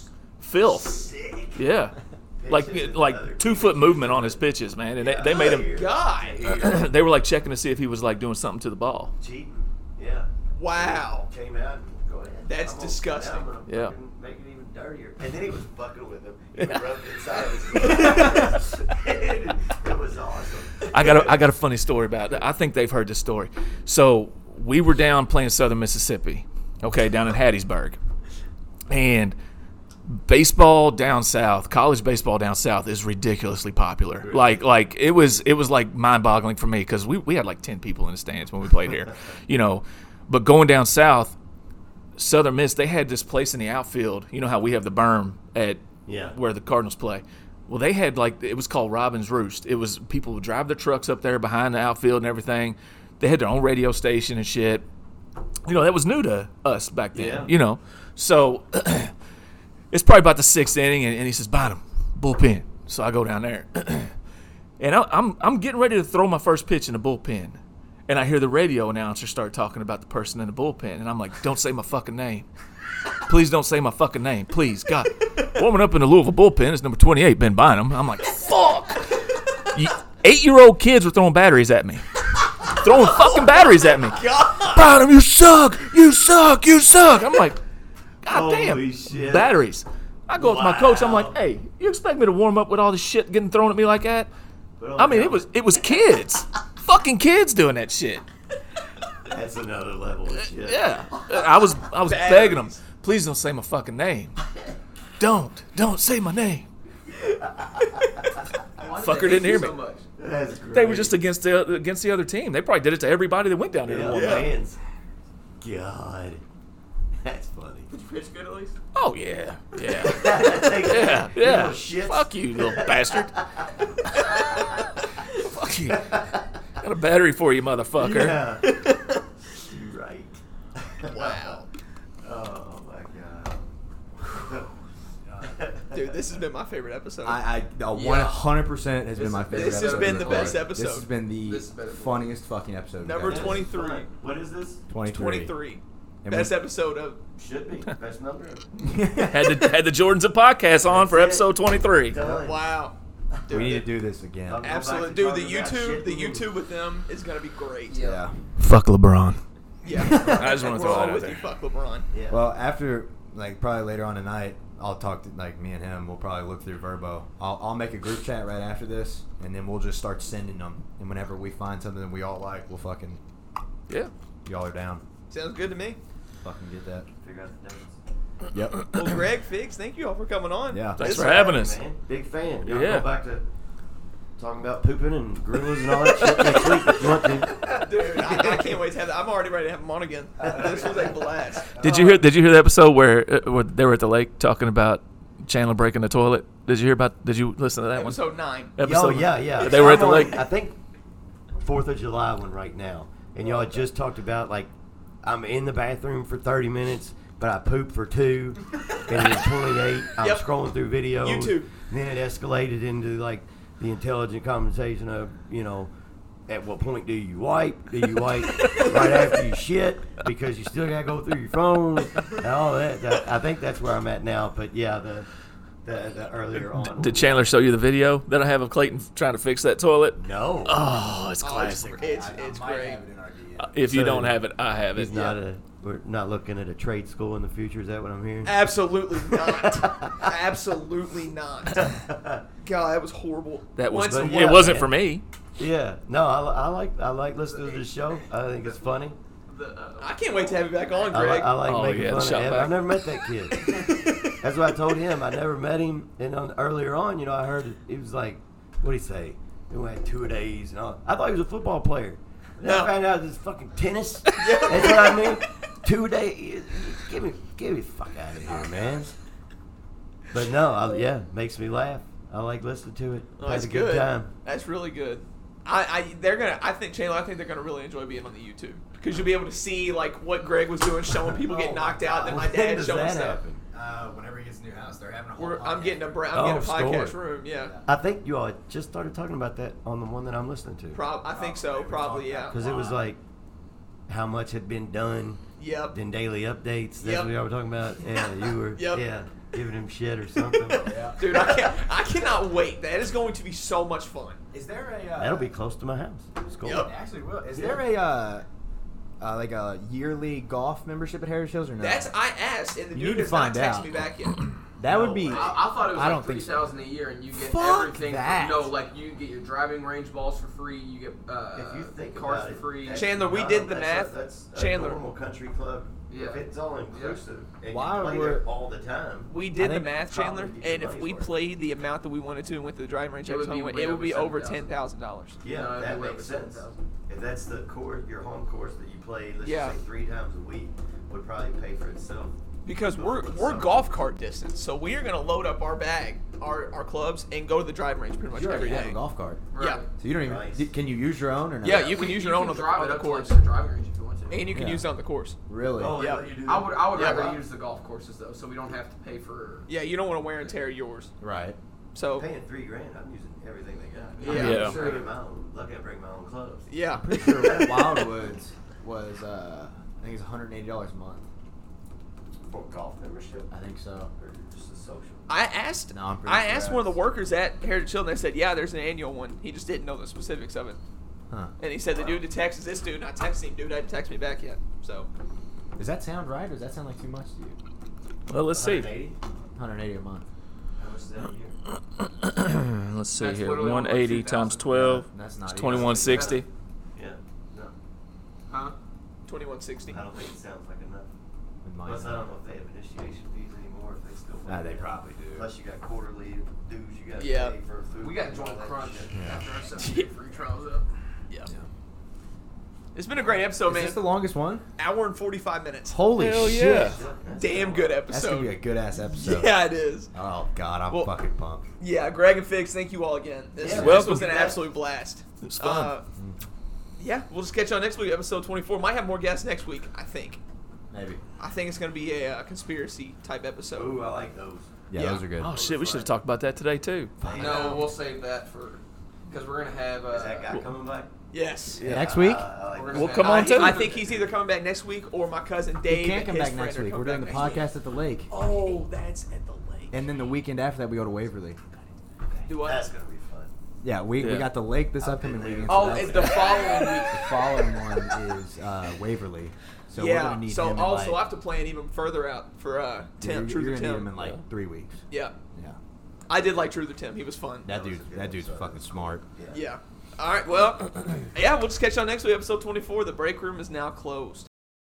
Filth.
sick.
Oh. Yeah.
[laughs] Pitches
Like
and other
like two foot
pitches.
movement on his pitches, man. And they, they made him
God.
[clears throat] they were like checking to see if he was like doing something to the ball.
cheating. Yeah.
Wow. [laughs]
Came out and go ahead.
That's
I'm gonna-
disgusting.
I'm gonna
Yeah.
fucking Make it even dirtier. And then he was fucking with him.
[laughs]
He rubbed inside of his [laughs] glove. It was awesome.
I got a, I got a funny story about that. I think they've heard this story. So we were down playing Southern Mississippi, okay, down in Hattiesburg, and baseball down south, college baseball down south is ridiculously popular. Like like it was it was like mind boggling for me because we we had like ten people in the stands when we played
[laughs]
here, you know, but going down south. Southern Miss, they had this place in the outfield. You know how we have the berm at
Yeah.
where the Cardinals play. Well, they had like it was called Robin's Roost. It was people would drive their trucks up there behind the outfield and everything. They had their own radio station and shit. You know that was new to us back then.
Yeah.
You know, so it's probably about the sixth inning, and, and he says, "Bottom bullpen." So I go down there, [clears throat] and I, I'm I'm getting ready to throw my first pitch in the bullpen, and I hear the radio announcer start talking about the person in the bullpen, and I'm like, "Don't say my fucking name." Please don't say my fucking name. Please, God. Warming up in the Louisville bullpen is number 28, Ben Bynum. I'm like, fuck. Eight year old kids were throwing batteries at me. Throwing fucking batteries at me. Bynum, you suck. You suck. You suck. I'm like, God
Holy
damn.
shit.
Batteries. I go up to my coach. I'm like, hey, you expect me to warm up with all this shit getting thrown at me like that?
But
I mean, it was it was
[laughs]
kids. fucking kids doing that shit.
That's another level of shit.
Yeah, I was I was
Batteries.
begging him, please don't say my fucking name. Don't don't say my name. Fucker didn't hear me.
That's great.
They were just against the against the other team. They probably did it to everybody that went down there.
yeah,
to warm up.
fans. God. That's
[laughs]
funny. [laughs]
Pitch good at least.
Oh yeah, yeah,
yeah.
yeah, yeah.
little shit.
Fuck you,
[laughs]
little bastard. Fuck you. Got a battery for you, motherfucker. [laughs]
Yeah. you right. [laughs] Wow. oh my god. [laughs]
Dude, this has been my favorite episode.
I, I one hundred percent has been my favorite.
this has
episode
been
we've
the best
recorded. This
episode.
has been the
This has been the
funniest fucking episode.
Number
we've ever
20
done.
Twenty-three.
Fun. What is this?
23.
23.
And
Best
we-
episode of.
Should be
[laughs]
best number.
Had the had the Jordans of podcast on for
That's it.
episode twenty three.
Done.
Wow. Dude,
We need to do this again.
Okay.
Absolutely.
Go
Dude,
back
the
to talking about
YouTube, the
shit.
YouTube with them is going to be great.
Yeah.
Yeah.
Fuck LeBron.
Yeah.
I just want to
We're
throw
all
that out
with
there.
you, fuck LeBron.
Yeah.
Well, after like probably later on tonight, I'll talk to like me and him. We'll probably look through Verbo. I'll, I'll make a group chat right after this, and then we'll just start sending them. And whenever we find something that we all like, we'll fucking
Yeah.
y'all are down.
Sounds good to me.
Fucking get that.
figure out the dates.
Yep.
Well, Greg, Fix, thank you all for coming on.
Yeah.
Thanks
This-
for having us.
Man, big fan. Y'all
Yeah.
go back to talking about pooping and gorillas and all that shit
[laughs]
next week if you want to.
Dude, I, I can't wait to have that. I'm already ready to have him on again. This was a blast.
Did you hear? Did you hear the episode where, uh, where they were at the lake talking about Chandler breaking the toilet? Did you hear about? Did you listen to that one?
Episode 9.
Episode-
Yo, yeah, yeah.
They were at the
I'm on,
lake.
I think Fourth of July one right now, and y'all just talked about like I'm in the bathroom for 30 minutes, but I pooped for two, and
[laughs]
then 28. I'm
Yep.
scrolling through videos.
YouTube.
And then it escalated into like the intelligent conversation of you know. At what point do you wipe? Do
[laughs]
you wipe right after you shit because you still gotta go through your phone and all that? That- I think that's where I'm at now. But yeah, the the, the earlier on.
Did Chandler show you the video that I have of Clayton trying to fix that toilet?
no.
Oh, it's
Oh, it's,
classic.
it's, it's
Might
great.
have it in our DM.
If you
So-
don't have it, I have it.
It's not a. We're not looking at a trade school in the future. Is that what I'm hearing?
Uh, Absolutely not.
[laughs]
Absolutely not. God, that was horrible.
that was.
Once in a
yeah.
it
while-
wasn't for me.
yeah. No, I, li- I like I like listening to the show. I think it's funny.
I can't wait to have you back on,
I, li-
Greg.
I like
Oh,
making
yeah, the
fun
shot
of him.
back.
I've never met that kid. That's what I told him. I never met him. And on, earlier on, you know, I heard he was like, "What would he say? He had two days and all." I thought he was a football player. Then
No.
I found out it's fucking tennis. That's what I mean. Two days. Give me, give me the fuck out of here, man. But no, I, yeah, makes me laugh. I like listening to it.
Oh,
Has
that's
a good,
good.
time.
That's really good. I, I they're gonna I think Chandler I think they're gonna really enjoy being on the YouTube because you'll be able to see like what Greg was doing, showing people get
Oh,
knocked out, then my
When
dad
does
showing
that
stuff.
happen?
Uh, whenever he gets a new house, they're having a whole.
We're, I'm
podcast.
getting a bra- I'm
Oh,
getting a podcast
story.
room. Yeah,
I think you all just started talking about that on the one that I'm listening to.
Prob- I think so. Probably yeah.
Because it was like how much had been done,
Yep. [laughs]
then daily updates. That's
Yep.
what y'all were talking about. Yeah, you were
[laughs] Yep.
yeah giving him shit
[laughs]
or something.
Dude, I can't, I cannot wait. That is going to be so much fun.
Is there a? Uh,
That'll be close to my house. It's cool.
Yep.
It actually will. Is
Is there a uh, uh, like a yearly golf membership at Heritage Hills or no?
That's I asked, and the
You
dude
need to
has not
find
texted
out.
me back yet.
that would be.
I, I thought it was
I
like
don't
three
think so.
thousand a year, and you get
Fuck
everything.
that.
For, no, like you get your driving range balls for free. You get uh,
If you think
cars
about
for
it,
free.
that's
Chandler, we
not-
did the
that's
math.
A, that's a
Chandler.
normal country club.
Yeah.
If it's all inclusive and
Why
you play
were-
there all the time.
We
I
did the
think
math,
probably
Chandler,
you should
and if
pay
we
for it.
played the amount that we wanted to and went to the driving range,
It
every
would
time
be
we went,
way
it would
over
be over ten
$7,000.
thousand dollars.
Yeah,
No,
that makes
we went with
sense.
10,000.
If that's the course, your home course that you play, let's
Yeah.
just say three times a week, would probably pay for itself.
because we're we're golf cart distance, so we are gonna load up our bag, our our clubs, and go to the driving range pretty much
You
every
already have
day.
a golf cart,
Yeah,
so you don't even.
Nice.
di- Can you use your own or not?
yeah, you can use your own on the,
drive
on
it
the
up course.
course,
the driving range if you want to.
and you can
Yeah.
use it on the course.
really.
Oh,
Yeah.
yeah. You do
I would I would
Yeah,
rather
right.
use the golf courses though, so we don't have to pay for.
Yeah, you don't want to wear and tear yours.
Right.
So
paying three grand. I'm using everything they got.
Yeah.
Oh. Yeah.
Yeah.
I'm sure. my own. Lucky I bring my own clubs.
yeah,
Pretty
[laughs]
sure Wildwoods was uh, I think it's 180 dollars a month.
For golf membership.
I think so.
Or just a social.
I asked
No, I'm pretty
I
sure
asked one of the
that's-
workers at Heritage Children. They said, "Yeah, there's an annual one." He just didn't know the specifics of it.
Huh?
And he said, "The dude to text is this dude." And I texted him, "Dude, I didn't text me back yet." So
Does that sound right, or does that sound like too much to you?
Well, let's see.
180?
180 a month.
How much is that a year?
Uh, let's see
That's
here.
literally almost
180 times
2,000.
12.
Yeah, that's
it's
not even-
2160.
Yeah. No.
Huh?
twenty one sixty.
I don't think it sounds like enough.
In my
Plus, I don't
mind.
know if they have initiation fees anymore. If they still.
Nah,
want
they
that.
probably do.
Plus, you got quarterly dues. You got to
Yeah.
pay for food.
We got
and all
joint
that
crunch
shit.
after our seven day free trials up.
Yeah. It's been a great episode,
Is
man.
this the longest one?
Hour and forty five minutes.
Holy
Hell
shit!
yeah.
Yeah,
[laughs]
that's-
Damn good
That's
episode.
gonna be a good ass
[laughs]
episode.
Yeah, it is.
Oh god, I'm
Well-
fucking pumped.
Yeah, Greg and Fix, thank you all again. This,
Yeah,
this
welcome.
was an absolute blast. It
was fun.
Mm.
yeah, we'll just catch you on next week, episode 24. Might have more guests next week, I think.
Maybe.
I think it's going to be a, uh conspiracy type episode.
Ooh, I like those.
Yeah,
Yeah.
those are good.
Oh, shit. We should have talked about that today, too.
Hey,
No,
now,
we'll save that for because we're gonna have. Uh,
Is that guy coming back?
Yes.
Yeah. Next week?
I like
We're
that.
Well, come on,
I,
too.
I think he's either coming back next week or my cousin
You
Dave.
can't
and
come
his
back
friend
next
are
week. We're
coming
doing the
back next week.
podcast at the lake,
Oh, that's at the lake.
and then the weekend after that we go to Waverly.
Do what?
That's gonna be fun.
Yeah, we,
Yeah.
we got the lake this
I've
upcoming
been there.
weekend. so
Oh,
that's
it's the
good.
following week.
The following one is uh, Waverly. So we're
yeah.
gonna need
so
him in,
also, I
like,
have to plan even further out for uh,
yeah,
Tim.
you're,
Truth
you're
or
gonna need
Tim.
him in like
Yeah.
three weeks.
yeah.
Yeah,
I did like Truth or Tim. He was fun.
that
was
dude,
a good
that dude's
episode.
fucking smart.
[clears throat] Yeah. All right. Well, yeah, we'll just catch y'all next week, episode 24. The break room is now closed.